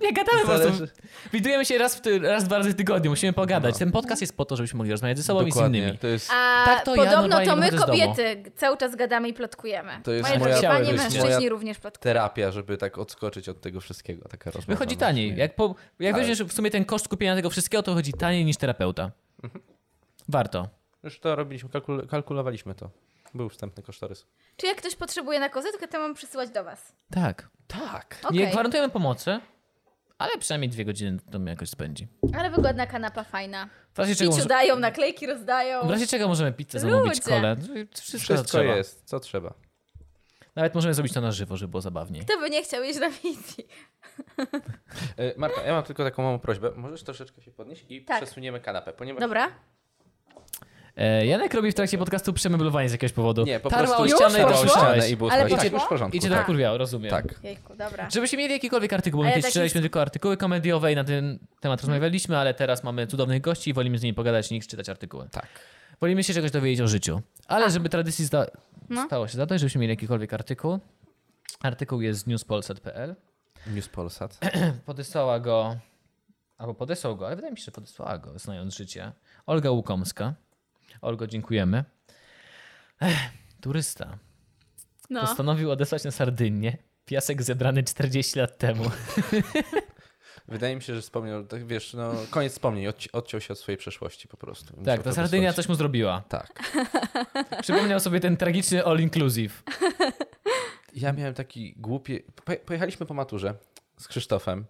S1: nie gadamy po
S2: Zależy- No.
S1: prostu. Widujemy się raz, w ty, raz dwa razy w tygodniu, musimy pogadać. Ten podcast jest po to, żebyśmy mogli rozmawiać ze sobą i z
S2: Dokładnie.
S1: innymi.
S2: To jest...
S3: A
S1: Tak to ja
S3: podobno
S1: normalnie
S3: to my
S1: wychodzę z domu.
S3: kobiety cały czas gadamy i plotkujemy.
S2: To jest
S3: Moje
S1: moja-
S3: drogie
S1: Chciałem,
S3: panie
S1: to jest
S3: mężczyźni
S2: moja-
S3: również plotkują.
S2: terapia, żeby tak odskoczyć od tego wszystkiego. Taka rozmowa.
S1: Wychodzi
S2: no,
S1: taniej.
S2: nie.
S1: Jak, po, jak
S2: Ale-
S1: weźmiesz w sumie ten koszt kupienia tego wszystkiego, to chodzi taniej niż terapeuta.
S2: Mhm.
S1: Warto.
S2: Już to robiliśmy, kalkul kalkulowaliśmy to. Był wstępny kosztorys.
S3: Czy jak ktoś potrzebuje na kozetkę, to mam przysyłać do was.
S1: Tak.
S2: Tak.
S3: Okej.
S1: Nie gwarantujemy pomocy, ale przynajmniej dwie godziny to mi jakoś spędzi.
S3: Ale wygodna kanapa, fajna.
S1: W razie czego,
S3: Piciu
S1: może,
S3: dają, naklejki rozdają.
S1: w razie czego możemy pizzę zamówić,
S3: Ludzie.
S1: kole. Wszystko,
S2: Wszystko
S1: trzeba.
S2: jest, co trzeba.
S1: Nawet możemy zrobić to na żywo, żeby było zabawniej.
S3: Kto by nie chciał iść na wizji?
S2: E, Marta, ja mam tylko taką małą prośbę. Możesz troszeczkę się podnieść i
S3: Tak.
S2: przesuniemy kanapę, ponieważ
S3: Dobra.
S1: E, Janek robi w trakcie podcastu przemeblowanie z jakiegoś powodu.
S2: Nie, po
S1: Tarła
S2: prostu
S1: o ścianę i
S2: tarła o
S3: poszło?
S1: dołożyłeś.
S2: ścianę i było
S3: Ale
S2: słychać.
S3: poszło?
S2: już w porządku.
S1: Idzie
S2: tak.
S1: tak kurwiał, rozumiem.
S2: tak.
S3: Jejku, dobra.
S1: Żebyśmy mieli jakikolwiek artykuł, bo
S3: Ale
S1: kiedyś
S3: taki-
S1: czytaliśmy tylko artykuły komediowe i na ten temat rozmawialiśmy, ale teraz mamy cudownych gości i wolimy z nimi pogadać niż czytać artykuły.
S2: Tak.
S1: Wolimy się czegoś dowiedzieć o życiu. Ale żeby tradycji zda-
S3: No.
S1: stało się zadać, żebyśmy mieli jakikolwiek artykuł. Artykuł jest z newspolsat.pl.
S2: News Polsat.
S1: Podesłała go, albo podesłał go, ale wydaje mi się, że podesłała go, znając życie. Olga Łukomska. Olgo, dziękujemy. Ech, turysta
S3: No.
S1: postanowił odesłać na Sardynię piasek zebrany 40 lat temu.
S2: Wydaje mi się, że wspomniał, tak wiesz, no koniec wspomnień, odci- odciął się od swojej przeszłości po prostu. Musiał
S1: Tak,
S2: to
S1: ta Sardynia
S2: wysłać.
S1: coś mu zrobiła.
S2: Tak.
S1: Przypomniał sobie ten tragiczny all inclusive.
S2: Ja miałem taki głupie... Poje- Pojechaliśmy po maturze z Krzysztofem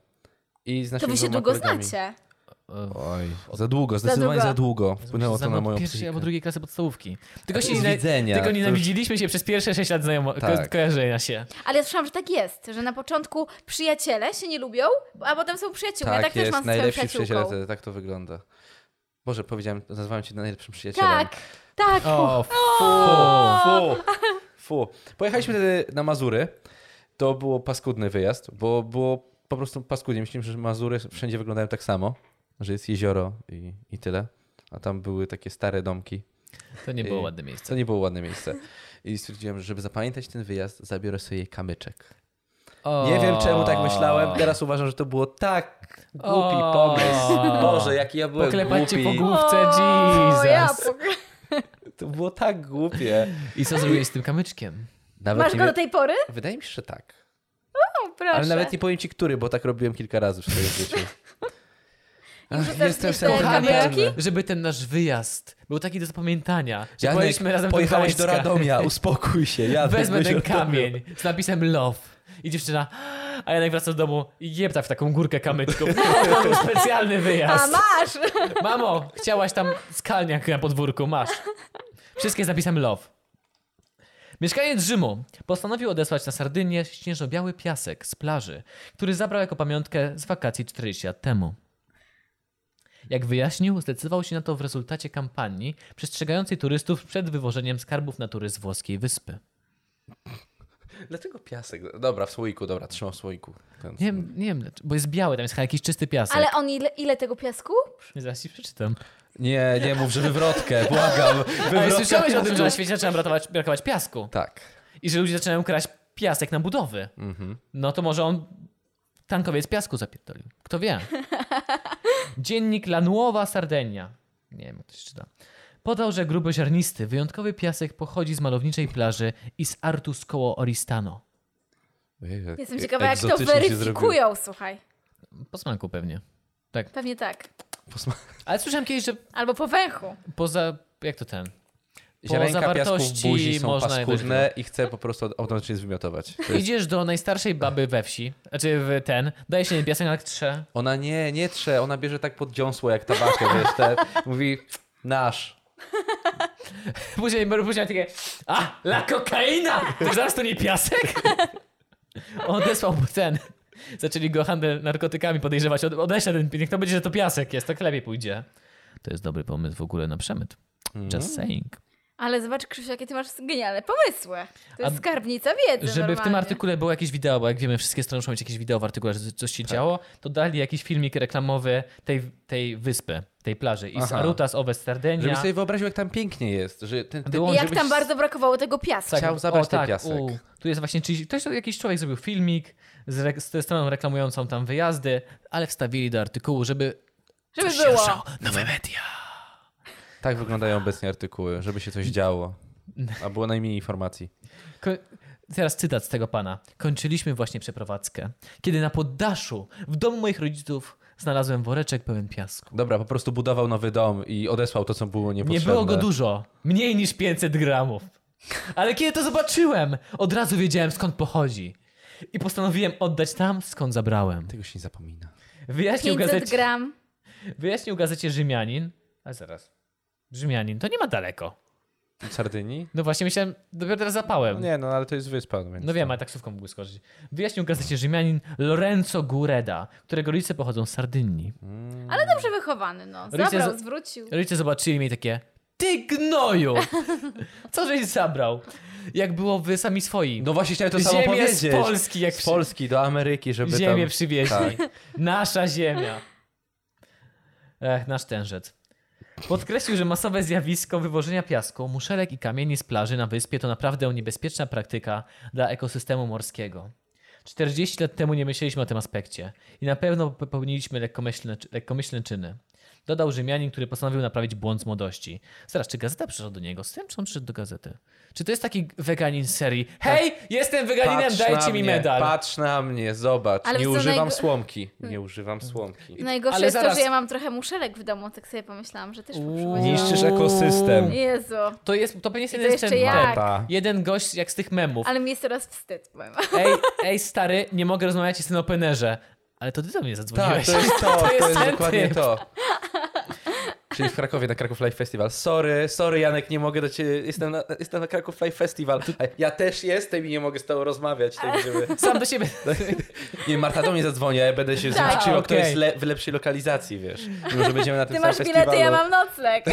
S2: i z
S3: To
S2: naszymi
S3: wy się
S2: dwoma
S3: długo
S2: kolegami.
S3: znacie.
S2: Oj, za długo, zdecydowanie
S3: długo.
S2: za długo. Wpłynęło to na moją
S1: Od pierwszej
S2: psychikę.
S1: albo drugiej klasy podstawówki. Tylko, się
S2: Z
S1: nie,
S2: widzenia,
S1: tylko
S2: to już-
S1: nienawidziliśmy się przez pierwsze 6 lat znajomo- ko-
S2: Tak.
S1: kojarzenia się.
S3: Ale ja słyszałam, że tak jest, że na początku przyjaciele się nie lubią, a potem są przyjaciółmi. ja tak też mam z swoją
S2: najlepsi
S3: przyjaciółką.
S2: przyjaciele, tak to wygląda. Boże, powiedziałem, nazwałem cię najlepszym przyjacielem.
S3: Tak, tak.
S1: O,
S2: Fu, fu, fu. Pojechaliśmy wtedy na Mazury. To było paskudny wyjazd, bo było po prostu paskudnie. Myśleliśmy, że Mazury wszędzie wyglądają tak samo, że jest jezioro i, i tyle. A tam były takie stare domki.
S1: to nie było
S2: I-
S1: ładne miejsce.
S2: To nie było ładne miejsce. I stwierdziłem, że żeby zapamiętać ten wyjazd, zabiorę sobie kamyczek. Nie wiem czemu tak myślałem. Teraz uważam, że to było tak głupi
S1: O.
S2: pomysł. Boże, jaki ja byłem
S1: Poklepać cię po
S2: głupi.
S1: główce,
S3: O, ja
S1: Jesus.
S3: pok-
S2: To było tak głupie.
S1: I co zrobiłeś z tym kamyczkiem?
S2: Nawet
S3: Masz
S2: nie
S3: go do
S2: wiem-
S3: tej pory?
S2: Wydaje mi się, że tak.
S3: O, proszę.
S2: Ale nawet nie powiem ci, który, bo tak robiłem kilka razy w swoim życiu. Ach,
S3: wrzucasz gdzieś te
S2: sentymentalny.
S3: kamyczki?
S1: Żeby ten nasz wyjazd był taki do zapamiętania. Że
S2: Janek,
S1: pojechaliśmy razem do
S2: pojechałeś do
S1: Gdańska.
S2: Radomia, uspokój się. Ja
S1: Wezmę
S2: myślę,
S1: ten
S2: że to
S1: kamień z napisem love. I dziewczyna, a Janek wraca do domu i jebta w taką górkę kamyczką. To był specjalny
S3: A
S1: wyjazd.
S3: masz!
S1: Mamo, chciałaś tam skalniak na podwórku, masz. Wszystkie z napisem love. Mieszkaniec Rzymu postanowił odesłać na Sardynię śnieżno-biały piasek z plaży, który zabrał jako pamiątkę z wakacji 40 lat temu. Jak wyjaśnił, zdecydował się na to w rezultacie kampanii przestrzegającej turystów przed wywożeniem skarbów natury z włoskiej wyspy.
S2: był- Dlaczego piasek? Dobra, w słoiku, dobra, trzymam w słoiku. Ten...
S1: Nie wiem, nie wiem, dlaczego, bo jest biały, tam jest chyba jakiś czysty piasek.
S3: Ale on ile, ile tego piasku?
S1: Zaraz ci przeczytam.
S2: nie, nie mów, że wywrotkę, błagam.
S1: Ale
S2: Wywrotkę.
S1: słyszałeś o tym, że na świecie zaczyna brakować, brakować piasku
S2: Tak.
S1: i że ludzie zaczynają kraść piasek na budowy.
S2: Mhm.
S1: No to może on tankowiec piasku zapierdolił. Kto wie? Dziennik Lanuowa Sardenia. Nie wiem, jak to się czyta. Podał, że gruboziarnisty, wyjątkowy piasek pochodzi z malowniczej plaży i z Artus koło Oristano.
S2: Ojej, jak
S3: Jestem ciekawa, jak to
S2: E- egzotycznie się zrobiło.
S3: weryfikują, słuchaj.
S1: Po smaku pewnie.
S3: Pewnie tak.
S2: Posma-
S1: Ale słyszałem kiedyś, że
S3: Albo po węchu.
S1: poza... Jak to ten? Po
S2: Ziarenka piasku w
S1: zawartości
S2: buzi są
S1: można
S2: paskudne i chcę po prostu automatycznie zwymiotować. To jest...
S1: Idziesz do najstarszej baby we wsi, znaczy w ten, daje się jej piasek na trze.
S2: Ona nie, nie trze, ona bierze tak pod dziąsło jak tabakę, wiesz, te, mówi nasz.
S1: Później, później takie, a, la kokaina! To zaraz to nie piasek? Odesłał mu ten. Zaczęli go handel narkotykami podejrzewać. Od- Odeślę ten, niech to będzie, że to piasek jest, tak lepiej pójdzie. To jest dobry pomysł w ogóle na przemyt.
S2: Mhm.
S1: Just saying.
S3: Ale zobacz, Krzysiu, jakie ty masz genialne pomysły. To jest
S1: A-
S3: skarbnica wiedzy
S1: Żeby w tym
S3: normalnie.
S1: artykule było jakieś wideo, bo jak wiemy, wszystkie strony muszą mieć jakieś wideo w artykule, że coś
S2: Tak.
S1: się działo, to dali jakiś filmik reklamowy tej, tej wyspy, tej plaży. I z
S2: Aha.
S1: Arutas, Owe Stardenia.
S2: Żebyś sobie wyobraził, jak tam pięknie jest, że ten, ten
S1: Było-
S3: I Jak
S2: żebyś-
S3: tam bardzo brakowało tego piasku.
S1: Tak,
S2: chciał zabrać ten piasek.
S1: tu jest właśnie czyś, ktoś, jakiś człowiek zrobił filmik z, re, z stroną reklamującą tam wyjazdy, ale wstawili do artykułu, żeby
S3: Żeby
S1: coś się ruszało.
S3: było.
S1: Nowe media.
S2: Tak wyglądają obecnie artykuły, żeby się coś działo. A było najmniej informacji.
S1: Ko- Teraz cytat z tego pana. Kończyliśmy właśnie przeprowadzkę, kiedy na poddaszu w domu moich rodziców znalazłem woreczek pełen piasku.
S2: Dobra, po prostu budował nowy dom i odesłał to, co było
S1: Nie
S2: niepotrzebne.
S1: było go dużo, mniej niż 500 gramów. Ale kiedy to zobaczyłem, od razu wiedziałem skąd pochodzi. i postanowiłem oddać tam, skąd zabrałem.
S2: Tego się nie zapomina.
S1: Wyjaśnił
S3: 500
S1: gazecie,
S3: gram.
S1: wyjaśnił gazecie Rzymianin. A zaraz. Rzymianin, to nie ma daleko.
S2: W Sardynii?
S1: No właśnie myślałem, dopiero teraz
S2: No
S1: zapałem.
S2: nie, no ale to jest wyspa. Więc
S1: No wiem, ale taksówką mógł skoczyć. Wyjaśnił gazecie Rzymianin Lorenzo Gureda, którego rodzice pochodzą z Sardynii.
S3: Ale dobrze wychowany, no.
S1: Rodzice
S3: Zabrał,
S1: z-
S3: zwrócił.
S1: Rodzice zobaczyli mnie i takie, ty gnoju! Co żeś zabrał? Jak było wy sami swoi.
S2: No właśnie chciałem to samo
S1: Ziemię
S2: powiedzieć.
S1: z Polski, jak
S2: Z Polski do Ameryki, żeby
S1: ziemię
S2: tam... Tak.
S1: przywieźli. Nasza ziemia. Ech, nasz tężec. Podkreślił, że masowe zjawisko wywożenia piasku, muszelek i kamieni z plaży na wyspie to naprawdę niebezpieczna praktyka dla ekosystemu morskiego. 40 lat temu nie myśleliśmy o tym aspekcie i na pewno popełniliśmy lekkomyślne, lekkomyślne czyny. Dodał Rzymianin, który postanowił naprawić błąd z młodości. Zaraz, czy gazeta przyszła do niego? Z tym, czy on przyszedł do gazety? Czy to jest taki weganin z serii? Hej, jestem weganinem,
S2: Tak. Patrz na
S1: dajcie mi
S2: mnie,
S1: medal.
S2: Patrz na mnie, zobacz.
S3: Ale No
S2: nie
S3: wiesz co,
S2: używam
S3: najgo-
S2: słomki. Nie używam słomki.
S3: Najgorsze
S1: Ale
S3: jest
S1: zaraz-
S3: to, że ja mam trochę muszelek w domu, tak sobie pomyślałam, że też poprzechodziłam.
S2: Niszczysz ekosystem.
S3: Jezu,
S1: To, jest, to pewnie jest
S3: I to
S1: jeden z
S3: jeszcze
S1: ten,
S3: jak?
S1: ten- Jeden gość jak z tych memów.
S3: ale mi jest teraz wstyd, powiem.
S1: Ej, ej, stary, nie mogę rozmawiać z tym openerze. Ale to ty do mnie
S2: Tak,
S1: zadzwoniłeś.
S2: to jest to, to
S1: jest
S2: jest
S1: ten
S2: dokładnie
S1: typ.
S2: to. Czyli w Krakowie na Kraków Live Festival. Sorry, sorry Janek, nie mogę do ciebie, jestem na, jestem na Kraków Live Festival. A Ja też jestem i nie mogę z tobą rozmawiać. Tak, żeby...
S1: Sam do siebie.
S2: Nie, Marta do mnie zadzwoni, a ja będę się
S3: Tak.
S2: zobaczył, kto
S1: Okej.
S2: jest le, w lepszej lokalizacji, wiesz. Mimo, że będziemy na tym
S3: Ty
S2: samym
S3: masz bilety,
S2: festiwalu.
S3: ja mam nocleg.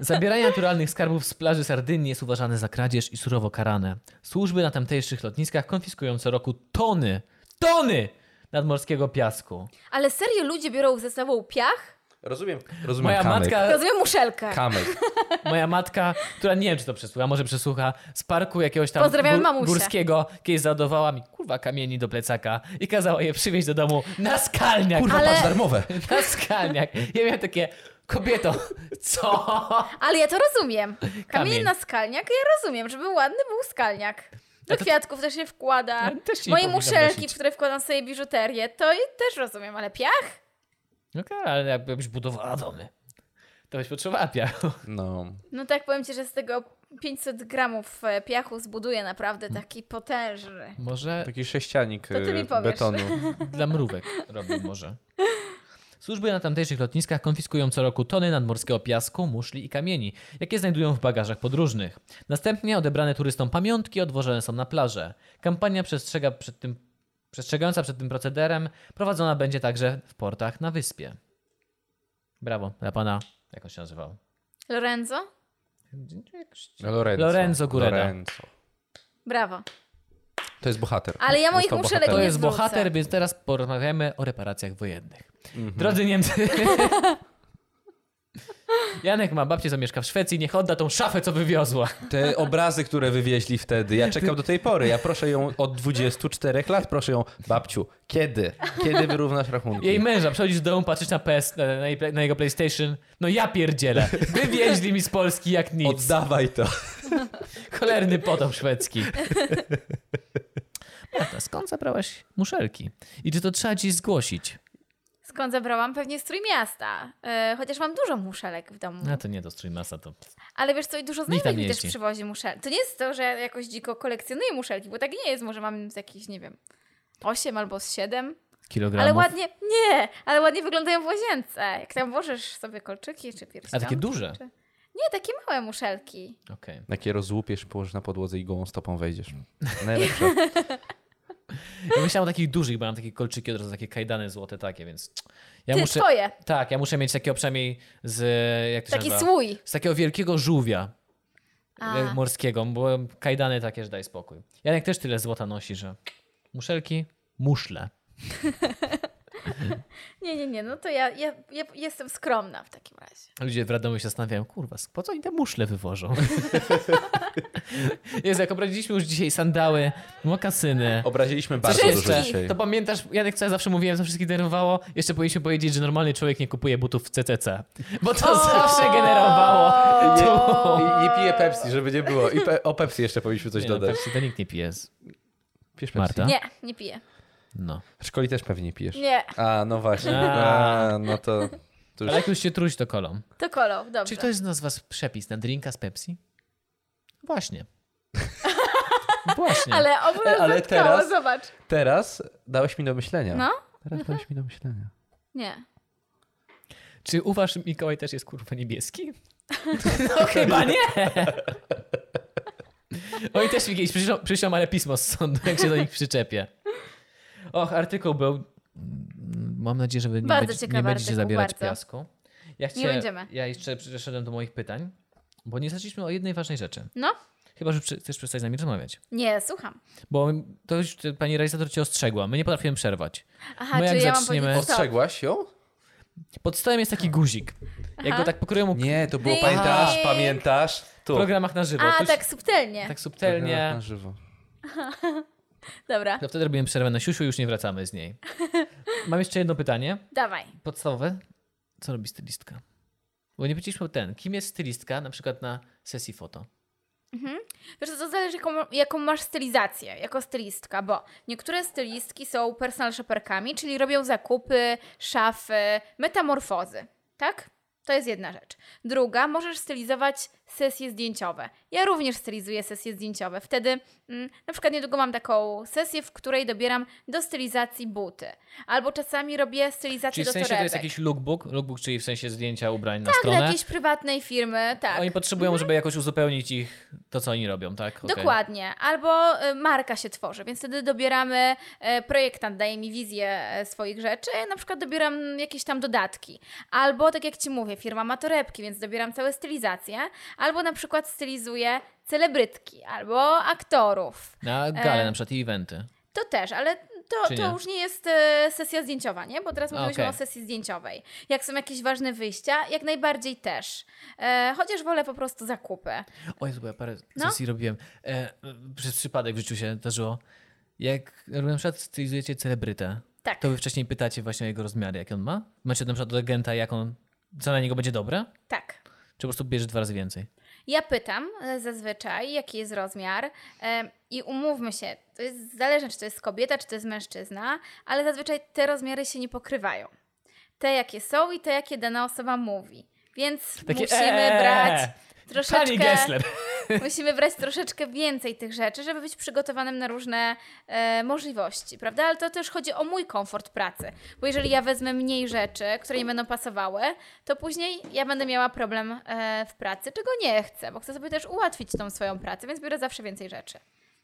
S1: Zabieranie naturalnych skarbów z plaży Sardynii jest uważane za kradzież i surowo karane. Służby na tamtejszych lotniskach konfiskują co roku tony, tony nadmorskiego piasku.
S3: Ale serio ludzie biorą ze sobą piach?
S2: Rozumiem, rozumiem
S1: Moja
S2: kamyk.
S1: matka,
S3: Rozumiem muszelkę.
S2: Kamyk.
S1: moja matka, która nie wiem, czy to przesłucha, może przesłucha, z parku jakiegoś tam
S3: Pozdrawiamy mamusię.
S1: górskiego, kiedyś załadowała mi kurwa kamieni do plecaka i kazała je przywieźć do domu na skalniak.
S2: Kurwa,
S3: Ale-
S2: patrz, darmowe.
S1: Na skalniak. Ja miałem takie, kobieto, co?
S3: Ale ja to rozumiem. Kamień
S1: Kamień.
S3: na skalniak, ja rozumiem, żeby ładny był skalniak. Do
S1: A to-
S3: kwiatków też się wkłada.
S1: Ja też się nie
S3: Moje
S1: powinnam
S3: muszelki,
S1: nosić.
S3: w które wkładam sobie biżuterię, to i też rozumiem, ale piach?
S1: No okay, ale jakbyś budowała domy, to byś potrzebowała piachu.
S2: No.
S3: No tak powiem ci, że z tego 500 gramów e, piachu zbuduję naprawdę taki potężny.
S1: Może
S2: Taki sześcianik
S3: Tak. To ty mi
S2: e,
S3: powiesz.
S2: betonu.
S1: dla mrówek robił może. Służby na tamtejszych lotniskach konfiskują co roku tony nadmorskiego piasku, muszli i kamieni, jakie znajdują w bagażach podróżnych. Następnie odebrane turystom pamiątki odwożone są na plażę. Kampania przestrzega przed tym, przestrzegająca przed tym procederem prowadzona będzie także w portach na wyspie. Brawo dla pana, jak on się nazywał?
S3: Lorenzo?
S2: Lorenzo.
S1: Lorenzo Gureda.
S2: Lorenzo.
S3: Brawo.
S2: To jest bohater.
S3: Ale ja moich
S2: Został
S3: muszelek
S1: To
S2: bohaterem.
S3: nie
S1: jest
S3: zwrócę.
S1: bohater, więc teraz porozmawiamy o reparacjach wojennych. Drodzy Niemcy. Janek ma babcię, co mieszka w Szwecji, niech odda tą szafę, co wywiozła.
S2: Te obrazy, które wywieźli wtedy, ja czekam do tej pory. Ja proszę ją od 24 lat, proszę ją, babciu, kiedy? Kiedy wyrównasz rachunki?
S1: Jej męża, przechodzisz do domu, patrzysz na PS, na, na, jej play- na jego PlayStation. No ja pierdzielę. Wywieźli mi z Polski jak nic.
S2: Oddawaj to.
S1: Cholerny potop szwedzki. Marta, skąd zabrałaś muszelki? I czy to trzeba dziś zgłosić?
S3: Skąd zabrałam? Pewnie z Trójmiasta. E, chociaż mam dużo muszelek w domu.
S1: No to nie dostrój masa, to
S3: Ale wiesz co, i dużo
S1: tam
S3: znajomych
S1: nie
S3: mi też
S1: jeździ.
S3: przywozi muszelki. To nie jest to, że ja jakoś dziko kolekcjonuję muszelki, bo tak nie jest. Może mam z jakichś, nie wiem, 8 albo z 7.
S1: kilogramów.
S3: Ale ładnie, nie, ale ładnie wyglądają w łazience. Jak tam włożysz sobie kolczyki czy pierścionki.
S1: A takie duże?
S3: Czy... Nie, takie małe muszelki.
S1: Okej.
S2: Jakie rozłupiesz, położysz na podłodze i gołą stopą wejdziesz. Najlepsze.
S1: Ja myślałem o takich dużych, bo mam takie kolczyki od razu, takie kajdany złote takie, więc ja
S3: Ty,
S1: muszę...
S3: twoje.
S1: Tak, ja muszę mieć takiego przynajmniej z... Jak to się
S3: Taki
S1: nazywa?
S3: słój.
S1: Z takiego wielkiego żółwia
S3: A.
S1: e, morskiego, bo kajdany takie, że daj spokój. Janek też tyle złota nosi, że muszelki, muszle.
S3: Nie, nie, nie, no to ja, ja, ja jestem skromna w takim razie.
S1: Ludzie w Radomiu się zastanawiają, kurwa, po co oni te muszle wywożą? Jezu, jak obradziliśmy już dzisiaj sandały, mokasyny.
S2: Obraziliśmy bardzo
S3: Wszystkich.
S2: dużo dzisiaj.
S1: To pamiętasz, Janek, co ja zawsze mówiłem, co wszystkich denerwowało? Jeszcze powinniśmy powiedzieć, że normalny człowiek nie kupuje butów w CCC, bo to zawsze generowało
S2: I, nie- i nie piję Pepsi, żeby nie było. I pe- o Pepsi jeszcze powinniśmy coś
S1: Nie, no,
S2: dodać.
S1: Pepsi to nikt nie pije. z-
S2: Pijesz Pepsi?
S1: Marta?
S3: Nie, nie piję.
S1: No.
S2: W szkoli też pewnie pijesz.
S3: Nie,
S2: A, no właśnie.
S1: A.
S2: A, no to... to już...
S1: Ale jak już się truć, to kolą.
S3: to kolą, dobrze.
S1: Czy ktoś z nas was przepis na drinka z Pepsi? Właśnie. Właśnie.
S3: Ale ogólnie
S1: E,
S2: Ale
S3: ale
S2: teraz-
S3: zobacz.
S2: Teraz dałeś mi do myślenia.
S3: No, Tak.
S2: Teraz dałeś mi do myślenia.
S3: nie.
S1: Czy uważ, Mikołaj też jest kurwa niebieski? No chyba nie. Oni też mi kiedyś przyszło, przyszło ale pismo z sądu, jak się do nich przyczepię. Och, artykuł był. Mam nadzieję, że wy nie,
S3: Bardzo
S1: będzie, nie
S3: ciekawy
S1: będziecie
S3: artykuł,
S1: zabierać
S3: bardzo.
S1: piasku. Ja
S3: Nie będziemy.
S1: Ja jeszcze przeszedłem do moich pytań, bo nie zaczęliśmy o jednej ważnej rzeczy.
S3: No.
S1: Chyba, że przy, chcesz przestać z nami rozmawiać.
S3: Nie, słucham.
S1: Bo to już ty, pani realizator cię ostrzegła. My nie potrafimy przerwać.
S3: Aha,
S1: My No
S3: czy
S1: jak
S3: ja mam
S1: zaczniemy-
S3: powiedzieć stop?
S2: Ostrzegłaś ją?
S1: Pod stołem jest taki guzik. Jak
S3: Aha.
S1: go tak pokryją mu
S2: Nie, to było,
S3: Ding.
S2: pamiętasz,
S3: Ding.
S2: pamiętasz?
S1: w
S2: Tu.
S1: programach na żywo.
S3: A,
S1: Tuś-
S3: tak subtelnie.
S1: tak tak. subtelnie.
S2: Programach na żywo.
S3: Dobra,
S1: To wtedy robiłem przerwę na siusiu, już nie wracamy z niej. Mam jeszcze jedno pytanie,
S3: dawaj.
S1: podstawowe. Co robi stylistka? Bo nie powiedzieliśmy o ten, kim jest stylistka na przykład na sesji foto.
S3: Wiesz, co, to zależy, jaką, jaką masz stylizację jako stylistka, bo niektóre stylistki są personal shopperkami, czyli robią zakupy, szafy, metamorfozy, tak? To jest jedna rzecz. Druga, możesz stylizować sesje zdjęciowe. Ja również stylizuję sesje zdjęciowe. Wtedy, mm, na przykład niedługo mam taką sesję, w której dobieram do stylizacji buty. Albo czasami robię stylizację
S1: Czyli w
S3: do
S1: sensie to
S3: torebek.
S1: jest jakiś lookbook, lookbook czyli w sensie zdjęcia ubrań na
S3: tak, dla
S1: stronę.
S3: jakiejś prywatnej firmy, tak.
S1: Oni potrzebują, żeby jakoś uzupełnić ich, to co oni robią, tak? Okej.
S3: Dokładnie. Albo y, marka się tworzy, więc wtedy dobieramy, e, projektant daje mi wizję e, swoich rzeczy, ja na przykład dobieram jakieś tam dodatki. Albo, tak jak Ci mówię, firma ma torebki, więc dobieram całe stylizacje. Albo na przykład stylizuję celebrytki, albo aktorów.
S1: Na gale
S3: E,
S1: na przykład i eventy.
S3: To też, ale to,
S1: Czy
S3: to
S1: nie?
S3: już nie jest e, sesja zdjęciowa, nie? Bo teraz mówiliśmy
S1: okej.
S3: o sesji zdjęciowej. Jak są jakieś ważne wyjścia, jak najbardziej też. E, chociaż wolę po prostu zakupy.
S1: O Jezu, bo ja parę
S3: No.
S1: sesji robiłem. E, przez przypadek w życiu się zdarzyło. Jak na przykład stylizujecie celebrytę,
S3: Tak.
S1: To wy wcześniej pytacie właśnie o jego rozmiary, jakie on ma? Macie na przykład do agenta, jak on, co na niego będzie dobre?
S3: Tak.
S1: Czy po prostu bierze dwa razy więcej?
S3: Ja pytam e, zazwyczaj, jaki jest rozmiar e, i umówmy się, to jest zależne, czy to jest kobieta, czy to jest mężczyzna, ale zazwyczaj te rozmiary się nie pokrywają. Te, jakie są i te, jakie dana osoba mówi. Więc
S1: Takie,
S3: musimy
S1: "Eee,
S3: brać
S1: Pani
S3: troszeczkę,
S1: Gessler!
S3: musimy brać troszeczkę więcej tych rzeczy, żeby być przygotowanym na różne e, możliwości, prawda? Ale to też chodzi o mój komfort pracy, bo jeżeli ja wezmę mniej rzeczy, które nie będą pasowały, to później ja będę miała problem e, w pracy, czego nie chcę, bo chcę sobie też ułatwić tą swoją pracę, więc biorę zawsze więcej rzeczy.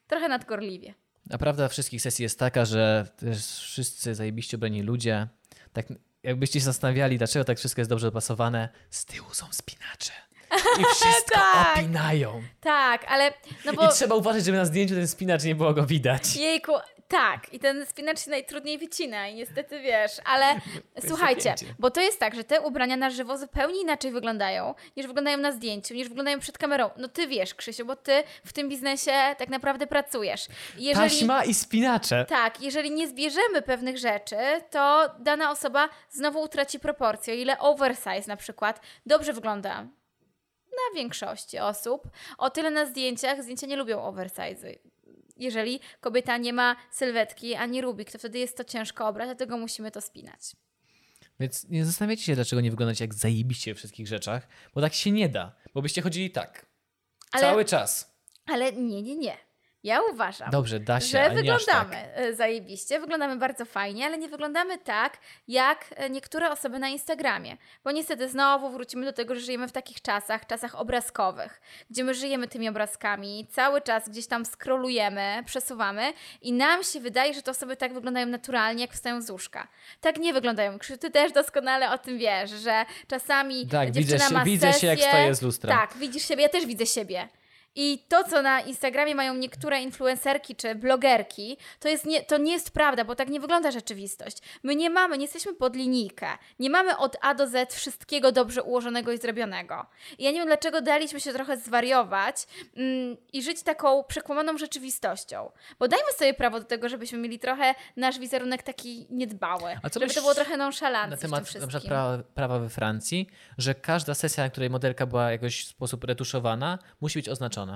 S3: Trochę nadgorliwie.
S1: A prawda wszystkich sesji jest taka, że też wszyscy zajebiście ubrani ludzie, tak jakbyście się zastanawiali, dlaczego tak wszystko jest dobrze dopasowane, z tyłu są spinacze. I wszystko
S3: Tak.
S1: opinają.
S3: Tak, ale no bo...
S1: I trzeba uważać, żeby na zdjęciu ten spinacz nie było go widać.
S3: Jejku, tak. I ten spinacz się najtrudniej wycina i niestety wiesz, ale słuchajcie,
S1: zapięcie.
S3: bo to jest tak, że te ubrania na żywo zupełnie inaczej wyglądają, niż wyglądają na zdjęciu, niż wyglądają przed kamerą. No ty wiesz, Krzysiu, bo ty w tym biznesie tak naprawdę pracujesz. Jeżeli...
S1: Taśma i spinacze.
S3: Tak, jeżeli nie zbierzemy pewnych rzeczy, to dana osoba znowu utraci proporcje. O ile oversize na przykład dobrze wygląda na większości osób, o tyle na zdjęciach zdjęcia nie lubią oversize. Jeżeli kobieta nie ma sylwetki ani rubik, to wtedy jest to ciężko obrać, dlatego musimy to spinać.
S1: Więc nie zastanawiacie się, dlaczego nie wyglądacie jak zajebiście we wszystkich rzeczach, bo tak się nie da, bo byście chodzili tak.
S3: Ale,
S1: Cały czas.
S3: ale nie, nie, nie. Ja uważam.
S1: Dobrze, da się.
S3: że
S1: ale nie aż
S3: wyglądamy
S1: Tak.
S3: e, zajebiście, wyglądamy bardzo fajnie, ale nie wyglądamy tak, jak e, niektóre osoby na Instagramie. Bo niestety znowu wrócimy do tego, że żyjemy w takich czasach, czasach obrazkowych, gdzie my żyjemy tymi obrazkami, cały czas gdzieś tam scrollujemy, przesuwamy i nam się wydaje, że te osoby tak wyglądają naturalnie, jak wstają z łóżka. Tak nie wyglądają. Krzysiu, Ty też doskonale o tym wiesz, że czasami
S1: Tak, widzę
S3: dziewczyna
S1: się-
S3: ma
S1: widzę się, jak
S3: sesję-
S1: stoję z lustra.
S3: Tak, widzisz siebie, ja też widzę siebie. I to, co na Instagramie mają niektóre influencerki czy blogerki, to, jest nie, to nie jest prawda, bo tak nie wygląda rzeczywistość. My nie mamy, nie jesteśmy pod linijkę. Nie mamy od A do Z wszystkiego dobrze ułożonego i zrobionego. I ja nie wiem, dlaczego daliśmy się trochę zwariować mm, i żyć taką przekłamaną rzeczywistością. Bo dajmy sobie prawo do tego, żebyśmy mieli trochę nasz wizerunek taki niedbały.
S1: A co
S3: żeby to
S1: myślisz
S3: było trochę nonszalancji
S1: Na
S3: w tym
S1: temat na przykład
S3: wszystkim.
S1: prawa, prawa we Francji, że każda sesja, na której modelka była jakoś w sposób retuszowana, musi być oznaczona.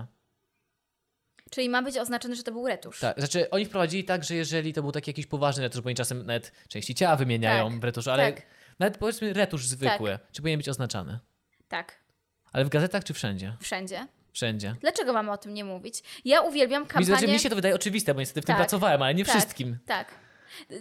S3: Czyli ma być oznaczone, że to był retusz.
S1: Tak, znaczy oni wprowadzili tak, że jeżeli to był taki jakiś poważny retusz, bo oni czasem nawet części ciała wymieniają
S3: Tak,
S1: w retuszu, ale
S3: tak.
S1: nawet powiedzmy retusz zwykły, czy powinien być oznaczany?
S3: tak.
S1: Ale w gazetach czy wszędzie?
S3: Wszędzie.
S1: Wszędzie.
S3: Dlaczego mam o tym nie mówić? Ja uwielbiam
S1: Mi,
S3: kampanię...
S1: znaczy, mi się to wydaje oczywiste, bo niestety w tym
S3: Tak,
S1: pracowałem, ale nie
S3: tak,
S1: wszystkim.
S3: Tak.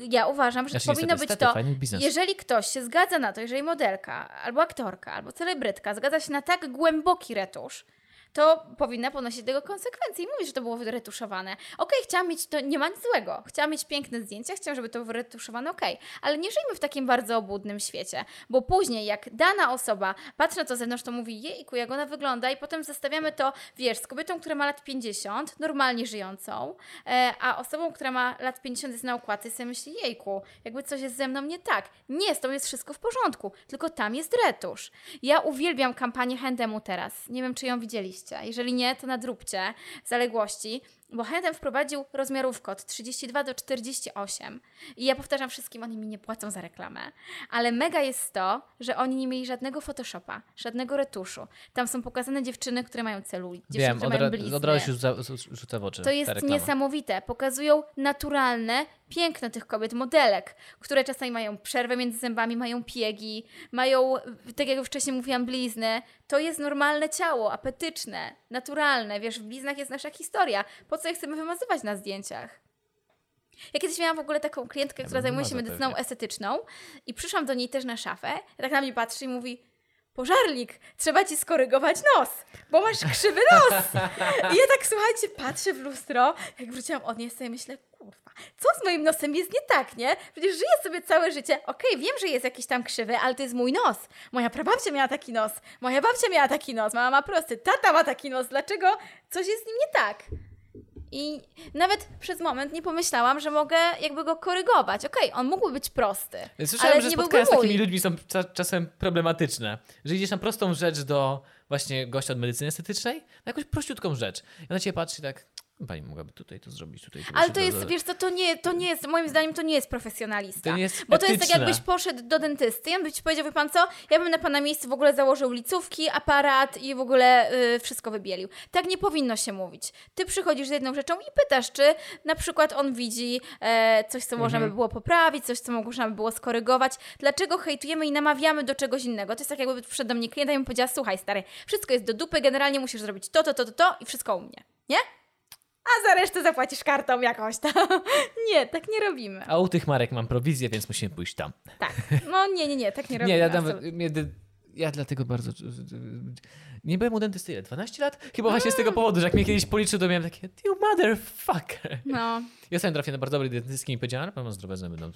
S3: Ja uważam, że
S1: Znaczy,
S3: powinno
S1: niestety,
S3: być
S1: niestety,
S3: to,
S1: fajny biznes.
S3: jeżeli ktoś się zgadza na to, jeżeli modelka, albo aktorka, albo celebrytka zgadza się na tak głęboki retusz, to powinna ponosić tego konsekwencje i mówić, że to było wyretuszowane. Okej, chciałam mieć, to nie ma nic złego. Chciałam mieć piękne zdjęcia, chciałam, żeby to było wyretuszowane, okej. Ale nie żyjmy w takim bardzo obłudnym świecie, bo później jak dana osoba patrzy na to z zewnątrz, to mówi jejku, jak ona wygląda i potem zestawiamy to, wiesz, z kobietą, która ma lat 50, normalnie żyjącą, e, a osobą, która ma lat 50 jest na okładce i sobie myśli, jejku, jakby coś jest ze mną nie tak. Nie, z tą jest wszystko w porządku, tylko tam jest retusz. Ja uwielbiam kampanię Handemu teraz. Nie wiem, czy ją widzieliście. Jeżeli nie, to nadróbcie zaległości, bo Handem wprowadził rozmiarówkę od 32 do 48. I ja powtarzam wszystkim, oni mi nie płacą za reklamę. Ale mega jest to, że oni nie mieli żadnego Photoshopa, żadnego retuszu. Tam są pokazane dziewczyny, które mają celulit, dziewczyny,
S1: Wiem,
S3: które
S1: od,
S3: mają
S1: ra-
S3: blizny.
S1: od razu się rzuca, rzuca w oczy.
S3: To
S1: ta
S3: jest
S1: reklama.
S3: niesamowite. Pokazują naturalne piękno tych kobiet, modelek, które czasami mają przerwę między zębami, mają piegi, mają, tak jak już wcześniej mówiłam, blizny. To jest normalne ciało, apetyczne, naturalne. Wiesz, w bliznach jest nasza historia. Po co je chcemy wymazywać na zdjęciach? Ja kiedyś miałam w ogóle taką klientkę, która
S1: bym
S3: zajmuje się
S1: wymazał
S3: medycyną
S1: pewnie.
S3: estetyczną i przyszłam do niej też na szafę, tak na mnie patrzy i mówi Pożarlik, trzeba ci skorygować nos, bo masz krzywy nos. I ja tak, słuchajcie, patrzę w lustro, jak wróciłam od niej, sobie myślę, kurwa, co z moim nosem jest nie tak, nie? Przecież żyję sobie całe życie. Okej, wiem, że jest jakiś tam krzywy, ale to jest mój nos. Moja prababcia miała taki nos, moja babcia miała taki nos, mama ma prosty, tata ma taki nos. Dlaczego coś jest z nim nie tak? I nawet przez moment nie pomyślałam, że mogę jakby go korygować. Okej, on mógł być prosty,
S1: Słyszałem,
S3: ale
S1: że
S3: nie
S1: spotkania
S3: byłby
S1: z
S3: mój.
S1: takimi ludźmi są cza- czasem problematyczne. Że idziesz na prostą rzecz do właśnie gościa od medycyny estetycznej, na jakąś prościutką rzecz. I ona ciebie patrzy i tak, pani mogłaby tutaj to zrobić, tutaj to
S3: Ale
S1: się
S3: to jest, wiesz co, to nie, to nie jest, moim zdaniem to nie jest profesjonalista.
S1: To nie jest
S3: Bo to jest tak
S1: etyczne.
S3: jakbyś poszedł do dentysty i on by ci powiedział, wie pan co, ja bym na pana miejscu w ogóle założył licówki, aparat i w ogóle y, wszystko wybielił. Tak nie powinno się mówić. Ty przychodzisz z jedną rzeczą i pytasz, czy na przykład on widzi e, coś, co można by było poprawić, coś, co można by było skorygować. Dlaczego hejtujemy i namawiamy do czegoś innego? To jest tak jakby przyszedł do mnie klient i bym powiedziała, słuchaj stary, wszystko jest do dupy, generalnie musisz zrobić to, to, to, to, to i wszystko u mnie. Nie? a za resztę zapłacisz kartą jakąś tam. Nie, tak nie robimy.
S1: A u tych marek mam prowizję, więc musimy pójść tam.
S3: Tak. No nie, nie, nie, tak nie robimy.
S1: Nie, ja,
S3: absolutnie.
S1: nawet, mnie, dy- ja dlatego bardzo. Nie byłem u dentysty ile? 12 lat? Chyba właśnie z tego powodu, że jak mnie kiedyś policzył, to miałem takie, you motherfucker.
S3: No.
S1: Ja sam trafię na bardzo dobry dentystki i powiedziałem, ale pan ma zdrowe zęby, no,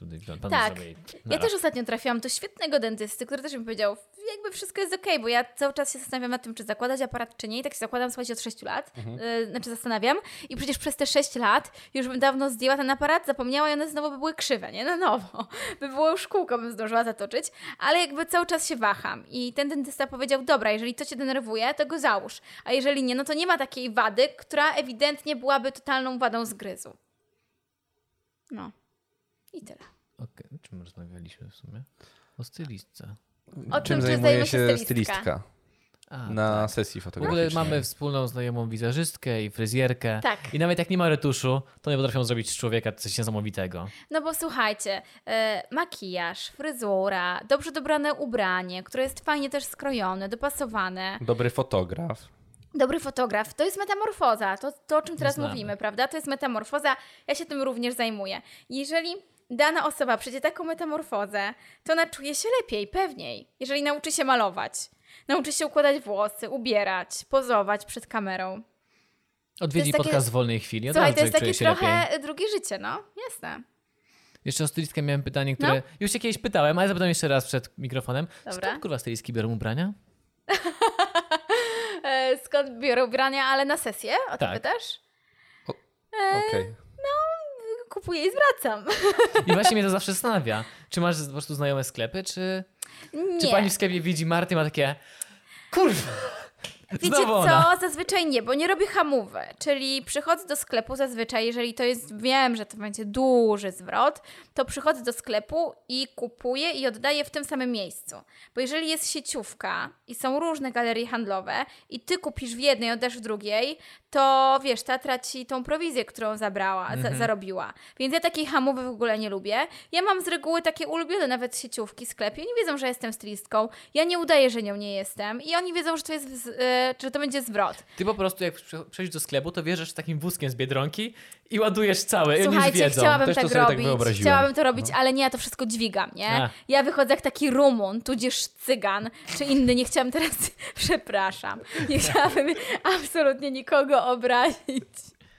S1: tutaj pan pan
S3: Tak.
S1: zdrowie i-
S3: Ja
S1: nara.
S3: też ostatnio trafiłam do świetnego dentysty, który też mi powiedział, jakby wszystko jest okej, bo ja cały czas się zastanawiam nad tym, czy zakładać aparat, czy nie. I tak się zakładam, słuchajcie, od 6 lat. Y, znaczy zastanawiam. I przecież przez te 6 lat już bym dawno zdjęła ten aparat, zapomniała i one znowu by były krzywe, nie? Na nowo. By było już kółko, bym zdążyła zatoczyć. Ale jakby cały czas się waham. I ten dentysta powiedział, dobra, jeżeli to cię denerwuje, to go załóż. A jeżeli nie, no to nie ma takiej wady, która ewidentnie byłaby totalną wadą zgryzu. No. I tyle.
S1: Okej, o czym rozmawialiśmy w sumie? O stylistce.
S3: O czym
S2: Czym
S3: się
S2: zajmuje
S3: zajmuje
S2: się
S3: stylistka?
S2: stylistka
S1: A, tak.
S2: na sesji
S1: w ogóle
S2: fotograficznej?
S1: mamy wspólną znajomą wizerzystkę i fryzjerkę.
S3: Tak.
S1: I nawet jak nie ma retuszu, to nie potrafią zrobić z człowieka coś niesamowitego.
S3: No bo słuchajcie, e, makijaż, fryzura, dobrze dobrane ubranie, które jest fajnie też skrojone, dopasowane,
S2: Dobry fotograf.
S3: dobry fotograf, to jest metamorfoza, to, to o czym teraz
S1: Znamy.
S3: mówimy, prawda? To jest metamorfoza, ja się tym również zajmuję. Jeżeli dana osoba przejdzie taką metamorfozę, to ona czuje się lepiej, pewniej, jeżeli nauczy się malować, nauczy się układać włosy, ubierać, pozować przed kamerą.
S1: Odwiedzi
S3: takie-
S1: podcast w wolnej chwili. od
S3: Słuchaj,
S1: razu
S3: to jest
S1: człowiek
S3: takie
S1: czuje się
S3: trochę
S1: lepiej.
S3: drugie życie, no, jasne.
S1: Jeszcze o stylistkę miałem pytanie, które już się kiedyś pytałem, ale zapytam jeszcze raz przed mikrofonem.
S3: No. Dobra.
S1: Skąd kurwa stylistki biorą ubrania?
S3: E, skąd biorę ubrania, ale na sesję? O to
S1: Tak.
S3: pytasz? Eee,
S2: Okej.
S3: Kupuję i zwracam.
S1: I właśnie mnie to zawsze zastanawia. Czy masz po prostu znajome sklepy, czy, czy
S3: Nie.
S1: pani w sklepie widzi Martę i ma takie kurwa,
S3: Wiecie
S1: znowu
S3: co?
S1: ona.
S3: Zazwyczaj nie, bo nie robię hamowy. Czyli przychodzę do sklepu zazwyczaj, jeżeli to jest, wiem, że to będzie duży zwrot, to przychodzę do sklepu i kupuję i oddaję w tym samym miejscu. Bo jeżeli jest sieciówka i są różne galerie handlowe i ty kupisz w jednej, oddasz w drugiej, to wiesz, ta traci tą prowizję, którą zabrała,
S2: Mhm.
S3: za, zarobiła. Więc ja takiej hamowy w ogóle nie lubię. Ja mam z reguły takie ulubione nawet sieciówki, sklepy. Oni wiedzą, że jestem stylistką. Ja nie udaję, że nią nie jestem. I oni wiedzą, że to jest w, z- e, będzie, czy to będzie zwrot.
S1: Ty po prostu jak prze- przejdziesz do sklepu, to wierzysz takim wózkiem z Biedronki i ładujesz całe i oni już
S3: Słuchajcie,
S1: wiedzą.
S3: chciałabym
S2: Też to
S3: tak
S2: sobie tak
S3: robić.
S2: wyobraziłem. No.
S3: chciałabym to robić, ale nie, ja to wszystko dźwigam, nie?
S1: A.
S3: Ja wychodzę jak taki Rumun, tudzież Cygan, czy inny. Nie chciałam teraz, przepraszam, nie chciałabym absolutnie nikogo obrazić.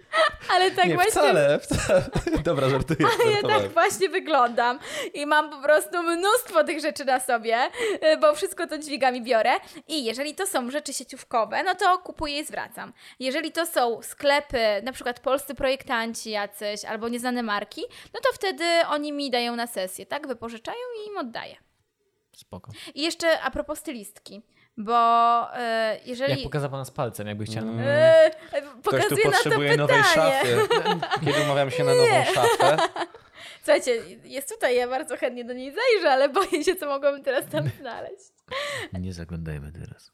S3: Ale tak
S2: nie,
S3: właśnie
S2: wcale, wcale. Dobra, żartuję.
S3: Ja tak właśnie wyglądam i mam po prostu mnóstwo tych rzeczy na sobie, y, bo wszystko to dźwigam i biorę. I jeżeli to są rzeczy sieciówkowe, no to kupuję i zwracam. Jeżeli to są sklepy, na przykład polscy projektanci jacyś albo nieznane marki, no to wtedy oni mi dają na sesję, tak? Wypożyczają i im oddaję.
S1: Spoko.
S3: I jeszcze a propos stylistki, bo y,
S1: Jak
S3: jeżeli...
S1: pokazał pan z palcem, jakby chciał.
S2: No.
S3: y, y,
S2: Ktoś tu
S3: Pokazuje na to
S2: potrzebuje nowej
S3: pytanie.
S2: szafy. Kiedy umawiam się na nową szafę,
S3: Słuchajcie, jest tutaj, ja bardzo chętnie do niej zajrzę, ale boję się, co mogłabym teraz tam znaleźć.
S1: Nie zaglądajmy teraz.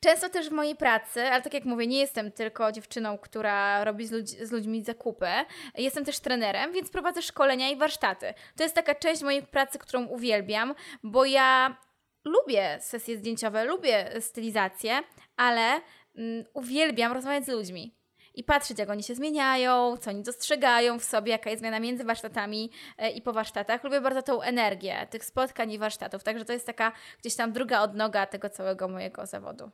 S3: Często też w mojej pracy, ale tak jak mówię, nie jestem tylko dziewczyną, która robi z, ludź, z ludźmi zakupy. Jestem też trenerem, więc prowadzę szkolenia i warsztaty. To jest taka część mojej pracy, którą uwielbiam, bo ja lubię sesje zdjęciowe, lubię stylizację, ale mm, uwielbiam rozmawiać z ludźmi. I patrzeć, jak oni się zmieniają, co oni dostrzegają w sobie, jaka jest zmiana między warsztatami e, i po warsztatach. Lubię bardzo tą energię tych spotkań i warsztatów, także to jest taka gdzieś tam druga odnoga tego całego mojego zawodu.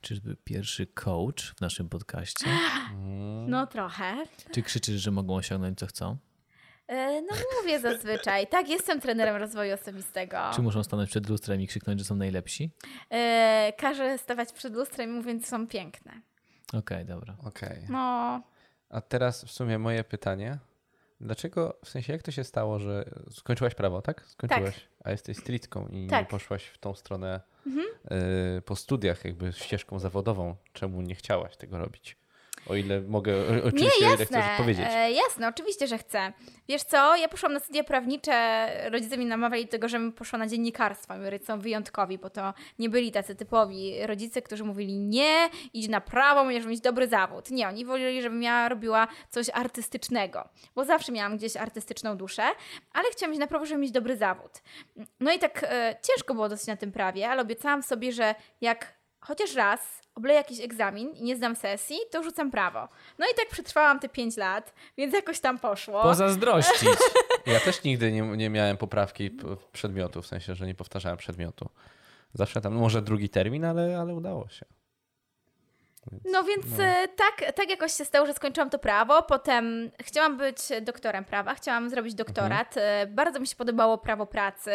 S1: Czyżby pierwszy coach w naszym podcaście?
S2: Mm.
S3: No trochę.
S1: Czy krzyczysz, że mogą osiągnąć co chcą?
S3: E, No mówię zazwyczaj. Tak, jestem trenerem rozwoju osobistego.
S1: Czy muszą stanąć przed lustrem i krzyknąć, że są najlepsi?
S3: E, Każę stawać przed lustrem i mówię, że są piękne.
S1: Okej, dobra.
S2: Okej.
S3: No,
S2: A teraz w sumie moje pytanie. Dlaczego, w sensie jak to się stało, że skończyłaś prawo, tak? Skończyłaś, a jesteś stylistką i nie
S3: Tak. Mhm.
S2: poszłaś w tą stronę y, po studiach, jakby ścieżką zawodową. Czemu nie chciałaś tego robić? O ile mogę, o- oczywiście,
S3: nie,
S2: o ile chcesz
S3: jasne.
S2: powiedzieć.
S3: E, jasne, oczywiście, że chcę. Wiesz co, ja poszłam na studia prawnicze, rodzice mi namawiali do tego, żebym poszła na dziennikarstwo. Moi rodzice są wyjątkowi, bo to nie byli tacy typowi rodzice, którzy mówili nie, idź na prawo, będziesz mieć dobry zawód. Nie, oni woleli, żebym ja robiła coś artystycznego, bo zawsze miałam gdzieś artystyczną duszę, ale chciałam mieć na prawo, żeby mieć dobry zawód. No i tak e, ciężko było dosyć na tym prawie, ale obiecałam sobie, że jak chociaż raz obleję jakiś egzamin i nie znam sesji, to rzucam prawo. No i tak przetrwałam te 5 lat, więc jakoś tam poszło.
S1: Pozazdrościć.
S2: Ja też nigdy nie, nie miałem poprawki p- przedmiotu, w sensie, że nie powtarzałem przedmiotu. Zawsze tam, może drugi termin, ale, ale udało się.
S3: No więc e, Tak, tak jakoś się stało, że skończyłam to prawo. Potem chciałam być doktorem prawa, chciałam zrobić doktorat. E, Bardzo mi się podobało prawo pracy,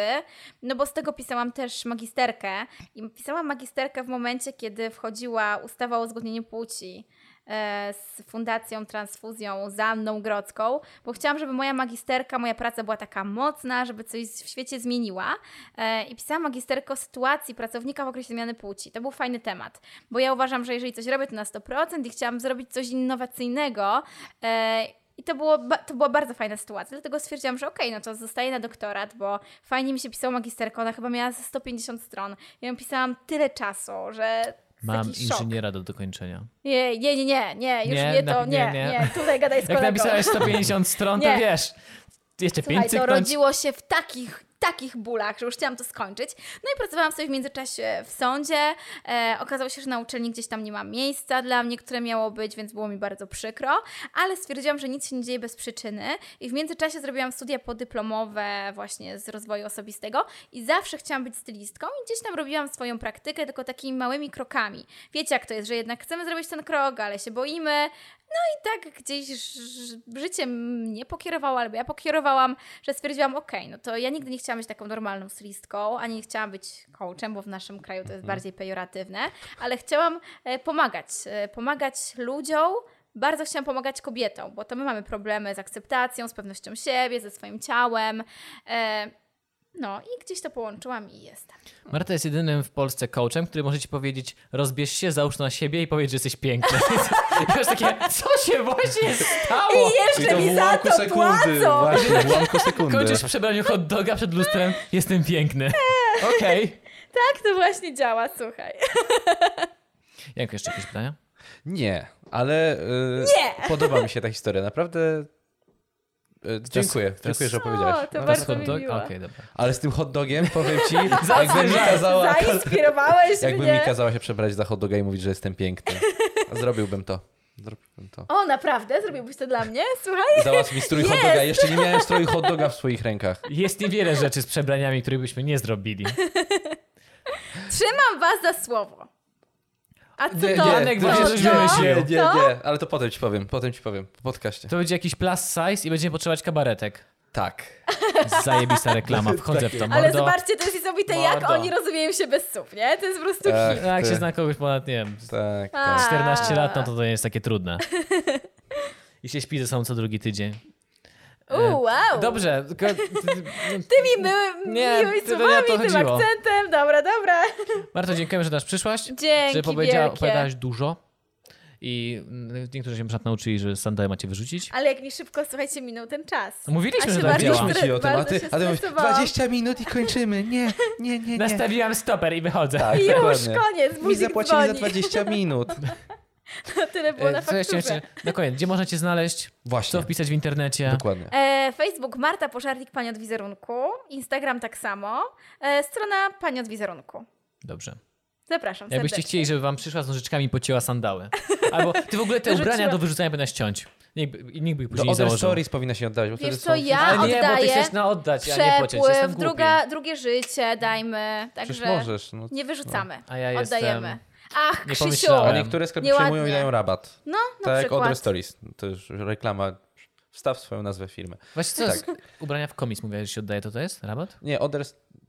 S3: no bo z tego pisałam też magisterkę. I pisałam magisterkę w momencie, kiedy wchodziła ustawa o uzgodnieniu płci e, z Fundacją Transfuzją, z Anną Grodzką, bo chciałam, żeby moja magisterka, moja praca była taka mocna, żeby coś w świecie zmieniła. E, I pisałam magisterkę o sytuacji pracownika w okresie zmiany płci. To był fajny temat, bo ja uważam, że jeżeli coś robię, to na 100% i chciałam zrobić coś innowacyjnego. E, i to, było, ba- to była bardzo fajna sytuacja, dlatego stwierdziłam, że okej, no to zostaję na doktorat, bo fajnie mi się pisało magisterkę, ona chyba miała ze 150 stron. Ja ją pisałam tyle czasu, że to
S1: Mam
S3: taki szok.
S1: inżyniera do dokończenia.
S3: Nie, nie, nie, nie, nie, już
S1: Nie,
S3: nie,
S1: na-
S3: to,
S1: nie,
S3: nie,
S1: nie.
S3: nie, tutaj gadaj z
S1: Jak
S3: kolegą.
S1: napisałeś 150 stron, to
S3: Nie.
S1: wiesz. Jeszcze
S3: Słuchaj,
S1: pięć
S3: to
S1: cyknąć.
S3: rodziło się w takich, takich bólach, że już chciałam to skończyć. No i pracowałam sobie w międzyczasie w sądzie. E, okazało się, że na uczelni gdzieś tam nie ma miejsca dla mnie, które miało być, więc było mi bardzo przykro, ale stwierdziłam, że nic się nie dzieje bez przyczyny i w międzyczasie zrobiłam studia podyplomowe właśnie z rozwoju osobistego i zawsze chciałam być stylistką i gdzieś tam robiłam swoją praktykę, tylko takimi małymi krokami. Wiecie jak to jest, że jednak chcemy zrobić ten krok, ale się boimy, i tak gdzieś ż- życie mnie pokierowało, albo ja pokierowałam, że stwierdziłam, okej, no to ja nigdy nie chciałam być taką normalną stylistką, ani nie chciałam być coachem, bo w naszym kraju to jest bardziej pejoratywne, ale chciałam e, pomagać, e, pomagać ludziom, bardzo chciałam pomagać kobietom, bo to my mamy problemy z akceptacją, z pewnością siebie, ze swoim ciałem. E, no i gdzieś to połączyłam i jestem.
S1: Marta jest jedynym w Polsce coachem, który może ci powiedzieć, rozbierz się, załóż na siebie i powiedz, że jesteś piękny. I Już takie, co się właśnie stało?
S2: Czyli to w ułamku sekundy. tak. Właśnie, w ułamku sekundy.
S1: Kończysz w przebraniu hot doga przed lustrem, jestem piękny. Okej.
S3: Tak to właśnie działa, słuchaj.
S1: Janko, jeszcze jakieś pytania?
S2: Nie, ale y, podoba mi się ta historia. Naprawdę E, y, Dziękuję,
S1: Teraz-
S2: dziękuję, że
S1: teraz-
S2: opowiedziałeś.
S3: to
S2: No,
S1: Teraz
S3: bardzo
S1: hot
S3: mi
S1: dog?
S3: miło.
S1: Okej, dobra.
S2: Ale z tym hot dogiem powiem ci, jakby mi kazała,
S3: Zainspirowałeś
S2: jakby mi
S3: mnie.
S2: kazała się przebrać za hot doga i mówić, że jestem piękny. Zrobiłbym to. Zrobiłbym to.
S3: O, naprawdę? Zrobiłbyś to dla mnie? Słuchaj.
S2: Załatw mi strój hot doga. Jeszcze nie miałem stroju hot doga w swoich rękach.
S1: Jest niewiele rzeczy z przebraniami, których byśmy nie zrobili.
S3: Trzymam was za słowo. A co
S2: Nie,
S3: to?
S2: nie,
S1: Janek,
S3: to,
S1: właśnie
S3: to,
S1: żeś wymyślił.
S2: Nie, nie,
S1: Sił.
S2: nie. Ale to potem ci powiem. Potem ci powiem. Po podcaście.
S1: To będzie jakiś plus size i będziemy potrzebować kabaretek.
S2: Tak.
S1: Zajebista reklama, wchodzę w to, mordo.
S3: Ale zobaczcie, to jest niesamowite, jak
S1: Mordo.
S3: oni rozumieją się bez słów, nie? To jest po prostu
S2: Ech,
S3: hit.
S1: Jak
S2: ty.
S1: się zna kogoś ponad, nie wiem,
S2: Tak,
S3: A.
S2: tak.
S1: 14 lat, no to to nie jest takie trudne. I się śpi ze sobą co drugi tydzień.
S3: U, wow.
S1: Dobrze. tylko-
S3: Tymi my,
S1: Nie,
S3: miłymi
S1: to- to
S3: słowami,
S1: ja to
S3: tym
S1: chodziło.
S3: akcentem. Dobra, dobra.
S1: Marto, dziękujemy, że do nas przyszłaś. że
S3: Dzięki
S1: powiedziała-
S3: wielkie.
S1: opowiadałaś dużo. I mm, niektórzy się na przykład nauczyli, że sandały macie wyrzucić.
S3: Ale jak mi szybko, słuchajcie, minął ten czas.
S1: Mówiliśmy,
S3: A
S1: że
S3: się
S1: tak
S3: bardzo
S1: działa.
S2: Mówiliśmy ci o tym, a
S3: bardzo
S2: ty,
S3: się
S2: a ty mówisz,
S3: stresowałam.
S2: 20 minut i kończymy. Nie, nie, nie, nie.
S1: Nastawiłam stoper i wychodzę.
S2: Tak,
S3: I już,
S2: dokładnie.
S3: koniec,
S2: Mi
S3: budzik
S2: zapłacili za
S3: dzwoni.
S2: 20 minut.
S3: Tyle było na
S1: E, Co jeszcze, jeszcze,
S3: fakturze.
S1: na koniec, gdzie można cię znaleźć? Co
S2: Właśnie,
S1: wpisać w internecie?
S2: dokładnie.
S3: E, Facebook Marta Pożarnik Pani od Wizerunku, Instagram tak samo, e, strona Pani od Wizerunku.
S1: Dobrze.
S3: Zapraszam
S1: Jakbyście
S3: serdecznie.
S1: chcieli, żeby wam przyszła z nożyczkami pocięła sandały. Albo ty w ogóle te
S3: Wyrzuciła.
S1: ubrania do wyrzucania powinnaś ciąć. Nikt, by- nikt by ich
S2: Do
S1: później nie
S2: Other
S1: założył.
S2: Stories powinna się oddać. Bo wtedy
S3: Wiesz
S2: są
S3: co, ja
S1: Ale nie, bo ty
S3: oddaję
S1: chcesz na oddać, a nie pociąć. Jestem
S3: przepływ,
S1: głupi.
S3: druga, drugie życie dajmy,
S2: Przecież
S3: także
S2: możesz. No.
S3: nie wyrzucamy,
S1: A ja jestem-
S3: oddajemy. Ach,
S1: nie
S3: Krzysiu,
S2: A
S1: pomyślałem.
S2: niektóre sklepy
S3: Nieładnie.
S2: przyjmują i dają rabat.
S3: no na
S2: tak jak Other
S3: przykład.
S2: Stories. To już reklama. Wstaw swoją nazwę firmy.
S1: Właśnie co
S2: Tak.
S1: z ubrania w komis mówiłaś, że się oddaje, to to jest? Rabat?
S2: Nie, Other,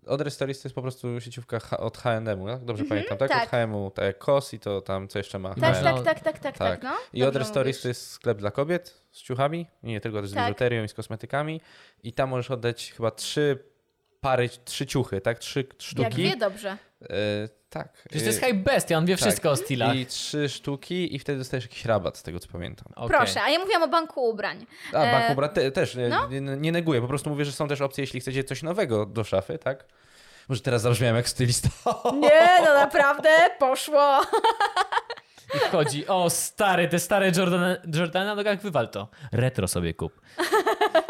S2: Other Stories to jest po prostu sieciówka H- od H&M, tak? Dobrze pamiętam, tak?
S3: tak.
S2: Od H&M, tak jak KOS i to tam, co jeszcze ma
S3: Tak,
S2: H&M.
S1: Mają.
S3: tak, tak, tak, tak, tak, no.
S2: I
S3: Dobrze
S2: Other Stories
S3: mówisz.
S2: to jest sklep dla kobiet z ciuchami, nie tylko też z
S3: Tak.
S2: biżuterią i z kosmetykami. I tam możesz oddać chyba trzy pary, trzy ciuchy, tak? Trzy
S3: Jak
S2: sztuki.
S3: wie dobrze.
S2: E, tak.
S1: Przecież to jest
S2: E,
S1: high bestia, on wie
S2: tak.
S1: wszystko o stylach.
S2: I trzy sztuki i wtedy dostajesz jakiś rabat, z tego co pamiętam.
S1: Okej.
S3: Proszę, a ja mówiłam o banku ubrań.
S2: A,
S3: E,
S2: banku brat te, też, nie-
S3: no.
S2: nie, nie neguję, po prostu mówię, że są też opcje, jeśli chcecie coś nowego do szafy, tak? Może teraz zabrzmiałem jak stylista.
S3: Nie, no naprawdę, poszło.
S1: I wchodzi, o stary, te stare Jordana, Jordana na nogach, wywal to. Retro sobie kup.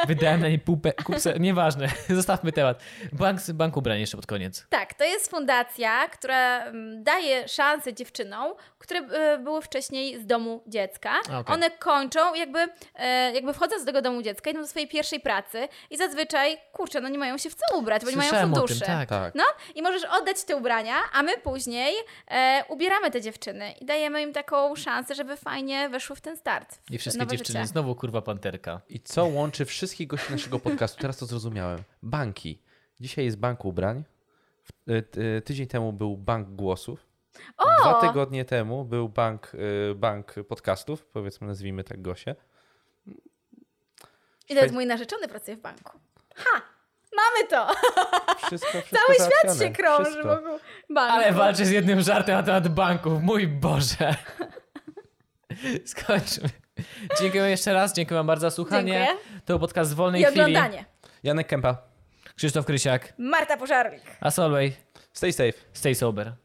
S1: Wydałem na nie pół pe- kupce, nieważne, zostawmy temat. Bank, bank ubrań jeszcze pod koniec.
S3: Tak, to jest fundacja, która mm, daje szansę dziewczynom, które e, były wcześniej z domu dziecka.
S1: okej.
S3: One kończą, jakby, e, jakby wchodzą z tego domu dziecka, idą do swojej pierwszej pracy i zazwyczaj, kurczę, no nie mają się w co ubrać, bo nie mają
S1: Słyszałem o
S3: funduszy.
S1: tym, tak.
S2: Tak.
S3: No i możesz oddać te ubrania, a my później e, ubieramy te dziewczyny i dajemy im taką szansę, żeby fajnie weszły w ten start. w
S1: I wszystkie
S3: nowe
S1: dziewczyny,
S3: życie.
S1: znowu kurwa panterka.
S2: I co łączy wszystkich gości naszego podcastu? Teraz to zrozumiałem. Banki. Dzisiaj jest bank ubrań. W- y, y, Tydzień temu był bank głosów. Dwa tygodnie temu był bank, y, bank podcastów, powiedzmy, nazwijmy tak Gosie.
S3: I nawet mój narzeczony pracuje w banku. Ha! Mamy to!
S2: Wszystko, wszystko
S3: Cały świat się
S2: załatwione.
S3: krąży
S2: Wszystko.
S3: wokół banku.
S1: Ale walczę z jednym żartem na temat banków, mój Boże. Skończmy. Dziękuję jeszcze raz, dziękuję wam bardzo za słuchanie.
S3: Dziękuję.
S1: To był podcast w wolnej
S3: I
S1: chwili.
S3: oglądanie.
S2: Janek Kępa.
S1: Krzysztof Krysiak,
S3: Marta Pożarnik.
S1: as always,
S2: Stay safe.
S1: stay sober.